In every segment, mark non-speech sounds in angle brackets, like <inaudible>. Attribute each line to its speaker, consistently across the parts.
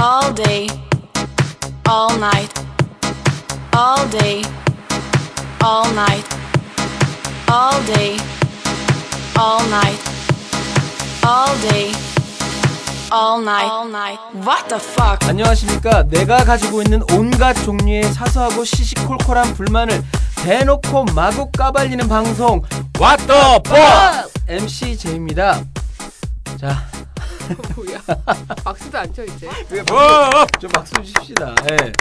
Speaker 1: all day, all night, all day, all night, all day, all night, all day, all night, all night. What the fuck?
Speaker 2: 안녕하십니까. 내가 가지고 있는 온갖 종류의 사소하고 시시콜콜한 불만을 대놓고 마구 까발리는 방송 What the fuck? MC 제입니다. 자,
Speaker 3: 뭐야? 박수도 안 쳐
Speaker 2: <laughs>
Speaker 3: 이제.
Speaker 4: 어, 뭐?
Speaker 2: 좀 박수 칩시다. 예.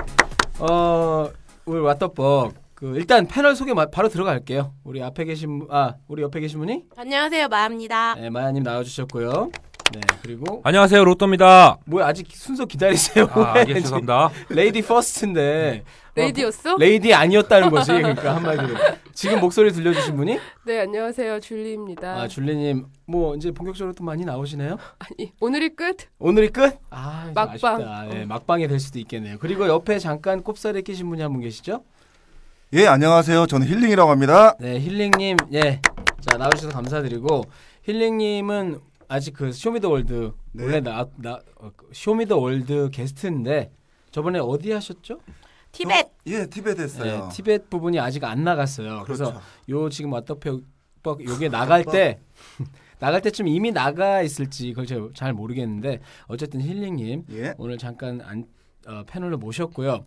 Speaker 2: 어, 우리 왓더벅. 그 일단 패널 소개 마- 바로 들어갈게요. 우리 앞에 계신 분- 아, 우리 옆에 계신 분이
Speaker 3: 안녕하세요 마입니다.
Speaker 2: 네, 마야님 나와주셨고요. 네, 그리고
Speaker 4: 안녕하세요 로또입니다.
Speaker 2: 뭐야 아직 순서 기다리세요.
Speaker 4: 아,
Speaker 2: <laughs> 왜?
Speaker 4: 예, 죄송합니다.
Speaker 2: 레이디 퍼스트인데
Speaker 3: 레이디였어?
Speaker 2: 레이디 아니었다는 거지 그러니까 한마디로 지금 목소리 들려주신 분이
Speaker 3: 네 안녕하세요 줄리입니다.
Speaker 2: 아 줄리님 뭐 이제 본격적으로 또 많이 나오시네요.
Speaker 3: 아니 오늘이 끝?
Speaker 2: 오늘이 끝? 아 이제
Speaker 3: 막방.
Speaker 2: 아쉽다. 예, 막방이 될 수도 있겠네요. 그리고 옆에 잠깐 꼽살에 끼신 분이 한 분 계시죠?
Speaker 5: 예, 안녕하세요. 저는 힐링이라고 합니다.
Speaker 2: 네 힐링님 예. 자 나오셔서 감사드리고 힐링님은 아직 그 쇼미더월드
Speaker 5: 네.
Speaker 2: 원래 나, 나 어, 그 쇼미더월드 게스트인데 저번에 어디 하셨죠? 어?
Speaker 5: 티벳. 예, 티벳 했어요. 그렇죠.
Speaker 2: 네, 티벳 부분이 아직 안 나갔어요. 그래서요 지금 왓더벅 요게 나갈 때 <laughs> 나갈 때쯤 이미 나가 있을지 그걸 제가 잘 모르겠는데 어쨌든 힐링님
Speaker 5: 예.
Speaker 2: 오늘 잠깐 안, 어, 패널로 모셨고요.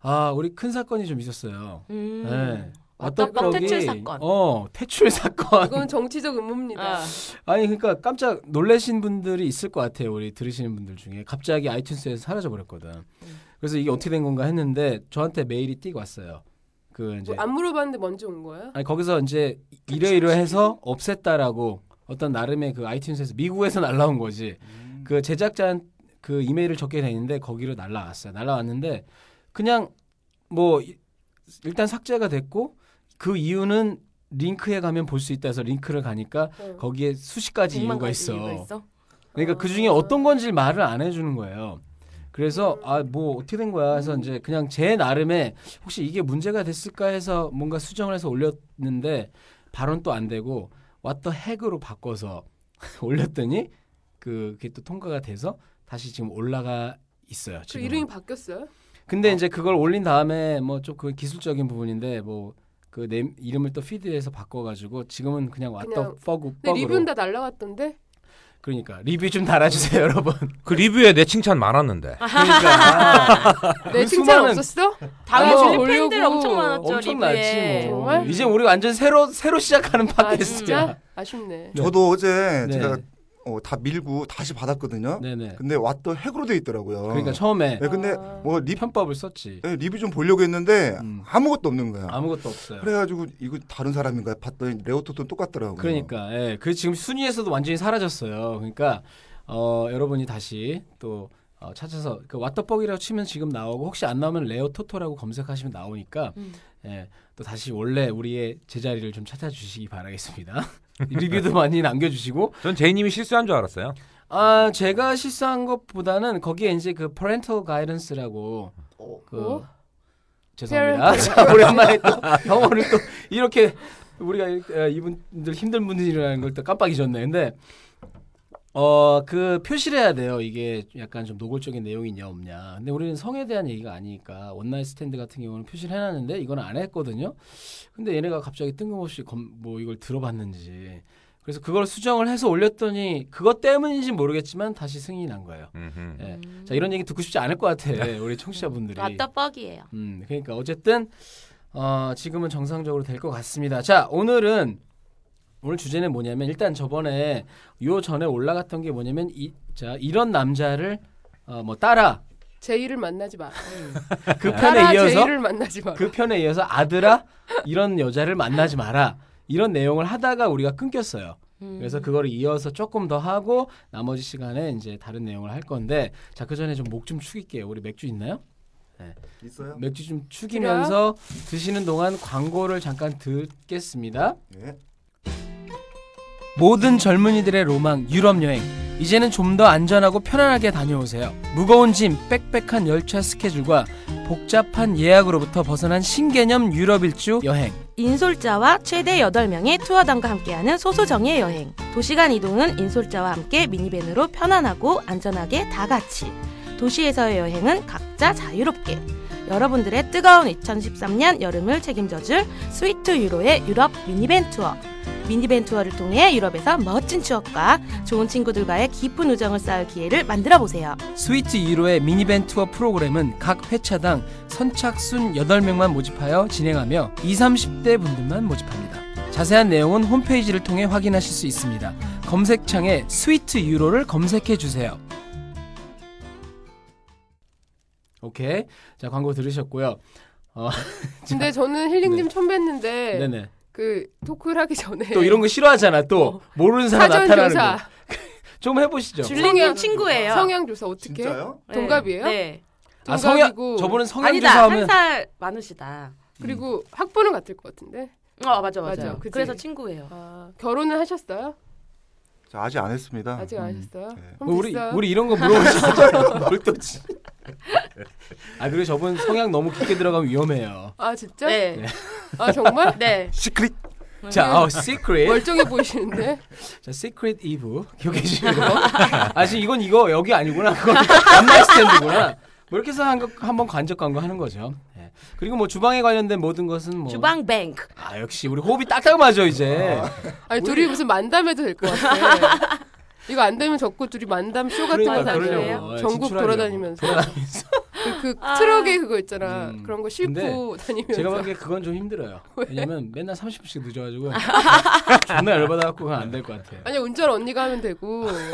Speaker 2: 아 우리 큰 사건이 좀 있었어요. 네.
Speaker 3: 왓더벅
Speaker 2: 왓더벅이-
Speaker 6: 음. 퇴출 사건.
Speaker 2: 어 퇴출 사건.
Speaker 3: 이건 정치적 음모입니다.
Speaker 2: <laughs> 음.
Speaker 3: 뭐
Speaker 2: 아니 그러니까 깜짝 놀라신 분들이 있을 것 같아요. 우리 들으시는 분들 중에 갑자기 아이튠스에서 사라져 버렸거든.
Speaker 6: 음.
Speaker 2: 그래서 이게 어떻게 된 건가 했는데 저한테 메일이 띠고 왔어요. 그 이제
Speaker 3: 뭐안 물어봤는데 먼저 온 거야?
Speaker 2: 아니 거기서 이제 이러이러해서 없앴다라고 어떤 나름의 그 아이튠스에서 미국에서 <laughs> 날라온 거지. 그 제작자 그 이메일을 적게 되는데 거기로 날라왔어요. 날라왔는데 그냥 뭐 이- 일단 삭제가 됐고 그 이유는 링크에 가면 볼 수 있다 해서 링크를 가니까
Speaker 3: 어.
Speaker 2: 거기에 수십 가지
Speaker 6: 백만
Speaker 2: 이유가
Speaker 6: 가지
Speaker 2: 있어.
Speaker 6: 이유가 있어?
Speaker 2: 그러니까 그 중에 어떤 건지 말을 안 해주는 거예요. 그래서 아 뭐 어떻게 된 거야 해서 이제 그냥 제 나름의 혹시 이게 문제가 됐을까 해서 뭔가 수정을 해서 올렸는데 발언 또 안 되고 왓더 핵으로 바꿔서 <laughs> 올렸더니 그 그게 또 통과가 돼서 다시 지금 올라가 있어요.
Speaker 3: 그
Speaker 2: 지금.
Speaker 3: 이름이 바뀌었어요?
Speaker 2: 근데 이제 그걸 올린 다음에 뭐 좀 그 기술적인 부분인데 뭐그 이름을 또 피드에서 바꿔가지고 지금은 그냥
Speaker 3: 그냥-
Speaker 2: 왓더 퍼그
Speaker 3: 근데 리뷰는
Speaker 2: 퍼그로
Speaker 3: 다 날라갔던데.
Speaker 2: 그러니까 리뷰 좀 달아주세요
Speaker 3: <laughs>
Speaker 2: 여러분.
Speaker 4: 그 리뷰에 내 칭찬 많았는데
Speaker 2: 아. 그러니까
Speaker 3: 내
Speaker 2: 그
Speaker 3: 칭찬
Speaker 2: 수많은-
Speaker 3: 없었어?
Speaker 2: 아마
Speaker 6: <laughs> 당연히 줄리
Speaker 3: 보려고.
Speaker 6: 팬들 엄청 많았죠
Speaker 2: 엄청났지
Speaker 6: 리뷰에.
Speaker 2: 뭐.
Speaker 3: 정말?
Speaker 2: 이제 우리 완전 새로 새로 시작하는
Speaker 3: 아
Speaker 2: 팟캐스트야.
Speaker 3: 진짜? 아쉽네.
Speaker 2: 네.
Speaker 5: 저도 어제
Speaker 2: 네.
Speaker 5: 제가 어, 다 밀고 다시 받았거든요.
Speaker 2: 네네.
Speaker 5: 근데 왓더 핵으로 돼 있더라고요.
Speaker 2: 그러니까 처음에
Speaker 5: 어. 네, 근데
Speaker 3: 아.
Speaker 5: 뭐 리,
Speaker 2: 편법을 썼지.
Speaker 5: 네, 리뷰 좀 보려고 했는데
Speaker 2: 음.
Speaker 5: 아무것도 없는 거야.
Speaker 2: 아무것도 없어요.
Speaker 5: 그래가지고 이거 다른 사람인가 봤더니 레오토도 똑같더라고요.
Speaker 2: 그러니까 예. 그 지금 순위에서도 완전히 사라졌어요. 그러니까 어, 여러분이 다시 또 어, 찾아서 그 왓더벅이라고 치면 지금 나오고 혹시 안 나오면 레오 토토라고 검색하시면 나오니까
Speaker 3: 음.
Speaker 2: 예. 또 다시 원래 우리의 제자리를 좀 찾아주시기 바라겠습니다. <laughs> 리뷰도 많이 남겨주시고
Speaker 4: 전 제이님이 실수한 줄 알았어요.
Speaker 2: 아 제가 실수한 것보다는 거기에 이제 그 parental guidance라고 그
Speaker 3: 어?
Speaker 2: 죄송합니다. <laughs> 자, 오랜만에 또 영어를 또 이렇게 우리가 이- 에, 이분들 힘든 분들이라는 걸 또 깜빡 잊었네. 근데 어 그 표시를 해야 돼요. 이게 약간 좀 노골적인 내용이 있냐 없냐. 근데 우리는 성에 대한 얘기가 아니니까 원나잇 스탠드 같은 경우는 표시를 해놨는데 이건 안 했거든요. 근데 얘네가 갑자기 뜬금없이 검, 뭐 이걸 들어봤는지 그래서 그걸 수정을 해서 올렸더니 그것 때문인지 모르겠지만 다시 승인이 난 거예요.
Speaker 4: 음흠.
Speaker 2: 예. 자 이런 얘기 듣고 싶지 않을 것 같아 우리 청취자분들이.
Speaker 6: 왓더벅이에요.
Speaker 2: 음, 그러니까 어쨌든 어, 지금은 정상적으로 될 것 같습니다. 자, 오늘은 오늘 주제는 뭐냐면 일단 저번에 요 전에 올라갔던 게 뭐냐면 이, 자 이런 남자를 어, 뭐 따라
Speaker 3: 제이를 만나지 마.
Speaker 2: 그
Speaker 3: 네. 따라
Speaker 2: 편에 이어서
Speaker 3: 제이를 만나지 마.
Speaker 2: 그 편에 이어서 아들아 이런 여자를 만나지 마라 이런 내용을 하다가 우리가 끊겼어요.
Speaker 3: 음.
Speaker 2: 그래서 그거를 이어서 조금 더 하고 나머지 시간에 이제 다른 내용을 할 건데 자 그 전에 좀 목 좀 축일게요. 우리 맥주 있나요?
Speaker 5: 있어요?
Speaker 2: 맥주 좀 축이면서 드시는 동안 광고를 잠깐 듣겠습니다.
Speaker 5: 예.
Speaker 2: 모든 젊은이들의 로망 유럽 여행 이제는 좀 더 안전하고 편안하게 다녀오세요. 무거운 짐, 빽빽한 열차 스케줄과 복잡한 예약으로부터 벗어난 신개념 유럽 일주 여행.
Speaker 6: 인솔자와 최대 8명의 투어단과 함께하는 소소정예 여행. 도시간 이동은 인솔자와 함께 미니밴으로 편안하고 안전하게 다 같이. 도시에서의 여행은 각자 자유롭게 여러분들의 뜨거운 2013년 여름을 책임져줄 스위트 유로의 유럽 미니밴 투어 미니밴 투어를 통해 유럽에서 멋진 추억과 좋은 친구들과의 깊은 우정을 쌓을 기회를 만들어 보세요.
Speaker 7: 스위트 유로의 미니밴 투어 프로그램은 각 회차당 선착순 8명만 모집하여 진행하며 20, 30대 분들만 모집합니다. 자세한 내용은 홈페이지를 통해 확인하실 수 있습니다. 검색창에 스위트 유로를 검색해 주세요.
Speaker 2: 오케이. 자 광고 들으셨고요.
Speaker 3: 근데 저는 힐링님 처음 뵀는데
Speaker 2: 네. 네네.
Speaker 3: 그 토크를 하기 전에
Speaker 2: 또
Speaker 3: <laughs>
Speaker 2: 이런 거 싫어하잖아. 또 모르는 사람
Speaker 3: 사전
Speaker 2: 나타나는 거.
Speaker 3: 조사
Speaker 2: 좀 해보시죠.
Speaker 3: 성향-
Speaker 6: 친구예요.
Speaker 3: 성향 조사 어떻게? 해? 동갑이에요?
Speaker 8: 네.
Speaker 2: 아 성향.
Speaker 3: 동갑이고
Speaker 2: 저분은 성향
Speaker 8: 아니다.
Speaker 2: 조사하면
Speaker 8: 한 살 많으시다.
Speaker 3: 그리고 학번은 같을 것 같은데.
Speaker 8: 어, 맞아,
Speaker 3: 맞아,
Speaker 8: 맞아.
Speaker 3: 그치?
Speaker 8: 그래서 친구예요.
Speaker 3: 아, 결혼은 하셨어요?
Speaker 5: 자, 아직 안 했습니다.
Speaker 3: 아직 안 하셨어요?
Speaker 5: 네.
Speaker 3: 그럼
Speaker 2: 우리
Speaker 3: 됐어요.
Speaker 2: 우리 이런 거
Speaker 3: <laughs>
Speaker 2: 물어보시잖아요. 뭘또 지- 아 그리고 저분 성향 너무 깊게 들어가면 위험해요.
Speaker 3: 아 진짜?
Speaker 8: 네.
Speaker 3: 아
Speaker 2: <laughs>
Speaker 3: 정말?
Speaker 8: 네.
Speaker 5: 시크릿.
Speaker 2: 자, 어, 시크릿.
Speaker 3: 멀쩡해 보이시는데.
Speaker 2: 자, 시크릿 이브 기억해 주시고. 아, 지금 이건 이거 여기 아니구나. 그건 만날 스탠드구나. 뭐 이렇게 해서 한 거- 한번 간접 광고 하는 거죠. 예. 그리고 뭐 주방에 관련된 모든 것은 뭐
Speaker 6: 주방 뱅크.
Speaker 2: 아, 역시 우리 호흡이 딱딱 맞아 이제.
Speaker 3: 아니 둘이 무슨 만담해도 될 것 같아.
Speaker 2: <laughs>
Speaker 3: 이거 안 되면 적고 둘이 만담 쇼 같은
Speaker 2: 그러니까,
Speaker 3: 거
Speaker 2: 그러려고.
Speaker 3: 하잖아요.
Speaker 2: 예,
Speaker 3: 전국
Speaker 2: 진출하려고.
Speaker 3: 돌아다니면서
Speaker 2: 돌아다니면서.
Speaker 3: 그, 그 트럭에 그거 있잖아.
Speaker 2: 음.
Speaker 3: 그런 거 싣고 다니면서.
Speaker 2: 제가 보기에 그건 좀 힘들어요. 왜냐면 맨날 30분씩 늦어
Speaker 3: <laughs>
Speaker 2: 가지고 존나 열받아 갖고 그건 안 될 것 같아요.
Speaker 3: 아니 운전 언니가 하면 되고.
Speaker 2: 음.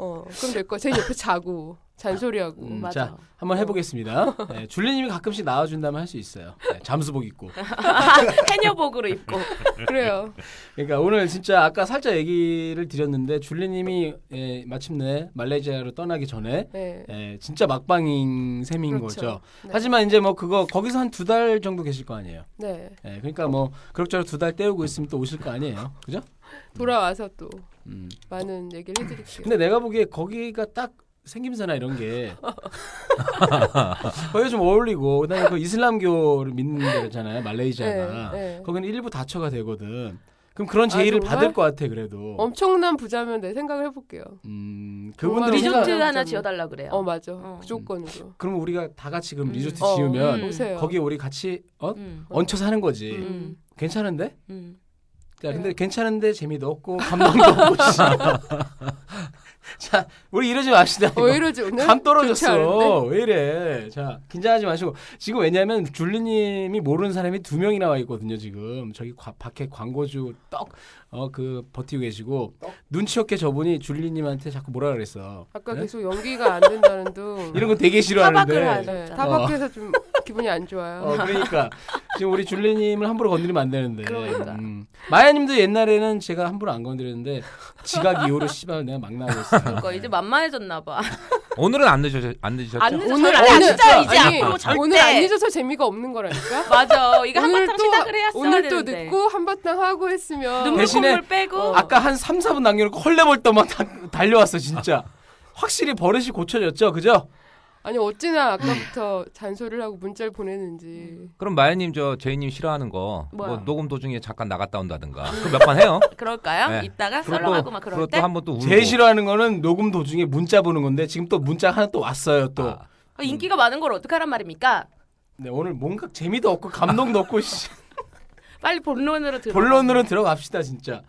Speaker 3: 어 그럼 될 거. 제 옆에 자고 잔소리하고. 어.
Speaker 2: 음,
Speaker 8: 맞아.
Speaker 2: 자, 한번 해보겠습니다. 네, 줄리님이 가끔씩 나와준다면 할 수 있어요. 네, 잠수복
Speaker 3: <laughs>
Speaker 2: 입고.
Speaker 8: <laughs> 해녀복으로 입고.
Speaker 2: <laughs>
Speaker 3: 그래요.
Speaker 2: 그러니까 오늘 진짜 아까 살짝 얘기를 드렸는데 줄리님이 예, 마침내 말레이시아로 떠나기 전에
Speaker 3: 네.
Speaker 2: 예, 진짜 막방인 셈인
Speaker 3: 그렇죠.
Speaker 2: 거죠.
Speaker 3: 네.
Speaker 2: 하지만 이제 뭐 그거 거기서 한 두 달 정도 계실 거 아니에요.
Speaker 3: 네.
Speaker 2: 예, 그러니까 뭐 그럭저럭 두 달 때우고 있으면 또 오실 거 아니에요. 그죠?
Speaker 3: 돌아와서 또
Speaker 2: 음. 그-
Speaker 3: 많은 얘기를 해드릴게요.
Speaker 2: 근데 내가 보기에 거기가 딱 생김새나 이런
Speaker 3: <laughs>
Speaker 2: 게 거기 좀 어울리고 그다음에 그 이슬람교를 믿는 데잖아요 말레이시아가
Speaker 3: 네, 네.
Speaker 2: 거기는 일부 다처가 되거든 그럼 그런
Speaker 3: 아,
Speaker 2: 제의를
Speaker 3: 정말?
Speaker 2: 받을 것 같아 그래도
Speaker 3: 엄청난 부자면 내 생각을 해볼게요.
Speaker 2: 음
Speaker 3: 정말
Speaker 2: 그분들이
Speaker 3: 리조트
Speaker 8: 리조트
Speaker 2: 생각-
Speaker 8: 하나 지어달라 그래요.
Speaker 3: 어 맞아.
Speaker 8: 어.
Speaker 3: 그 조건으로.
Speaker 2: 그럼 우리가 다 같이 그럼
Speaker 8: 음.
Speaker 2: 리조트
Speaker 3: 어,
Speaker 2: 음. 지으면
Speaker 8: 음.
Speaker 3: 오세요.
Speaker 2: 거기 우리 같이 어?
Speaker 8: 음.
Speaker 2: 얹혀 사는 거지
Speaker 3: 음.
Speaker 2: 괜찮은데
Speaker 8: 음.
Speaker 2: 자, 근데
Speaker 3: 네.
Speaker 2: 괜찮은데 재미도 없고 감동도 없고 <laughs> 자 우리 이러지 맙시다
Speaker 3: 어, 왜 이러지 오늘?
Speaker 2: 감
Speaker 3: 좋지 않은데?
Speaker 2: 떨어졌어. 왜 이래? 자 긴장하지 마시고 지금 왜냐하면 줄리님이 모르는 사람이 두 명이나 와 있거든요. 지금 저기 과- 밖에 광고주 떡어그 버티고 계시고 눈치 없게 저분이 줄리님한테 자꾸 뭐라 그랬어.
Speaker 3: 아까
Speaker 2: 네?
Speaker 3: 계속 연기가 안 된다는 둥.
Speaker 2: <laughs> 이런 거 되게
Speaker 8: 타박을
Speaker 2: 싫어하는데.
Speaker 8: 하죠.
Speaker 3: 네,
Speaker 8: 진짜.
Speaker 3: 타박해서 좀 기분이 안 좋아요.
Speaker 2: 어 그러니까 지금 우리 줄리님을 함부로 건드리면 안 되는데.
Speaker 8: 그러니까.
Speaker 2: 음. 마야님도 옛날에는 제가 함부로 안 건드렸는데 지각 이후로 씨발 내가 막 나가고 있어.
Speaker 8: 그러니까 이제 만만해졌나 봐.
Speaker 4: 오늘은 안 늦으셨 안 늦으셨죠?
Speaker 8: 안 늦어서
Speaker 3: 오늘
Speaker 8: 안
Speaker 3: 오늘-
Speaker 8: 진짜 이제
Speaker 3: 아니,
Speaker 8: 앞으로 절대.
Speaker 3: 오늘 안 잊어서 재미가 없는
Speaker 8: <laughs>
Speaker 3: 거라니까.
Speaker 8: 맞아. 이거 한바탕
Speaker 3: 또
Speaker 8: 시작을 해야 써야
Speaker 3: 오늘 또
Speaker 8: 되는데.
Speaker 3: 늦고 어. 한바탕 하고 했으면
Speaker 8: 눈물
Speaker 2: 대신- 대신에-
Speaker 8: 콧물 빼고
Speaker 2: 아까 한 3, 4분 남겨놓고 헐레벌 떠만 달려왔어 진짜. 확실히 버릇이 고쳐졌죠, 그죠?
Speaker 3: 아니 어찌나 아까부터 잔소리를 하고 문자를
Speaker 2: 음.
Speaker 3: 보내는지.
Speaker 4: 그럼 마야님 저 제이님 싫어하는 거
Speaker 8: 뭐야?
Speaker 4: 뭐 녹음 도중에 잠깐 나갔다 온다든가 그 몇 번 해요?
Speaker 8: 그럴까요?
Speaker 4: 네.
Speaker 8: 이따가
Speaker 4: 그리고
Speaker 8: 썰렁하고 아, 막 그럴
Speaker 4: 그리고
Speaker 8: 때.
Speaker 4: 또 한 번 또 울고
Speaker 2: 제일 싫어하는 거는 녹음 도중에 문자 보는 건데 지금 또 문자 하나 또 왔어요 또.
Speaker 4: 아,
Speaker 8: 아, 인기가 많은 걸 어떡하란 말입니까?
Speaker 2: 네 오늘 뭔가 재미도 없고 감동도 없고 <laughs> 씨,
Speaker 8: 빨리 본론으로 들어.
Speaker 2: 본론으로 들어갑시다 진짜.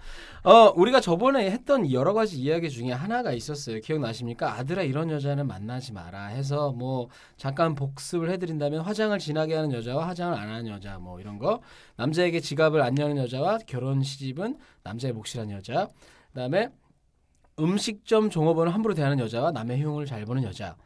Speaker 2: 어 우리가 저번에 했던 여러 가지 이야기 중에 하나가 있었어요. 기억나십니까? 아들아 이런 여자는 만나지 마라 해서 뭐 잠깐 복습을 해드린다면 화장을 진하게 하는 여자와 화장을 안 하는 여자 뭐 이런 거 남자에게 지갑을 안 여는 여자와 결혼 시집은 남자의 몫이라는 여자 그다음에 음식점 종업원을 함부로 대하는 여자와 남의 효용을 잘 보는 여자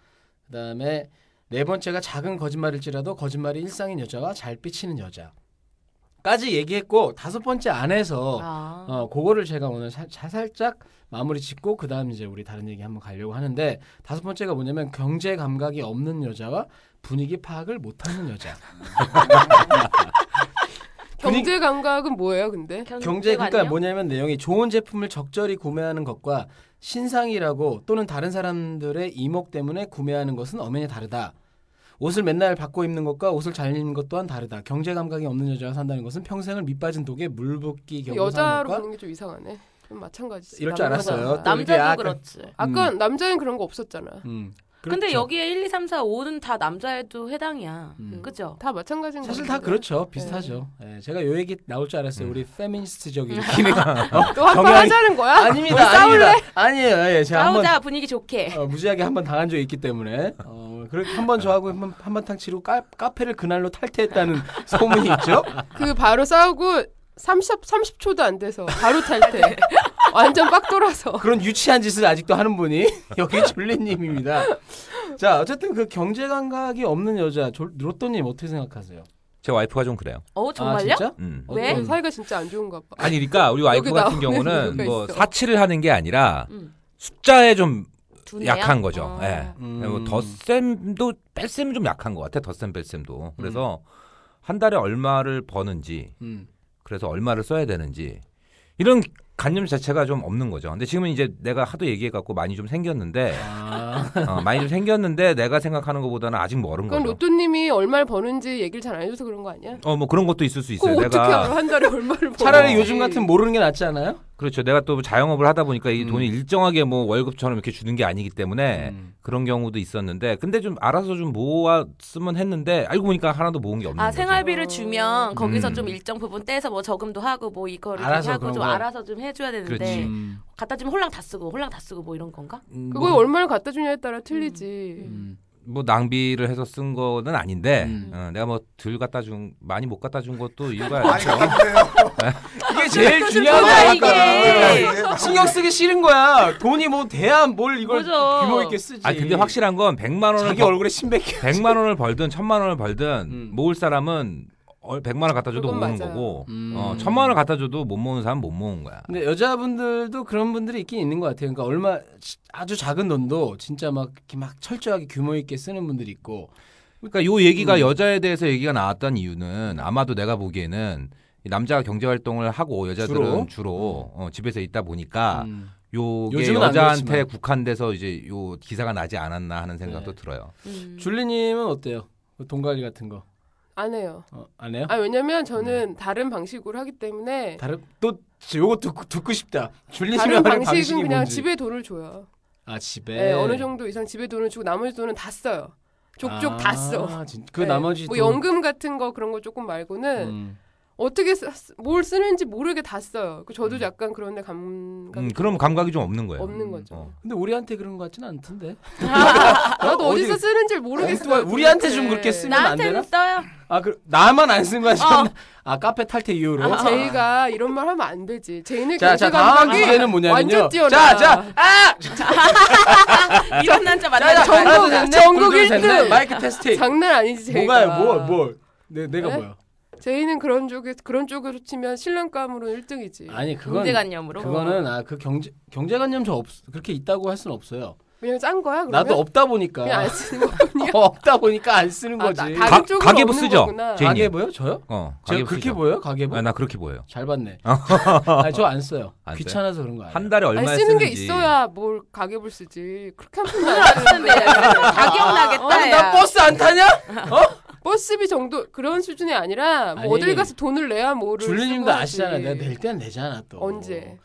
Speaker 2: 그다음에 네 번째가 작은 거짓말일지라도 거짓말이 일상인 여자와 잘 삐치는 여자까지 얘기했고 다섯 번째 안에서
Speaker 8: 아.
Speaker 2: 어, 그거를 제가 오늘 살- 자- 살짝 마무리 짓고 그 다음 이제 우리 다른 얘기 한번 가려고 하는데 다섯 번째가 뭐냐면 경제 감각이 없는 여자와 분위기 파악을 못하는 여자. 분위기-
Speaker 3: 경제 감각은 뭐예요, 근데?
Speaker 2: 경제
Speaker 8: 관
Speaker 2: 그러니까 뭐냐면 내용이 좋은 제품을 적절히 구매하는 것과 신상이라고 또는 다른 사람들의 이목 때문에 구매하는 것은 엄연히 다르다. 옷을 맨날 바꿔 입는 것과 옷을 잘 입는 것 또한 다르다. 경제 감각이 없는 여자와 산다는 것은 평생을 밑빠진 독에 물 붓기 경우 사는
Speaker 3: 여자로
Speaker 2: 것과
Speaker 3: 보는 게 좀 이상하네. 좀 마찬가지지.
Speaker 2: 이럴 줄
Speaker 3: 남자가.
Speaker 2: 알았어요. 또 이렇게
Speaker 8: 남자도
Speaker 2: 약간-
Speaker 8: 그렇지.
Speaker 3: 아까 남자는 그런 거 없었잖아.
Speaker 2: 음.
Speaker 8: 근데 여기에 1, 2, 3, 4, 5는 다 남자애도 해당이야.
Speaker 2: 음.
Speaker 8: 그죠?
Speaker 3: 다 마찬가지인
Speaker 2: 사실
Speaker 3: 것
Speaker 2: 다
Speaker 3: 같은데.
Speaker 2: 그렇죠. 비슷하죠. 예, 제가 요 얘기 나올 줄 알았어요. 우리 페미니스트적인 기능. 어?
Speaker 3: 또 한판
Speaker 2: 경향이-
Speaker 3: 하자는 거야?
Speaker 2: 아닙니다. 싸울래? 아니에요. 예, 제가 한번
Speaker 8: 싸우자 분위기 좋게.
Speaker 2: 어, 무지하게 한번 당한 적이 있기 때문에 어, 그렇게 한번 저하고 한번 한바탕 치르고 카, 카페를 그날로 탈퇴했다는 소문이 있죠.
Speaker 3: <laughs> 그 바로 싸우고 30, 30초도 안 돼서 바로
Speaker 2: 네.
Speaker 3: 탈퇴. <laughs> 완전 빡 돌아서.
Speaker 2: 그런 유치한 짓을 아직도 하는 분이 <laughs> 여기 줄리님입니다. 자, 어쨌든 그 경제 감각이 없는 여자 졸- 로또님 어떻게 생각하세요?
Speaker 4: 제 와이프가 좀 그래요.
Speaker 8: 어
Speaker 2: 아,
Speaker 8: 정말요?
Speaker 4: <laughs>
Speaker 2: 진짜?
Speaker 4: 음.
Speaker 8: 왜?
Speaker 2: 어떤-
Speaker 3: 사이가 진짜 안 좋은가 봐.
Speaker 4: 아니 그러니까 우리 와이프
Speaker 3: 여기 나오는
Speaker 4: 같은 경우는
Speaker 3: 이유가
Speaker 4: 뭐
Speaker 3: 있어.
Speaker 4: 사치를 하는 게 아니라
Speaker 8: 음.
Speaker 4: 숫자에 좀
Speaker 8: 두뇌야?
Speaker 4: 약한 거죠.
Speaker 8: 어.
Speaker 4: 예.
Speaker 2: 음.
Speaker 4: 뭐 덧셈도 뺄셈이 좀 약한 것 같아. 덧셈 뺄셈도. 그래서 한 달에 얼마를 버는지
Speaker 2: 음.
Speaker 4: 그래서 얼마를 써야 되는지 이런 관념 자체가 좀 없는 거죠. 근데 지금은 이제 내가 하도 얘기해 갖고 많이 좀 생겼는데
Speaker 2: 아,
Speaker 4: 어, 많이 좀 생겼는데 내가 생각하는 것보다는 아직 멀은
Speaker 3: 그건
Speaker 4: 거죠.
Speaker 3: 로또님이 얼마를 버는지 얘기를 잘 안 해줘서 그런 거 아니야?
Speaker 4: 어 뭐 그런 것도 있을 수 있어요.
Speaker 3: 그거 어떻게 알아?
Speaker 4: 내가
Speaker 3: 한 달에 얼마를
Speaker 2: <laughs>
Speaker 3: 버는지.
Speaker 2: 차라리 요즘 같은 모르는 게 낫지 않아요?
Speaker 4: 그렇죠. 내가 또 자영업을 하다 보니까 이
Speaker 2: 음.
Speaker 4: 돈이 일정하게 뭐 월급처럼 이렇게 주는 게 아니기 때문에
Speaker 2: 음.
Speaker 4: 그런 경우도 있었는데 근데 좀 알아서 좀 모았으면 했는데 알고 보니까 하나도 모은 게 없는
Speaker 8: 아
Speaker 4: 거죠.
Speaker 8: 생활비를 주면 거기서
Speaker 4: 음.
Speaker 8: 좀 일정 부분 떼서 뭐 저금도 하고 뭐 이거를
Speaker 2: 알아서
Speaker 8: 하고
Speaker 2: 그런
Speaker 8: 좀
Speaker 2: 거.
Speaker 8: 알아서 좀 해줘야 되는데
Speaker 4: 그렇지.
Speaker 2: 음.
Speaker 8: 갖다 주면 홀랑 다 쓰고 홀랑 다 쓰고 뭐 이런 건가?
Speaker 4: 음,
Speaker 3: 그거
Speaker 4: 뭐,
Speaker 3: 얼마를 갖다 주냐에 따라 틀리지.
Speaker 2: 음.
Speaker 4: 뭐 낭비를 해서 쓴 거는 아닌데
Speaker 2: 음.
Speaker 4: 어, 내가 뭐 덜 갖다 준 많이 못 갖다 준 것도 이유가
Speaker 5: 아, 많이
Speaker 4: 있죠.
Speaker 5: 갖다 주세요.
Speaker 2: 이게
Speaker 3: 네.
Speaker 2: 제일
Speaker 8: 뭐야,
Speaker 2: 중요한 거
Speaker 8: 이게.
Speaker 2: 같다. 신경 쓰기 싫은 거야. 돈이 뭐 돼야 뭘 이걸
Speaker 8: 뭐죠.
Speaker 2: 규모 있게 쓰지.
Speaker 4: 아 근데 어. 확실한 건 100만 원을
Speaker 2: 자기
Speaker 4: 벌-
Speaker 2: 얼굴에 신백해.
Speaker 4: 100만 원을 벌든 1000만 원을 벌든
Speaker 2: 음.
Speaker 4: 모을 사람은 얼- 100만 원 갖다 줘도
Speaker 3: 그건
Speaker 4: 모으는
Speaker 3: 맞아요.
Speaker 4: 거고
Speaker 2: 음.
Speaker 4: 어, 1000만 원을 갖다 줘도 못 모으는 사람은 못 모은 거야.
Speaker 2: 근데 여자분들도 그런 분들이 있긴 있는 것 같아요. 그러니까 얼마 아주 작은 돈도 진짜 막 이렇게 막 철저하게 규모 있게 쓰는 분들이 있고.
Speaker 4: 그러니까 요
Speaker 2: 음.
Speaker 4: 얘기가 여자에 대해서 얘기가 나왔던 이유는 아마도 내가 보기에는 이 남자가 경제 활동을 하고 여자들은 주로,
Speaker 2: 주로?
Speaker 4: 어, 집에서 있다 보니까
Speaker 2: 음.
Speaker 4: 요게
Speaker 2: 요즘은 안
Speaker 4: 여자한테
Speaker 2: 그렇지만.
Speaker 4: 국한돼서 이제 요 기사가 나지 않았나 하는 생각도
Speaker 2: 네.
Speaker 4: 들어요.
Speaker 8: 음.
Speaker 2: 줄리님은 어때요? 그 돈가리 같은 거
Speaker 3: 안 해요.
Speaker 2: 어, 안 해요?
Speaker 3: 아 왜냐면 저는 다른 방식으로 하기 때문에
Speaker 2: 네. 다른 또 지- 요거 듣고, 듣고 싶다. 줄리님의
Speaker 3: 다른
Speaker 2: 하는
Speaker 3: 방식은
Speaker 2: 방식이
Speaker 3: 그냥
Speaker 2: 뭔지.
Speaker 3: 집에 돈을 줘요.
Speaker 2: 아 집에.
Speaker 3: 네. 어느 정도 이상 집에 돈을 주고 나머지 돈은 다 써요. 족족 다 써.
Speaker 2: 아, 진- 그
Speaker 3: 네.
Speaker 2: 나머지
Speaker 3: 뭐
Speaker 2: 돈-
Speaker 3: 연금 같은 거 그런 거 조금 말고는
Speaker 2: 음.
Speaker 3: 어떻게 쓰, 쓰- 뭘 쓰는지 모르게 다 써요. 그
Speaker 2: 음.
Speaker 3: 저도 약간 그런데 감각이
Speaker 4: 음, 그럼 감각이 좀 없는 거예요.
Speaker 3: 그러니까 없는 거죠. 아,
Speaker 4: 어.
Speaker 2: 근데 우리한테 그런 것 같지는 않던데.
Speaker 3: <laughs> 나도
Speaker 2: 어, 어디-
Speaker 3: 어디서
Speaker 2: 아,
Speaker 3: 쓰는지 모르겠어요. 네.
Speaker 2: 우리한테
Speaker 3: 도대체.
Speaker 2: 좀 그렇게 쓰면 안 되나?
Speaker 8: 나한테는 써요.
Speaker 2: 아, 그 나만 안 쓴 거야 지금. 아 카페 탈퇴 이후로.
Speaker 3: 어.
Speaker 2: 아,
Speaker 3: 제이가 이런 말 하면 안 되지. 제이는
Speaker 2: 자, 자 다음
Speaker 3: 경제감각이
Speaker 2: 주제는 뭐냐면요.
Speaker 3: 완전 뛰어나.
Speaker 2: 자, 자, 아,
Speaker 8: <laughs> 이런 남자
Speaker 2: 자,
Speaker 8: 만나지
Speaker 3: 아, 전국-
Speaker 8: 말라고.
Speaker 2: 전국
Speaker 3: 전국 일등.
Speaker 2: 마이크 테스팅.
Speaker 3: 장난 아니지 제이가.
Speaker 2: 뭐가요? 뭐, 뭐? 내 내가
Speaker 3: 네?
Speaker 2: 뭐야?
Speaker 3: 제이는 그런 쪽에 그런 쪽으로 치면 신랑감으로 1등이지.
Speaker 2: 아니 그건
Speaker 8: 경제관념으로.
Speaker 2: 그거는 아 그 경제 경제관념 저 없, 그렇게 있다고 할 수는 없어요.
Speaker 3: 그냥 짠 거야 그러면?
Speaker 2: 나도 없다 보니까
Speaker 3: 그냥 안 쓰는 거군요.
Speaker 2: <laughs> 어, 없다 보니까 안 쓰는
Speaker 3: 아,
Speaker 2: 거지.
Speaker 3: 나-
Speaker 4: 가-
Speaker 3: 다른 쪽으로
Speaker 4: 가계부
Speaker 3: 없는
Speaker 4: 쓰죠?
Speaker 3: 거구나.
Speaker 4: 제이-
Speaker 2: 가계부요? 저요?
Speaker 4: 어,
Speaker 2: 제가
Speaker 4: 가계부
Speaker 2: 그렇게
Speaker 4: 쓰죠.
Speaker 2: 보여요? 가계부?
Speaker 4: 아, 나 그렇게 보여요.
Speaker 2: 잘 봤네. 아, 저안 써요.
Speaker 4: 안 써요?
Speaker 2: 귀찮아서 그런 거 아니에요.
Speaker 4: 한 달에
Speaker 3: 아니
Speaker 4: 얼마에
Speaker 3: 쓰는 게
Speaker 4: 쓰는지.
Speaker 3: 있어야 뭘 가계부를 쓰지. 그렇게 한 푼도 안
Speaker 8: 안 쓰는데 다 기억나겠다.
Speaker 2: 어, 나
Speaker 8: 야.
Speaker 2: 버스 안 타냐?
Speaker 3: 버스비 정도 그런 수준이 아니라 뭐
Speaker 2: 아니,
Speaker 3: 어딜 가서 돈을 내야 뭐를
Speaker 2: 줄리님도
Speaker 3: 쓰고
Speaker 2: 아시잖아.
Speaker 3: 하지.
Speaker 2: 내가 낼 때는 내잖아 또.
Speaker 3: 언제?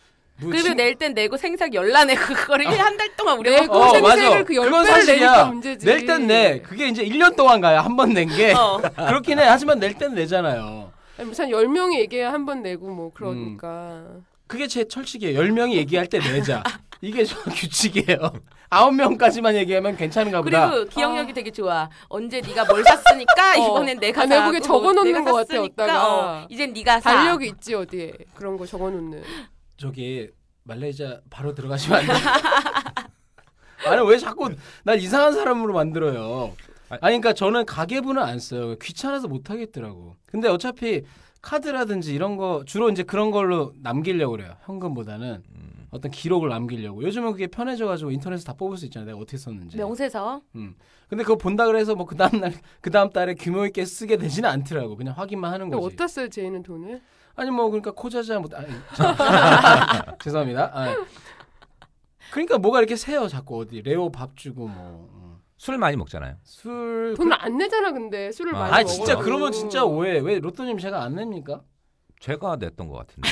Speaker 2: 뭐
Speaker 8: 그리고
Speaker 2: 친-
Speaker 8: 낼 땐 내고 생색 열나내고 그거를 한 달 동안 우리가
Speaker 3: 내
Speaker 8: 먹고
Speaker 2: 어,
Speaker 3: 고생색을
Speaker 2: 맞아.
Speaker 3: 그
Speaker 2: 그건
Speaker 3: 10배를 내니까
Speaker 2: 사실이야.
Speaker 3: 문제지.
Speaker 2: 낼 땐 내. 그게 이제 1년 동안 가요. 한 번 낸 게.
Speaker 8: 어.
Speaker 2: <laughs> 그렇긴 해. 하지만 낼 땐 내잖아요.
Speaker 3: 아니, 무슨 10명이 얘기해야 한 번 내고 뭐 그러니까.
Speaker 8: 음.
Speaker 2: 그게 제 철칙이에요. 10명이 얘기할 때 내자. 이게 저 <laughs> 규칙이에요. 9명까지만 얘기하면 괜찮은가 보다.
Speaker 8: 그리고 기억력이 되게 좋아. 언제 네가 뭘 샀으니까
Speaker 3: 어.
Speaker 8: 이번엔 내가
Speaker 3: 아,
Speaker 8: 사고 뭐
Speaker 3: 내복에 적어놓는
Speaker 8: 내가
Speaker 3: 것 같아,
Speaker 8: 샀으니까
Speaker 3: 어디다가.
Speaker 8: 어, 이젠 네가 사.
Speaker 3: 달력이 있지 어디에. 그런 거 적어 놓는.
Speaker 2: 저기 말레이시아 바로 들어가시면 안 돼요. <laughs> 아니 왜 자꾸 날 이상한 사람으로 만들어요. 아니 그러니까 저는 가계부는 안 써요. 귀찮아서 못 하겠더라고. 근데 어차피 카드라든지 이런 거 주로 이제 그런 걸로 남기려고 그래요. 현금보다는 어떤 기록을 남기려고. 요즘은 그게 편해져 가지고 인터넷에서 다 뽑을 수 있잖아요. 내가 네, 어떻게 썼는지.
Speaker 8: 명세서.
Speaker 2: 근데 그거 본다 그래서 뭐 그다음 날 그다음 달에 규모 있게 쓰게 되지는 않더라고. 그냥 확인만 하는
Speaker 3: 근데
Speaker 2: 거지.
Speaker 3: 어디다 써요 제이는 돈을?
Speaker 2: 아니 뭐 그러니까 코자자 뭐 아니, 죄송합니다. 아, 그러니까 뭐가 이렇게 세요 자꾸 어디 레오 밥 주고
Speaker 4: 술 많이 먹잖아요.
Speaker 2: 뭐 술
Speaker 3: 돈을 안 내잖아 근데 술을
Speaker 4: 아,
Speaker 3: 많이
Speaker 2: 아
Speaker 3: 먹어.
Speaker 2: 진짜
Speaker 4: 먹어요.
Speaker 2: 그러면 진짜 오해 왜 로또님 제가 안 냅니까?
Speaker 3: <laughs>
Speaker 4: 제가 냈던 것 같은데.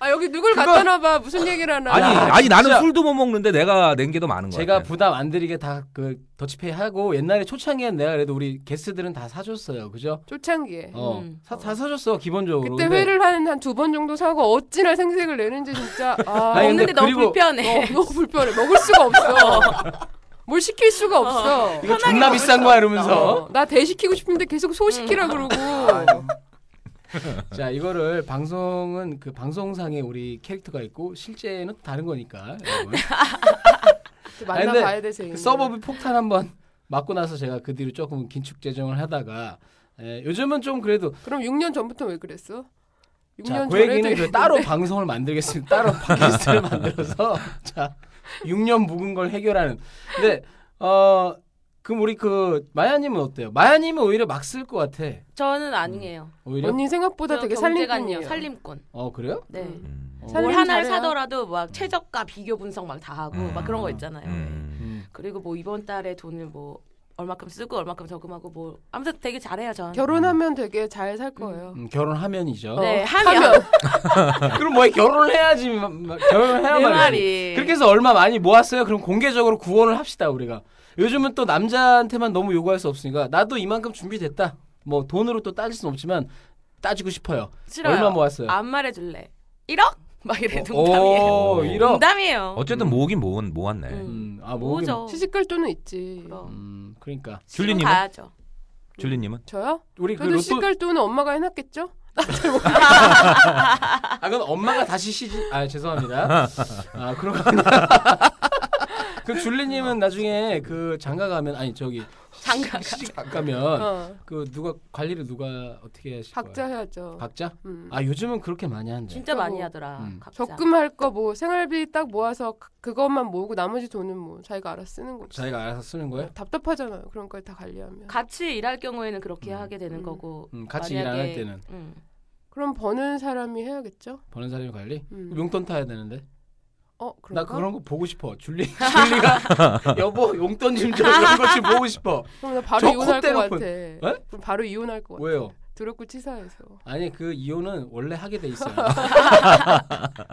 Speaker 3: 아 여기 누굴 갖다 놔봐 무슨 얘기를 하나.
Speaker 4: 아니
Speaker 2: 야,
Speaker 4: 아니 나는
Speaker 2: 진짜.
Speaker 4: 술도 못 먹는데 내가 낸 게 더 많은 거야.
Speaker 2: 제가 부담 안 드리게 다 그 더치페이 하고 옛날에 초창기엔 내가 그래도 우리 게스트들은 다 사줬어요. 그죠?
Speaker 3: 초창기에.
Speaker 2: 어.
Speaker 8: 음.
Speaker 2: 사, 다 사줬어 기본적으로.
Speaker 3: 네. 그때
Speaker 2: 근데
Speaker 3: 회를 한 한 두 번 정도 사고 어찌나 생색을 내는지 진짜 아
Speaker 2: 아니, 근데
Speaker 8: 먹는데 너무
Speaker 2: 그리고-
Speaker 8: 불편해.
Speaker 3: 어, 너무 불편해 먹을 수가
Speaker 8: <laughs>
Speaker 3: 없어 뭘 시킬 수가 없어
Speaker 2: 이거 존나 비싼 거야 이러면서.
Speaker 3: 어, 나 대시키고 싶은데 계속 소시키라
Speaker 8: 음.
Speaker 3: 그러고
Speaker 2: 자 이거를 방송은 그 방송상에 우리 캐릭터가 있고 실제는 다른 거니까. 여러분. 근데
Speaker 3: 만나봐야 돼서
Speaker 2: 그 서버비 폭탄 한번 맞고 나서 제가 그 뒤로 조금 긴축 재정을 하다가 예, 요즘은 좀 그래도
Speaker 3: 그럼 6년 전부터 왜 그랬어? 6년
Speaker 2: 자, 그
Speaker 3: 전에도
Speaker 2: 얘기는 그 <laughs>
Speaker 3: 이랬는데.
Speaker 2: 따로 방송을 만들겠습니다. 따로 <laughs> 팟캐스트를 만들어서 자 6년 묵은 걸 해결하는. 근데 어 그럼 우리 그 마야님은 어때요? 마야님은 오히려 막 쓸 것 같아.
Speaker 8: 저는 아니에요.
Speaker 2: 오히려
Speaker 3: <laughs> 언니 생각보다 되게 살림꾼이에요
Speaker 8: 경제관이요. 살림꾼.
Speaker 2: 어 그래요?
Speaker 8: 네.
Speaker 3: 음.
Speaker 4: 음.
Speaker 2: 어.
Speaker 3: 살림
Speaker 8: 뭘 하나를
Speaker 3: 잘해요.
Speaker 8: 사더라도 막 최저가 비교 분석 막 다 하고
Speaker 4: 음.
Speaker 8: 막 그런 거 있잖아요.
Speaker 4: 음.
Speaker 2: 음.
Speaker 8: 그리고 뭐 이번 달에 돈을 뭐 얼마큼 쓰고 얼마큼 저금하고 뭐 아무튼 되게 잘해요 전.
Speaker 3: 결혼하면 되게 잘 살 거예요
Speaker 2: 음, 결혼하면이죠.
Speaker 8: 네
Speaker 3: 어,
Speaker 8: 하면
Speaker 2: 그럼 뭐 결혼을 해야지 마- 마- 결혼을 해야
Speaker 8: 내
Speaker 2: 말이지.
Speaker 8: 말이.
Speaker 2: 그렇게 해서 얼마 많이 모았어요. 그럼 공개적으로 구원을 합시다 우리가. 요즘은 또 남자한테만 너무 요구할 수 없으니까 나도 이만큼 준비됐다. 뭐 돈으로 또 따질 순 없지만 따지고 싶어요.
Speaker 8: 싫어요.
Speaker 2: 얼마 모았어요? 어.
Speaker 8: 안 말해줄래. 1억? 막 이래 농담이에요.
Speaker 2: 오,
Speaker 4: 농담이에요.
Speaker 2: 어, 이런.
Speaker 8: 농담이에요.
Speaker 4: 어쨌든 모으긴 모은 모았네.
Speaker 8: 음.
Speaker 2: 음, 아 모으긴-
Speaker 8: 뭐죠?
Speaker 3: <laughs> 시집갈 돈은 있지
Speaker 8: 그럼.
Speaker 2: 음, 그러니까
Speaker 4: 줄리님은?
Speaker 8: 가야죠.
Speaker 4: 줄리님은?
Speaker 3: 저요?
Speaker 2: 우리 그
Speaker 3: 그래도
Speaker 2: 로또
Speaker 3: 시집갈 돈은 엄마가 해놨겠죠?
Speaker 2: 아 그건 엄마가 다시 시집 아 죄송합니다. 아 그렇구나. 그 줄리님은 나중에 그 장가 가면 아니 저기
Speaker 8: 장가가.
Speaker 2: 시집 가면
Speaker 3: 어,
Speaker 2: 그 누가 관리를 누가 어떻게 하실
Speaker 3: 각자
Speaker 2: 거예요?
Speaker 3: 해야죠
Speaker 2: 각자?
Speaker 3: 음.
Speaker 2: 아 요즘은 그렇게 많이 한대.
Speaker 8: 진짜
Speaker 3: 그거
Speaker 8: 많이
Speaker 3: 뭐,
Speaker 8: 하더라.
Speaker 2: 음.
Speaker 8: 각자.
Speaker 3: 적금할 거 뭐 생활비 딱 모아서 그- 그것만 모으고 나머지 돈은 뭐 자기가 알아 쓰는 거지.
Speaker 2: 자기가 네. 알아서 쓰는
Speaker 3: 어.
Speaker 2: 거예요?
Speaker 3: 답답하잖아요. 그런 걸 다 관리하면.
Speaker 8: 같이 일할 경우에는 그렇게
Speaker 2: 음.
Speaker 8: 하게 되는
Speaker 3: 음.
Speaker 8: 거고.
Speaker 2: 음, 같이 일
Speaker 8: 만약에-
Speaker 2: 안 할 때는
Speaker 8: 음.
Speaker 3: 그럼 버는 사람이 해야겠죠?
Speaker 2: 버는 사람이 관리?
Speaker 3: 음.
Speaker 2: 용돈 타야 되는데.
Speaker 3: 어, 그런
Speaker 2: 나 그런 거 보고 싶어. 줄리 줄리가 여보 용돈 좀 줘. 이런 거좀 보고 싶어.
Speaker 3: 그럼 나
Speaker 2: 저
Speaker 3: 바로 이혼할 것
Speaker 2: 콧대로
Speaker 3: 같아.
Speaker 2: 본-
Speaker 3: 그럼 바로 이혼할 것 같아.
Speaker 2: 왜요?
Speaker 3: 드럽고 치사해서.
Speaker 2: 아니 그 이혼은 원래 하게 돼 있어요.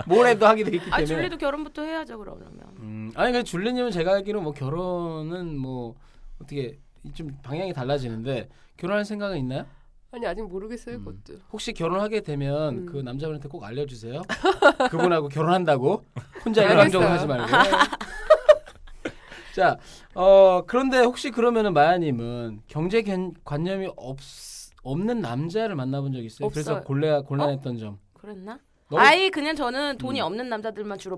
Speaker 2: 뭘 해도 하게 돼 있기
Speaker 8: 아
Speaker 2: 때문에.
Speaker 8: 줄리도 결혼부터 해야죠 그러면.
Speaker 2: 음, 아니 그 줄리님은 제가 알기로 뭐 결혼은 뭐 어떻게 좀 방향이 달라지는데 결혼할 생각은 있나요?
Speaker 3: 아니 아직 모르겠어요,
Speaker 2: 음.
Speaker 3: 그것도.
Speaker 2: 혹시 결혼하게 되면
Speaker 3: 음.
Speaker 2: 그 남자분한테 꼭 알려주세요. <laughs> 그분하고 결혼한다고 혼자 이런
Speaker 3: 알겠어요.
Speaker 2: 감정을 하지 말고. <laughs> 자, 어 그런데 혹시 그러면은 마야님은 경제 견- 관념이 없 없는 남자를 만나본 적 있어요? 그래서
Speaker 8: 없어요.
Speaker 2: 골래 곤란했던 점.
Speaker 8: 그랬나?
Speaker 2: 너무- 음.
Speaker 8: 아이 그냥 저는 돈이 없는 남자들만
Speaker 2: <laughs>
Speaker 8: 주로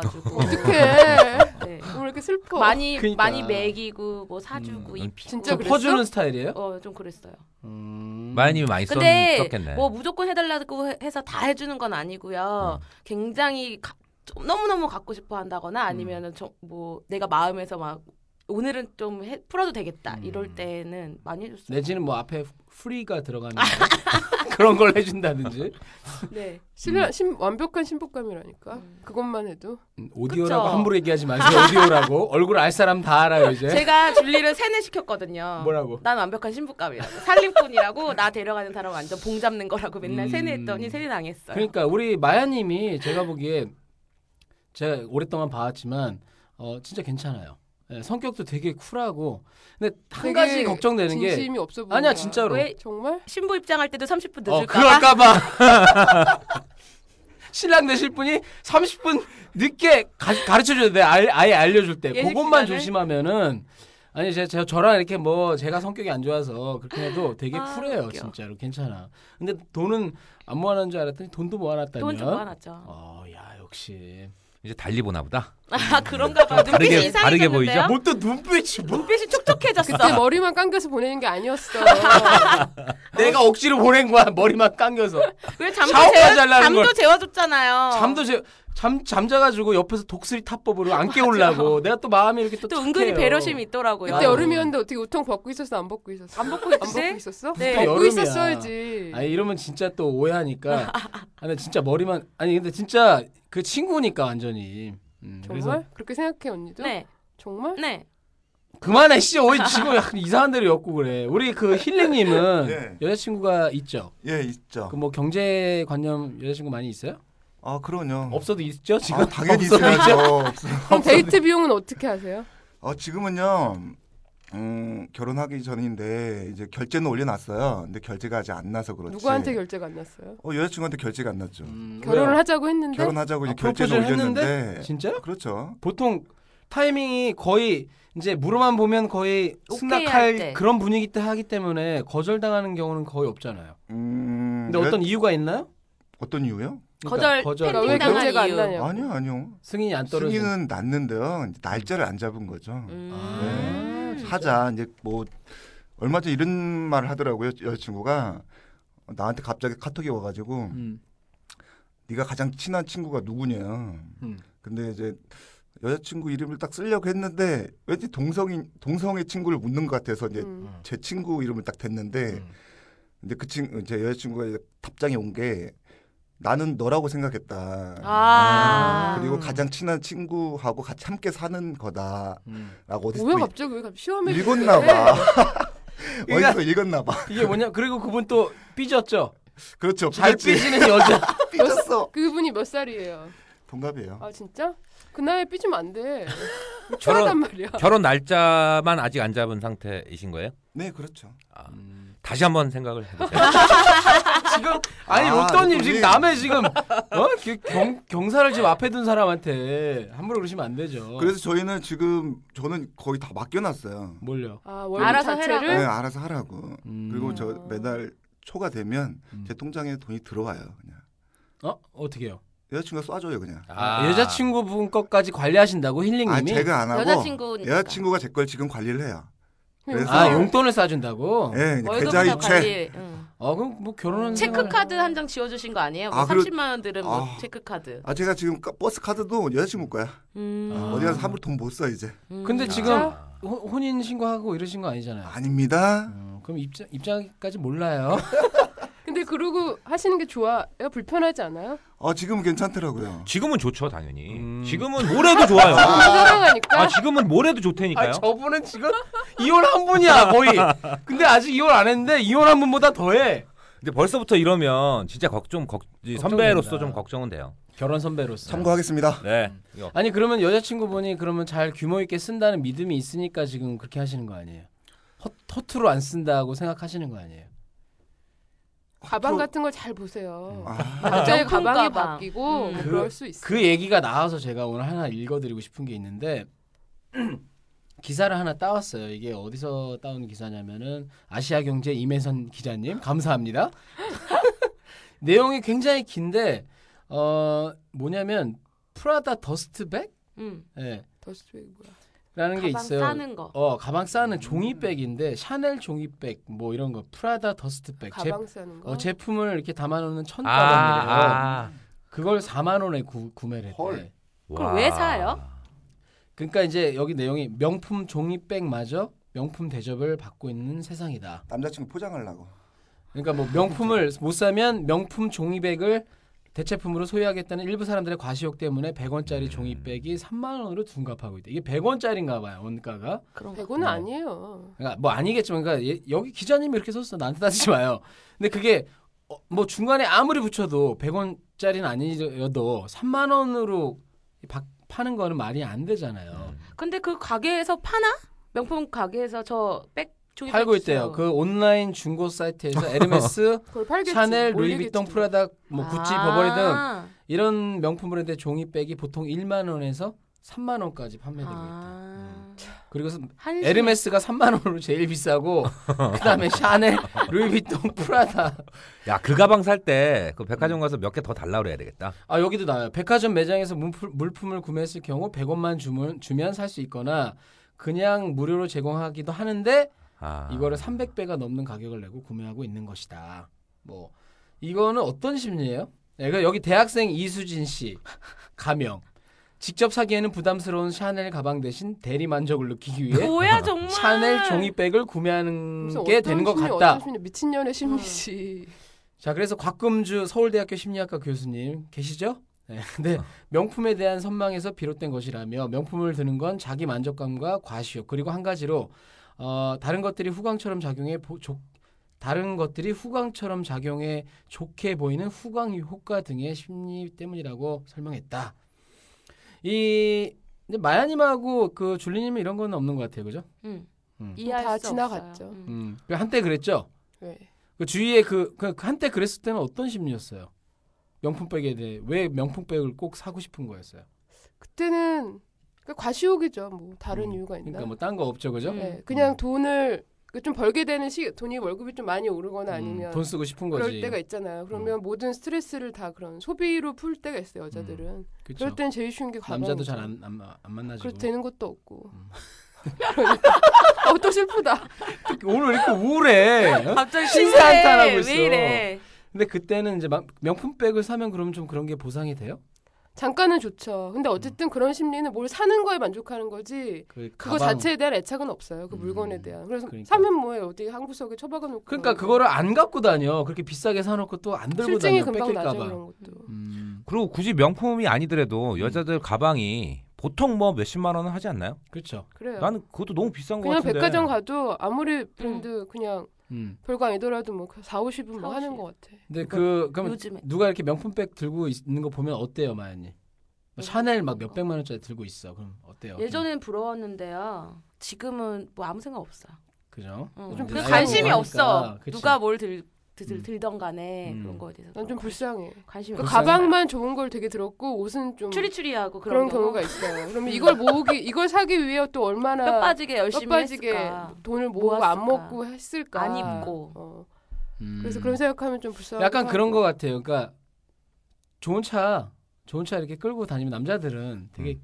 Speaker 8: 만났었어가지고.
Speaker 3: 어떡해.
Speaker 8: 네.
Speaker 3: 오늘 왜 이렇게 슬퍼.
Speaker 8: 많이
Speaker 2: 그러니까.
Speaker 8: 많이 먹이고 뭐 사주고
Speaker 4: 음,
Speaker 8: 입히고
Speaker 3: 진짜
Speaker 2: 좀
Speaker 3: 그랬어?
Speaker 2: 퍼주는 스타일이에요?
Speaker 8: 어좀 그랬어요.
Speaker 2: 음.
Speaker 4: 마연님이 많이
Speaker 8: 근데
Speaker 4: 썼겠네.
Speaker 8: 뭐 무조건 해달라고 해- 해서 다 해주는 건 아니고요.
Speaker 2: 음.
Speaker 8: 굉장히 가- 좀 너무너무 갖고 싶어 한다거나 아니면은
Speaker 2: 음.
Speaker 8: 좀 뭐 내가 마음에서 막 오늘은 좀 해- 풀어도 되겠다 이럴 때는 많이 해줬어요.
Speaker 2: 음. 내지는 뭐 앞에 프리가 들어가는 거. <laughs> 그런 걸 해준다든지
Speaker 8: 네.
Speaker 3: 신뢰- 신- 완벽한 신복감이라니까. 그것만 해도.
Speaker 2: 음, 오디오라고
Speaker 8: 그쵸.
Speaker 2: 함부로 얘기하지 마세요. 오디오라고 얼굴 알 사람 다 알아요 이제.
Speaker 8: 제가 줄리를 세뇌시켰거든요.
Speaker 2: 예? <laughs> 뭐라고?
Speaker 8: 난 완벽한 신부감이라고. 살림꾼이라고 나 데려가는 사람 완전 봉 잡는 거라고 맨날
Speaker 2: 음.
Speaker 8: 세뇌했더니 세뇌당했어요.
Speaker 2: 그러니까 우리 마야님이 제가 보기에 제가 오랫동안 봐왔지만 어, 진짜 괜찮아요. 예, 성격도 되게 쿨하고 근데 한
Speaker 3: 되게
Speaker 2: 가지 걱정되는 게
Speaker 3: 진심이 없어 보인다.
Speaker 2: 아니야 진짜로
Speaker 8: 왜
Speaker 3: 정말?
Speaker 8: 신부 입장할 때도 30분
Speaker 2: 어,
Speaker 8: 늦을까
Speaker 2: 그럴까봐
Speaker 8: 봐
Speaker 2: <laughs> 신랑 되실 분이 30분 늦게 가, 르쳐줘야돼 알, 아예 알려줄 때
Speaker 8: 예식
Speaker 2: 그것만
Speaker 8: 시간에?
Speaker 2: 조심하면은 아니 제가, 제가 저랑 이렇게 뭐 제가 성격이 안 좋아서 그렇게 해도 되게
Speaker 8: 아,
Speaker 2: 쿨해요
Speaker 8: 웃겨.
Speaker 2: 진짜로 괜찮아 근데 돈은 안 모아놨는 줄 알았더니 돈도 모아놨다면
Speaker 8: 돈좀 모아놨죠.
Speaker 2: 어, 야 역시.
Speaker 4: 이제 달리 보나 보다.
Speaker 8: 아 그런가 봐.
Speaker 4: 다르게-
Speaker 8: 눈빛이
Speaker 4: 다르게 보이죠?
Speaker 8: 이상해졌는데요?
Speaker 2: 뭐 또 눈빛이 뭐?
Speaker 8: 눈빛이 촉촉해졌어.
Speaker 3: 그때 머리만 감겨서 보내는 게 아니었어.
Speaker 2: <laughs> 내가 억지로 보낸 거야 머리만 감겨서.
Speaker 8: 왜 잠도
Speaker 2: 샤워까지
Speaker 8: 재워
Speaker 2: 하려는
Speaker 8: 잠도
Speaker 2: 걸.
Speaker 8: 재워줬잖아요.
Speaker 2: 잠도 제, 잠 잠자가지고 옆에서 독수리 타법으로 안 깨우려고. 내가 또 마음이 이렇게 또.
Speaker 8: 또 은근히
Speaker 2: 착해요.
Speaker 8: 배려심이 있더라고요.
Speaker 3: 그때
Speaker 2: 아.
Speaker 3: 여름이었는데 어떻게 우통 벗고 있었어? 안 벗고 있었어?
Speaker 8: 안 벗고
Speaker 3: 안
Speaker 8: 있지?
Speaker 3: 벗고 있었어?
Speaker 8: 네.
Speaker 3: 벗고
Speaker 2: 여름이야.
Speaker 3: 있었어야지.
Speaker 2: 아니 이러면 진짜 또 오해하니까. 아니 진짜 머리만 아니 근데 진짜 그 친구니까 완전히. 음,
Speaker 3: 정말?
Speaker 2: 그래서
Speaker 3: 그렇게 생각해 언니도?
Speaker 8: 네,
Speaker 3: 정말?
Speaker 8: 네.
Speaker 2: 그만해 씨. 오이 지금 약간 이상한 데로 엮고 그래. 우리 그 힐링님은
Speaker 5: <laughs> 네.
Speaker 2: 여자친구가 있죠.
Speaker 5: 예, 있죠.
Speaker 2: 그 뭐 경제 관념 여자친구 많이 있어요?
Speaker 5: 아, 그럼요.
Speaker 2: 없어도 있죠 지금.
Speaker 5: 아, 당연히
Speaker 2: 없어도 있죠?
Speaker 5: 있어야죠. 없어.
Speaker 3: 그럼 데이트 비용은 어떻게 하세요?
Speaker 5: 어, 지금은요. 음, 결혼하기 전인데 이제 결제는 올려놨어요. 근데 결제가 아직 안 나서 그렇지.
Speaker 3: 누구한테 결제가 안 났어요?
Speaker 5: 어, 여자친구한테 결제가 안 났죠.
Speaker 2: 음,
Speaker 3: 결혼을
Speaker 2: 왜요?
Speaker 3: 하자고 했는데
Speaker 5: 결혼하자고 이제
Speaker 2: 아,
Speaker 5: 결제를
Speaker 2: 프로포즈를
Speaker 5: 올렸는데
Speaker 2: 진짜?
Speaker 5: 그렇죠.
Speaker 2: 보통 타이밍이 거의 이제 물어만 보면 거의
Speaker 8: 오케이 할
Speaker 2: 승낙할
Speaker 8: 때.
Speaker 2: 그런 분위기 때 하기 때문에 거절당하는 경우는 거의 없잖아요.
Speaker 5: 음.
Speaker 2: 근데
Speaker 5: 여-
Speaker 2: 어떤 이유가 있나요?
Speaker 5: 어떤 이유요?
Speaker 8: 거절
Speaker 3: 그러니까 왜
Speaker 8: 팬팅 당한
Speaker 3: 결제가 안
Speaker 8: 이유.
Speaker 3: 나냐고.
Speaker 5: 아니요, 아니요.
Speaker 2: 그 승인이 안 떨어지는
Speaker 5: 승인은 났는데요. 이제 날짜를 안 잡은 거죠.
Speaker 8: 음.
Speaker 2: 아, 진짜?
Speaker 5: 하자 이제 뭐 얼마 전에 이런 말을 하더라고요 여자친구가 나한테 갑자기 카톡이 와가지고
Speaker 2: 음.
Speaker 5: 네가 가장 친한 친구가 누구냐
Speaker 2: 음.
Speaker 5: 근데 이제 여자친구 이름을 딱 쓰려고 했는데 왠지 동성인 동성의 친구를 묻는 것 같아서 이제
Speaker 3: 음.
Speaker 5: 제 친구 이름을 딱 댔는데
Speaker 4: 음.
Speaker 5: 근데 그 친구 제 여자친구가 이제 답장이 온 게 나는 너라고 생각했다
Speaker 8: 아.
Speaker 5: 그리고 가장 친한 친구하고 같이 함께 사는 거다라고
Speaker 4: 음.
Speaker 5: 어디서 그
Speaker 3: 왜
Speaker 5: 또
Speaker 3: 갑자기 왜 갑자기 시험에
Speaker 5: 읽었나 봐. 어디서 읽었나 봐.
Speaker 2: 이게 뭐냐? 그리고 그분 또 삐졌죠.
Speaker 5: 그렇죠.
Speaker 2: 잘
Speaker 5: 삐졌지.
Speaker 2: 삐지는 여자.
Speaker 5: 삐졌어.
Speaker 3: 그분이 몇 살이에요?
Speaker 5: <laughs> 동갑이에요.
Speaker 3: 아 진짜? 그 나이에 삐지면 안
Speaker 5: <laughs>
Speaker 3: 돼. 초라단
Speaker 4: 결혼
Speaker 3: 말이야.
Speaker 4: 결혼 날짜만 아직 안 잡은 상태이신 거예요?
Speaker 5: 네, 그렇죠.
Speaker 4: 아,
Speaker 2: 음.
Speaker 4: 다시 한번 생각을 해보세요.
Speaker 2: 지금 아니
Speaker 5: 아,
Speaker 2: 로또님
Speaker 5: 로또님.
Speaker 2: 지금 남의 지금 어? 그 경, 경사를 지금 앞에 둔 사람한테 함부로 그러시면 안 되죠.
Speaker 5: 그래서 저희는 지금 저는 거의 다 맡겨놨어요.
Speaker 2: 뭘요?
Speaker 3: 아 월급
Speaker 8: 알아서
Speaker 3: 자체를
Speaker 5: 네, 알아서 하라고.
Speaker 2: 음.
Speaker 5: 그리고 저 매달 초가 되면
Speaker 2: 음.
Speaker 5: 제 통장에 돈이 들어와요. 그냥
Speaker 2: 어 어떻게요?
Speaker 5: 여자친구가 쏴줘요 그냥.
Speaker 2: 아, 여자친구분 것까지 관리하신다고 힐링님이
Speaker 5: 아 제가 안 하고
Speaker 8: 여자친구니까.
Speaker 5: 여자친구가 제 걸 지금 관리를 해요.
Speaker 3: 그냥
Speaker 5: 그래서-
Speaker 2: 아, 용돈을 싸준다고?
Speaker 5: 예, 이제
Speaker 8: 월급이나
Speaker 5: 계좌이체.
Speaker 8: 관리. 응.
Speaker 2: 어 그럼 뭐 결혼은
Speaker 8: 체크카드 한 장 지워주신 거 아니에요? 뭐
Speaker 5: 아, 그리고-
Speaker 8: 30만 원 들은 뭐
Speaker 5: 아.
Speaker 8: 체크카드.
Speaker 5: 아 제가 지금 까- 버스 카드도 여자친구 거야.
Speaker 8: 음.
Speaker 2: 아.
Speaker 5: 어디 가서 함부로 돈 못 써 이제.
Speaker 8: 음.
Speaker 2: 근데 지금
Speaker 4: 아.
Speaker 2: 호- 혼인 신고하고 이러신 거 아니잖아요.
Speaker 5: 아닙니다.
Speaker 2: 음, 그럼 입장 입장까지 몰라요.
Speaker 3: 근데 그러고 하시는 게 좋아요? 불편하지 않아요?
Speaker 5: 어 지금 은 괜찮더라고요.
Speaker 4: 지금은 좋죠, 당연히.
Speaker 2: 음.
Speaker 4: 지금은 뭐래도 좋아요.
Speaker 3: 너무 사랑하니까.
Speaker 4: 아, 지금은 뭐래도
Speaker 2: 아
Speaker 4: 좋다니까요.
Speaker 2: 저분은 지금 이혼한 분이야 거의. 근데 아직 이혼 안 했는데 이혼한 분보다 더해.
Speaker 4: 근데 벌써부터 이러면 진짜 걱정, 걱, 이 선배로서 좀 걱정은 돼요.
Speaker 2: 결혼 선배로서.
Speaker 5: 참고하겠습니다.
Speaker 4: 네. 이거.
Speaker 2: 아니 그러면 여자친구분이 그러면 잘 규모 있게 쓴다는 믿음이 있으니까 지금 그렇게 하시는 거 아니에요? 허, 허투루 안 쓴다고 생각하시는 거 아니에요?
Speaker 3: 가방 같은 걸 잘 보세요.
Speaker 5: 아,
Speaker 3: 갑자기
Speaker 8: 명품
Speaker 3: 가방이
Speaker 8: 가방.
Speaker 3: 바뀌고
Speaker 8: 음.
Speaker 3: 뭐 그럴 수 있어.
Speaker 2: 그 얘기가 나와서 제가 오늘 하나 읽어드리고 싶은 게 있는데 <clears throat> 기사를 하나 따왔어요. 이게 어디서 따온 기사냐면은 아시아경제 임혜선 기자님 감사합니다. <laughs> 내용이 굉장히 긴데 어 뭐냐면 프라다 더스트백라는 예,
Speaker 8: 음.
Speaker 3: 더스트백 뭐야?
Speaker 2: 게
Speaker 8: 가방
Speaker 2: 있어요.
Speaker 8: 싸는 거.
Speaker 2: 어 가방 싸는 종이백인데 샤넬 종이백 뭐 이런 거 프라다 더스트백 제,
Speaker 3: 가방 싸는 거.
Speaker 2: 어, 제품을 이렇게 담아놓는 천
Speaker 4: 아,
Speaker 2: 가방이래요.
Speaker 4: 아.
Speaker 2: 그걸 4만 원에 구, 구매를 했대.
Speaker 5: 헐.
Speaker 8: 그걸
Speaker 4: 와.
Speaker 8: 왜 사요?
Speaker 2: 그러니까 이제 여기 내용이 명품 종이백마저 명품 대접을 받고 있는 세상이다.
Speaker 5: 남자친구 포장하려고.
Speaker 2: 그러니까 뭐 명품을 못 사면 명품 종이백을 대체품으로 소유하겠다는 일부 사람들의 과시욕 때문에 100원짜리 종이백이 3만 원으로 둔갑하고 있다. 이게 100원짜리인가 봐요. 원가가.
Speaker 8: 그런 거.
Speaker 3: 100원은 아니에요.
Speaker 2: 그러니까 뭐 아니겠지만 그러니까 예- 여기 기자님이 이렇게 썼어. 나한테 따지지 마요. 근데 그게 어, 뭐 중간에 아무리 붙여도 100원짜리는 아니어도 3만 원으로 박- 파는 거는 말이 안 되잖아요.
Speaker 8: 근데 그 가게에서 파나? 명품 가게에서 저백 종이
Speaker 2: 팔고
Speaker 8: 백
Speaker 2: 있대요.
Speaker 8: 있어요.
Speaker 2: 그 온라인 중고 사이트에서 에르메스,
Speaker 3: 그걸 <laughs> 팔겠지.
Speaker 2: 샤넬,
Speaker 3: 올리겠지.
Speaker 2: 루이비통, 프라다, 뭐 구찌,
Speaker 8: 아.
Speaker 2: 버버리 등 이런 명품 브랜드의 종이백이 보통 1만 원에서 3만 원까지 판매되고 있다.
Speaker 8: 아.
Speaker 2: 그리고
Speaker 3: 음.
Speaker 2: 음.
Speaker 8: 한심.
Speaker 2: 에르메스가 3만 원으로 제일
Speaker 3: <laughs>
Speaker 2: 비싸고 그다음에 샤넬, 루이비통, 프라다.
Speaker 4: 야, 그 가방 살 때 그 백화점 가서 몇 개 더 달라 그래야 되겠다.
Speaker 2: 아 여기도 나와요. 백화점 매장에서 물품, 물품을 구매했을 경우 100원만 주면 주면 살 수 있거나 그냥 무료로 제공하기도 하는데
Speaker 4: 아.
Speaker 2: 이거를 300배가 넘는 가격을 내고 구매하고 있는 것이다. 뭐 이거는 어떤 심리예요? 네, 그 여기 대학생 이수진 씨 가명 직접 사기에는 부담스러운 샤넬 가방 대신 대리 만족을 느끼기 위해
Speaker 8: 뭐야 정말.
Speaker 2: 예? 샤넬 종이백을 구매하는
Speaker 3: 무슨
Speaker 2: 게
Speaker 3: 어떤
Speaker 2: 음, 되는 것
Speaker 3: 심리,
Speaker 2: 같다.
Speaker 3: 어떤 심리, 미친년의 심리지.
Speaker 2: 자 그래서 곽금주 서울대학교 심리학과 교수님 계시죠? 네, <laughs> 근데 명품에 대한 선망에서 비롯된 것이라며 명품을 드는 건 자기 만족감과 과시욕 그리고 한 가지로 어, 다른 것들이 후광처럼 작용해 보, 좋- 다른 것들이 후광처럼 작용해 좋게 보이는 후광 효과 등의 심리 때문이라고 설명했다. 이 근데 마야님하고 그 줄리님은 이런 건 없는 것 같아요, 그죠?
Speaker 8: 음.
Speaker 2: 음.
Speaker 8: 이해할
Speaker 3: 다
Speaker 8: 수
Speaker 3: 지나갔죠.
Speaker 8: 없어요. 음.
Speaker 2: 음, 그 한때 그랬죠.
Speaker 3: 네.
Speaker 2: 그 주위에 그, 그 한때 그랬을 때는 어떤 심리였어요? 명품백에 대해 왜 명품백을 꼭 사고 싶은 거였어요?
Speaker 3: 그때는 그 과시욕이죠. 뭐 다른
Speaker 2: 음.
Speaker 3: 이유가 있나?
Speaker 2: 그러니까 뭐 딴 거 없죠, 그죠?
Speaker 8: 음.
Speaker 3: 네, 그냥 돈을 그좀 벌게 되는 시 돈이 월급이 좀 많이 오르거나 아니면
Speaker 2: 음, 돈 쓰고 싶은 거지. 음.
Speaker 3: 그럴 때가 있잖아요. 그러면 모든 스트레스를 다 그런 소비로 풀 때가 있어요. 여자들은.
Speaker 2: 음. 그쵸.
Speaker 3: 그럴 땐 제일 쉬운 게 가방.
Speaker 2: 남자도 잘 안 안 만나지고.
Speaker 3: 그렇게 되는 것도 없고.
Speaker 2: 음.
Speaker 3: 그러니까. <laughs> 어, 또 슬프다.
Speaker 2: 오늘 왜 이렇게 우울해. 어?
Speaker 8: 갑자기
Speaker 2: 신세 한탄하고 있어.
Speaker 8: 왜 이래?
Speaker 2: 근데 그때는 이제 막 명품백을 사면 그럼 좀 그런 게 보상이 돼요?
Speaker 3: 잠깐은 좋죠. 근데 어쨌든 그런 심리는 뭘 사는 거에 만족하는 거지.
Speaker 2: 그
Speaker 3: 그거
Speaker 2: 음. 가방.
Speaker 3: 자체에 대한 애착은 없어요. 그
Speaker 2: 음.
Speaker 3: 물건에 대한. 그래서
Speaker 2: 그러니까.
Speaker 3: 사면 뭐해 어디 한구석에 처박아 놓고.
Speaker 2: 그러니까 그거를 안 갖고 다녀. 그렇게 비싸게 사놓고 또 안 들고
Speaker 3: 실증이
Speaker 2: 다녀.
Speaker 3: 금방
Speaker 2: 뺏길까
Speaker 3: 나죠
Speaker 2: 봐.
Speaker 3: 그런 것도.
Speaker 2: 음,
Speaker 4: 그리고 굳이 명품이 아니더라도 여자들 가방이 보통 뭐 몇십만 원은 하지 않나요?
Speaker 2: 그렇죠.
Speaker 3: 그래요.
Speaker 4: 나는 그것도 너무 비싼 것
Speaker 3: 그냥
Speaker 4: 같은데.
Speaker 3: 백화점 가도 아무리 브랜드 그냥
Speaker 2: 음.
Speaker 3: 별거 아니더라도 뭐 4, 50은 뭐
Speaker 8: 40.
Speaker 3: 하는 것 같아.
Speaker 2: 근데 그 그럼
Speaker 8: 요즘에
Speaker 2: 누가 이렇게 명품백 들고 있는 거 보면 어때요, 마연님? 뭐
Speaker 8: 음.
Speaker 2: 샤넬 막 몇백만 원짜리 들고 있어. 그럼 어때요? 음,
Speaker 8: 예전엔 부러웠는데요. 지금은 뭐 아무 생각 없어.
Speaker 2: 그죠? 음,
Speaker 8: 응.
Speaker 3: 좀
Speaker 8: 그
Speaker 3: 비싸고
Speaker 8: 관심이
Speaker 2: 하니까. 아,
Speaker 8: 없어.
Speaker 2: 그치.
Speaker 8: 누가 뭘 들, 들,
Speaker 2: 음.
Speaker 8: 들던 간에
Speaker 2: 음.
Speaker 8: 그런 거에 대해서
Speaker 3: 난 좀 불쌍해.
Speaker 8: 관심이
Speaker 3: 그
Speaker 8: 없어. 음.
Speaker 3: 가방만 좋은 걸 되게 들었고 옷은 좀
Speaker 8: 추리추리하고
Speaker 3: 그런
Speaker 8: 그런,
Speaker 3: 경우가 있어요. 그러면 이걸 모으기 이걸 사기 위해 또 얼마나
Speaker 8: 뼈 빠지게 열심히
Speaker 3: 뼈 빠지게
Speaker 8: 했을까.
Speaker 3: 돈을 모으고 안
Speaker 8: 모았을까?
Speaker 3: 먹고 했을까?
Speaker 8: 안 입고.
Speaker 3: 어.
Speaker 2: 음.
Speaker 3: 그래서 그런 생각하면 좀 불쌍.
Speaker 2: 약간 그런 것 같아요. 그러니까 좋은 차, 좋은 차 이렇게 끌고 다니면 남자들은 되게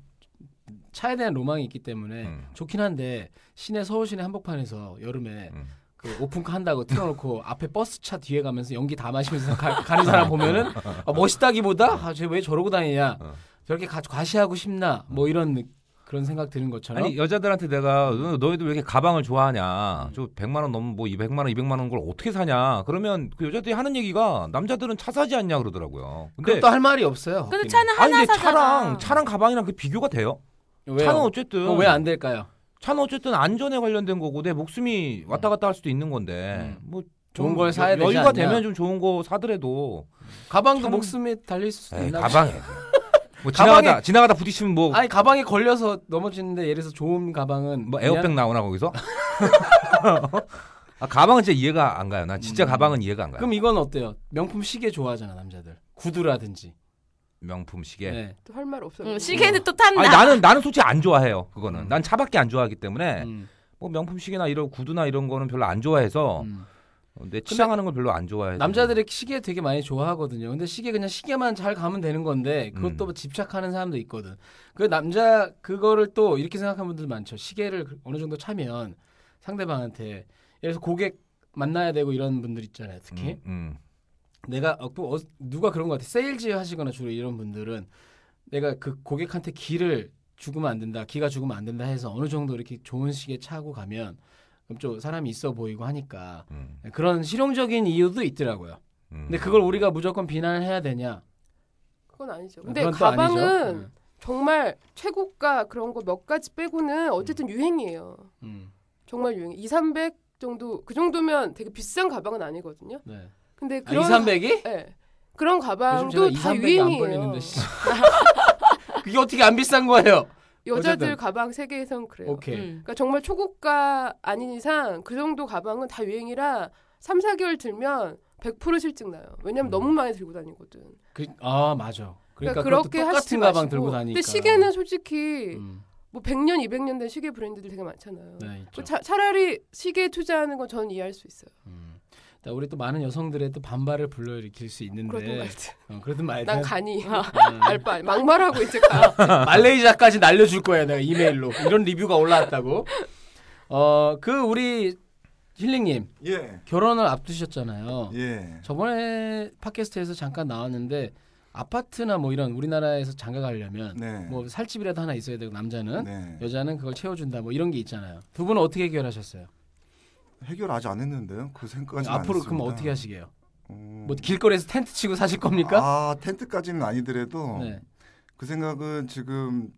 Speaker 2: 차에 대한 로망이 있기 때문에
Speaker 4: 음.
Speaker 2: 좋긴 한데 시내 서울 시내 한복판에서 여름에
Speaker 4: 음.
Speaker 2: 그 오픈카 한다고 틀어놓고 <laughs> 앞에 버스차 뒤에 가면서 연기 다 마시면서 가, 는 사람 보면은 아, 멋있다기보다 아, 쟤 왜 저러고 다니냐
Speaker 4: 어.
Speaker 2: 저렇게 가, 과시하고 싶나 뭐 이런 느- 그런 생각 드는 것처럼
Speaker 4: 아니 여자들한테 내가 너- 너희들 왜 이렇게 가방을 좋아하냐? 저 100만 원 넘으면 뭐 200만 원, 200만 원 걸 어떻게 사냐? 그러면 그 여자들이 하는 얘기가 남자들은 차 사지 않냐 그러더라고요.
Speaker 2: 그럼
Speaker 4: 근데
Speaker 2: 또 할 말이 없어요.
Speaker 8: 근데 차는
Speaker 4: 아니
Speaker 8: 하나
Speaker 4: 근데
Speaker 8: 사잖아.
Speaker 4: 차랑 차랑 가방이랑 그 비교가 돼요? 차는 어쨌든
Speaker 2: 왜안 될까요?
Speaker 4: 차는 어쨌든 안전에 관련된 거고 내 목숨이 왔다 갔다 할 수도 있는 건데
Speaker 2: 음.
Speaker 4: 뭐
Speaker 2: 좋은
Speaker 4: 좀
Speaker 2: 걸 사야 되지
Speaker 4: 여유가
Speaker 2: 않냐?
Speaker 4: 되면 좀 좋은 거 사더라도
Speaker 2: 가방도
Speaker 4: 차는-
Speaker 2: 목숨에 달려 있을 수도
Speaker 4: 에이,
Speaker 2: 있나?
Speaker 4: 가방에
Speaker 2: 가방에-
Speaker 4: 뭐 지나가다 지나가다 부딪히면 뭐,
Speaker 2: 아니 가방에 걸려서 넘어지는데 예를 들어서 좋은 가방은
Speaker 4: 뭐 에어백
Speaker 2: 그냥-
Speaker 4: 나오나 거기서 <laughs> 아 가방은 진짜 이해가 안 가요 난 진짜
Speaker 2: 음.
Speaker 4: 가방은 이해가 안 가요
Speaker 2: 그럼 이건 어때요? 명품 시계 좋아하잖아 남자들 구두라든지
Speaker 4: 명품 시계
Speaker 2: 네.
Speaker 3: 또할말 없어.
Speaker 8: 응, 음, 시계는 또 탄다.
Speaker 4: 아니 나는 나는 솔직히 안 좋아해요 그거는
Speaker 2: 음.
Speaker 4: 난 차밖에 안 좋아하기 때문에
Speaker 2: 음,
Speaker 4: 뭐 명품 시계나 이런 구두나 이런 거는 별로 안 좋아해서
Speaker 2: 음.
Speaker 4: 어, 내 취향하는 걸 별로 안 좋아해요
Speaker 2: 남자들이 시계 되게 많이 좋아하거든요 근데 시계 그냥 시계만 잘 가면 되는 건데 그것도
Speaker 4: 음.
Speaker 2: 뭐 집착하는 사람도 있거든 그 남자 그거를 또 이렇게 생각하는 분들 많죠 시계를 그- 어느 정도 차면 상대방한테 예를 들어서 고객 만나야 되고 이런 분들 있잖아요 특히
Speaker 4: 음, 음.
Speaker 2: 내가 어, 그 어, 누가 그런 것 같아 세일즈 하시거나 주로 이런 분들은 내가 그 고객한테 기를 죽으면 안 된다 기가 죽으면 안 된다 해서 어느 정도 이렇게 좋은 시계 차고 가면 그럼 좀 사람이 있어 보이고 하니까
Speaker 4: 음,
Speaker 2: 네, 그런 실용적인 이유도 있더라고요
Speaker 4: 음.
Speaker 2: 근데 그걸 우리가 무조건 비난을 해야 되냐
Speaker 3: 그건 아니죠. 근데
Speaker 2: 그건 또 아니죠.
Speaker 3: 가방은
Speaker 2: 음,
Speaker 3: 정말 최고가 그런 거 몇 가지 빼고는 어쨌든 유행이에요.
Speaker 2: 음,
Speaker 3: 정말 유행. 2, 300 정도 그 정도면 되게 비싼 가방은 아니거든요.
Speaker 2: 네.
Speaker 3: 근데
Speaker 2: 아, 2,
Speaker 3: 그런
Speaker 2: 300이?
Speaker 3: 네. 그런
Speaker 2: 요즘 제가
Speaker 3: 가방도
Speaker 2: 2,
Speaker 3: 다
Speaker 2: 300이 안
Speaker 3: 유행이에요.
Speaker 2: 벌리는데 씨. <laughs> 그게 어떻게 안 비싼 거예요
Speaker 3: 여자들
Speaker 2: 어쨌든.
Speaker 3: 가방 세계에선 그래요.
Speaker 2: 오케이
Speaker 8: 응.
Speaker 3: 그러니까 정말 초고가 아닌 이상 그 정도 가방은 다 유행이라 3, 4개월 들면 100% 실증 나요. 왜냐면
Speaker 4: 음.
Speaker 3: 너무 많이 들고 다니거든.
Speaker 2: 그, 아 맞아 그러니까, 그것도
Speaker 3: 그렇게 하시지
Speaker 2: 똑같은 가방
Speaker 3: 마시고.
Speaker 2: 들고 다니니까
Speaker 3: 근데 시계는 솔직히
Speaker 2: 음,
Speaker 3: 뭐 100년, 200년 된 시계 브랜드들 되게 많잖아요.
Speaker 2: 네, 있죠.
Speaker 3: 그 차, 차라리 시계에 투자하는 건 저는 이해할 수 있어요.
Speaker 2: 음. 자, 우리 또 많은 여성들의 또 반발을 불러일으킬 수
Speaker 3: 그러든
Speaker 2: 있는데
Speaker 3: 말든.
Speaker 2: 어, 그러든 말든
Speaker 3: 난 간이
Speaker 2: 어,
Speaker 3: <laughs> 알바 막말하고 이제
Speaker 2: 아, <laughs>
Speaker 3: 가.
Speaker 2: 말레이시아까지 날려줄 거야 내가 이메일로 이런 리뷰가 올라왔다고 어 그 우리 힐링님
Speaker 5: 예.
Speaker 2: 결혼을 앞두셨잖아요
Speaker 5: 예.
Speaker 2: 저번에 팟캐스트에서 잠깐 나왔는데 아파트나 뭐 이런 우리나라에서 장가 가려면
Speaker 5: 네.
Speaker 2: 뭐 살집이라도 하나 있어야 되고 남자는
Speaker 5: 네.
Speaker 2: 여자는 그걸 채워준다 뭐 이런 게 있잖아요 두 분은 어떻게 해결하셨어요
Speaker 5: 해결 아직 안 했는데요. 그 생각까지
Speaker 2: 앞으로 그럼 어떻게 하시게요
Speaker 5: 음.
Speaker 2: 뭐 길거리에서 텐트 치고 사실 겁니까?
Speaker 5: 아 텐트까지는 아니더라도
Speaker 2: 네.
Speaker 5: 그 생각은 지금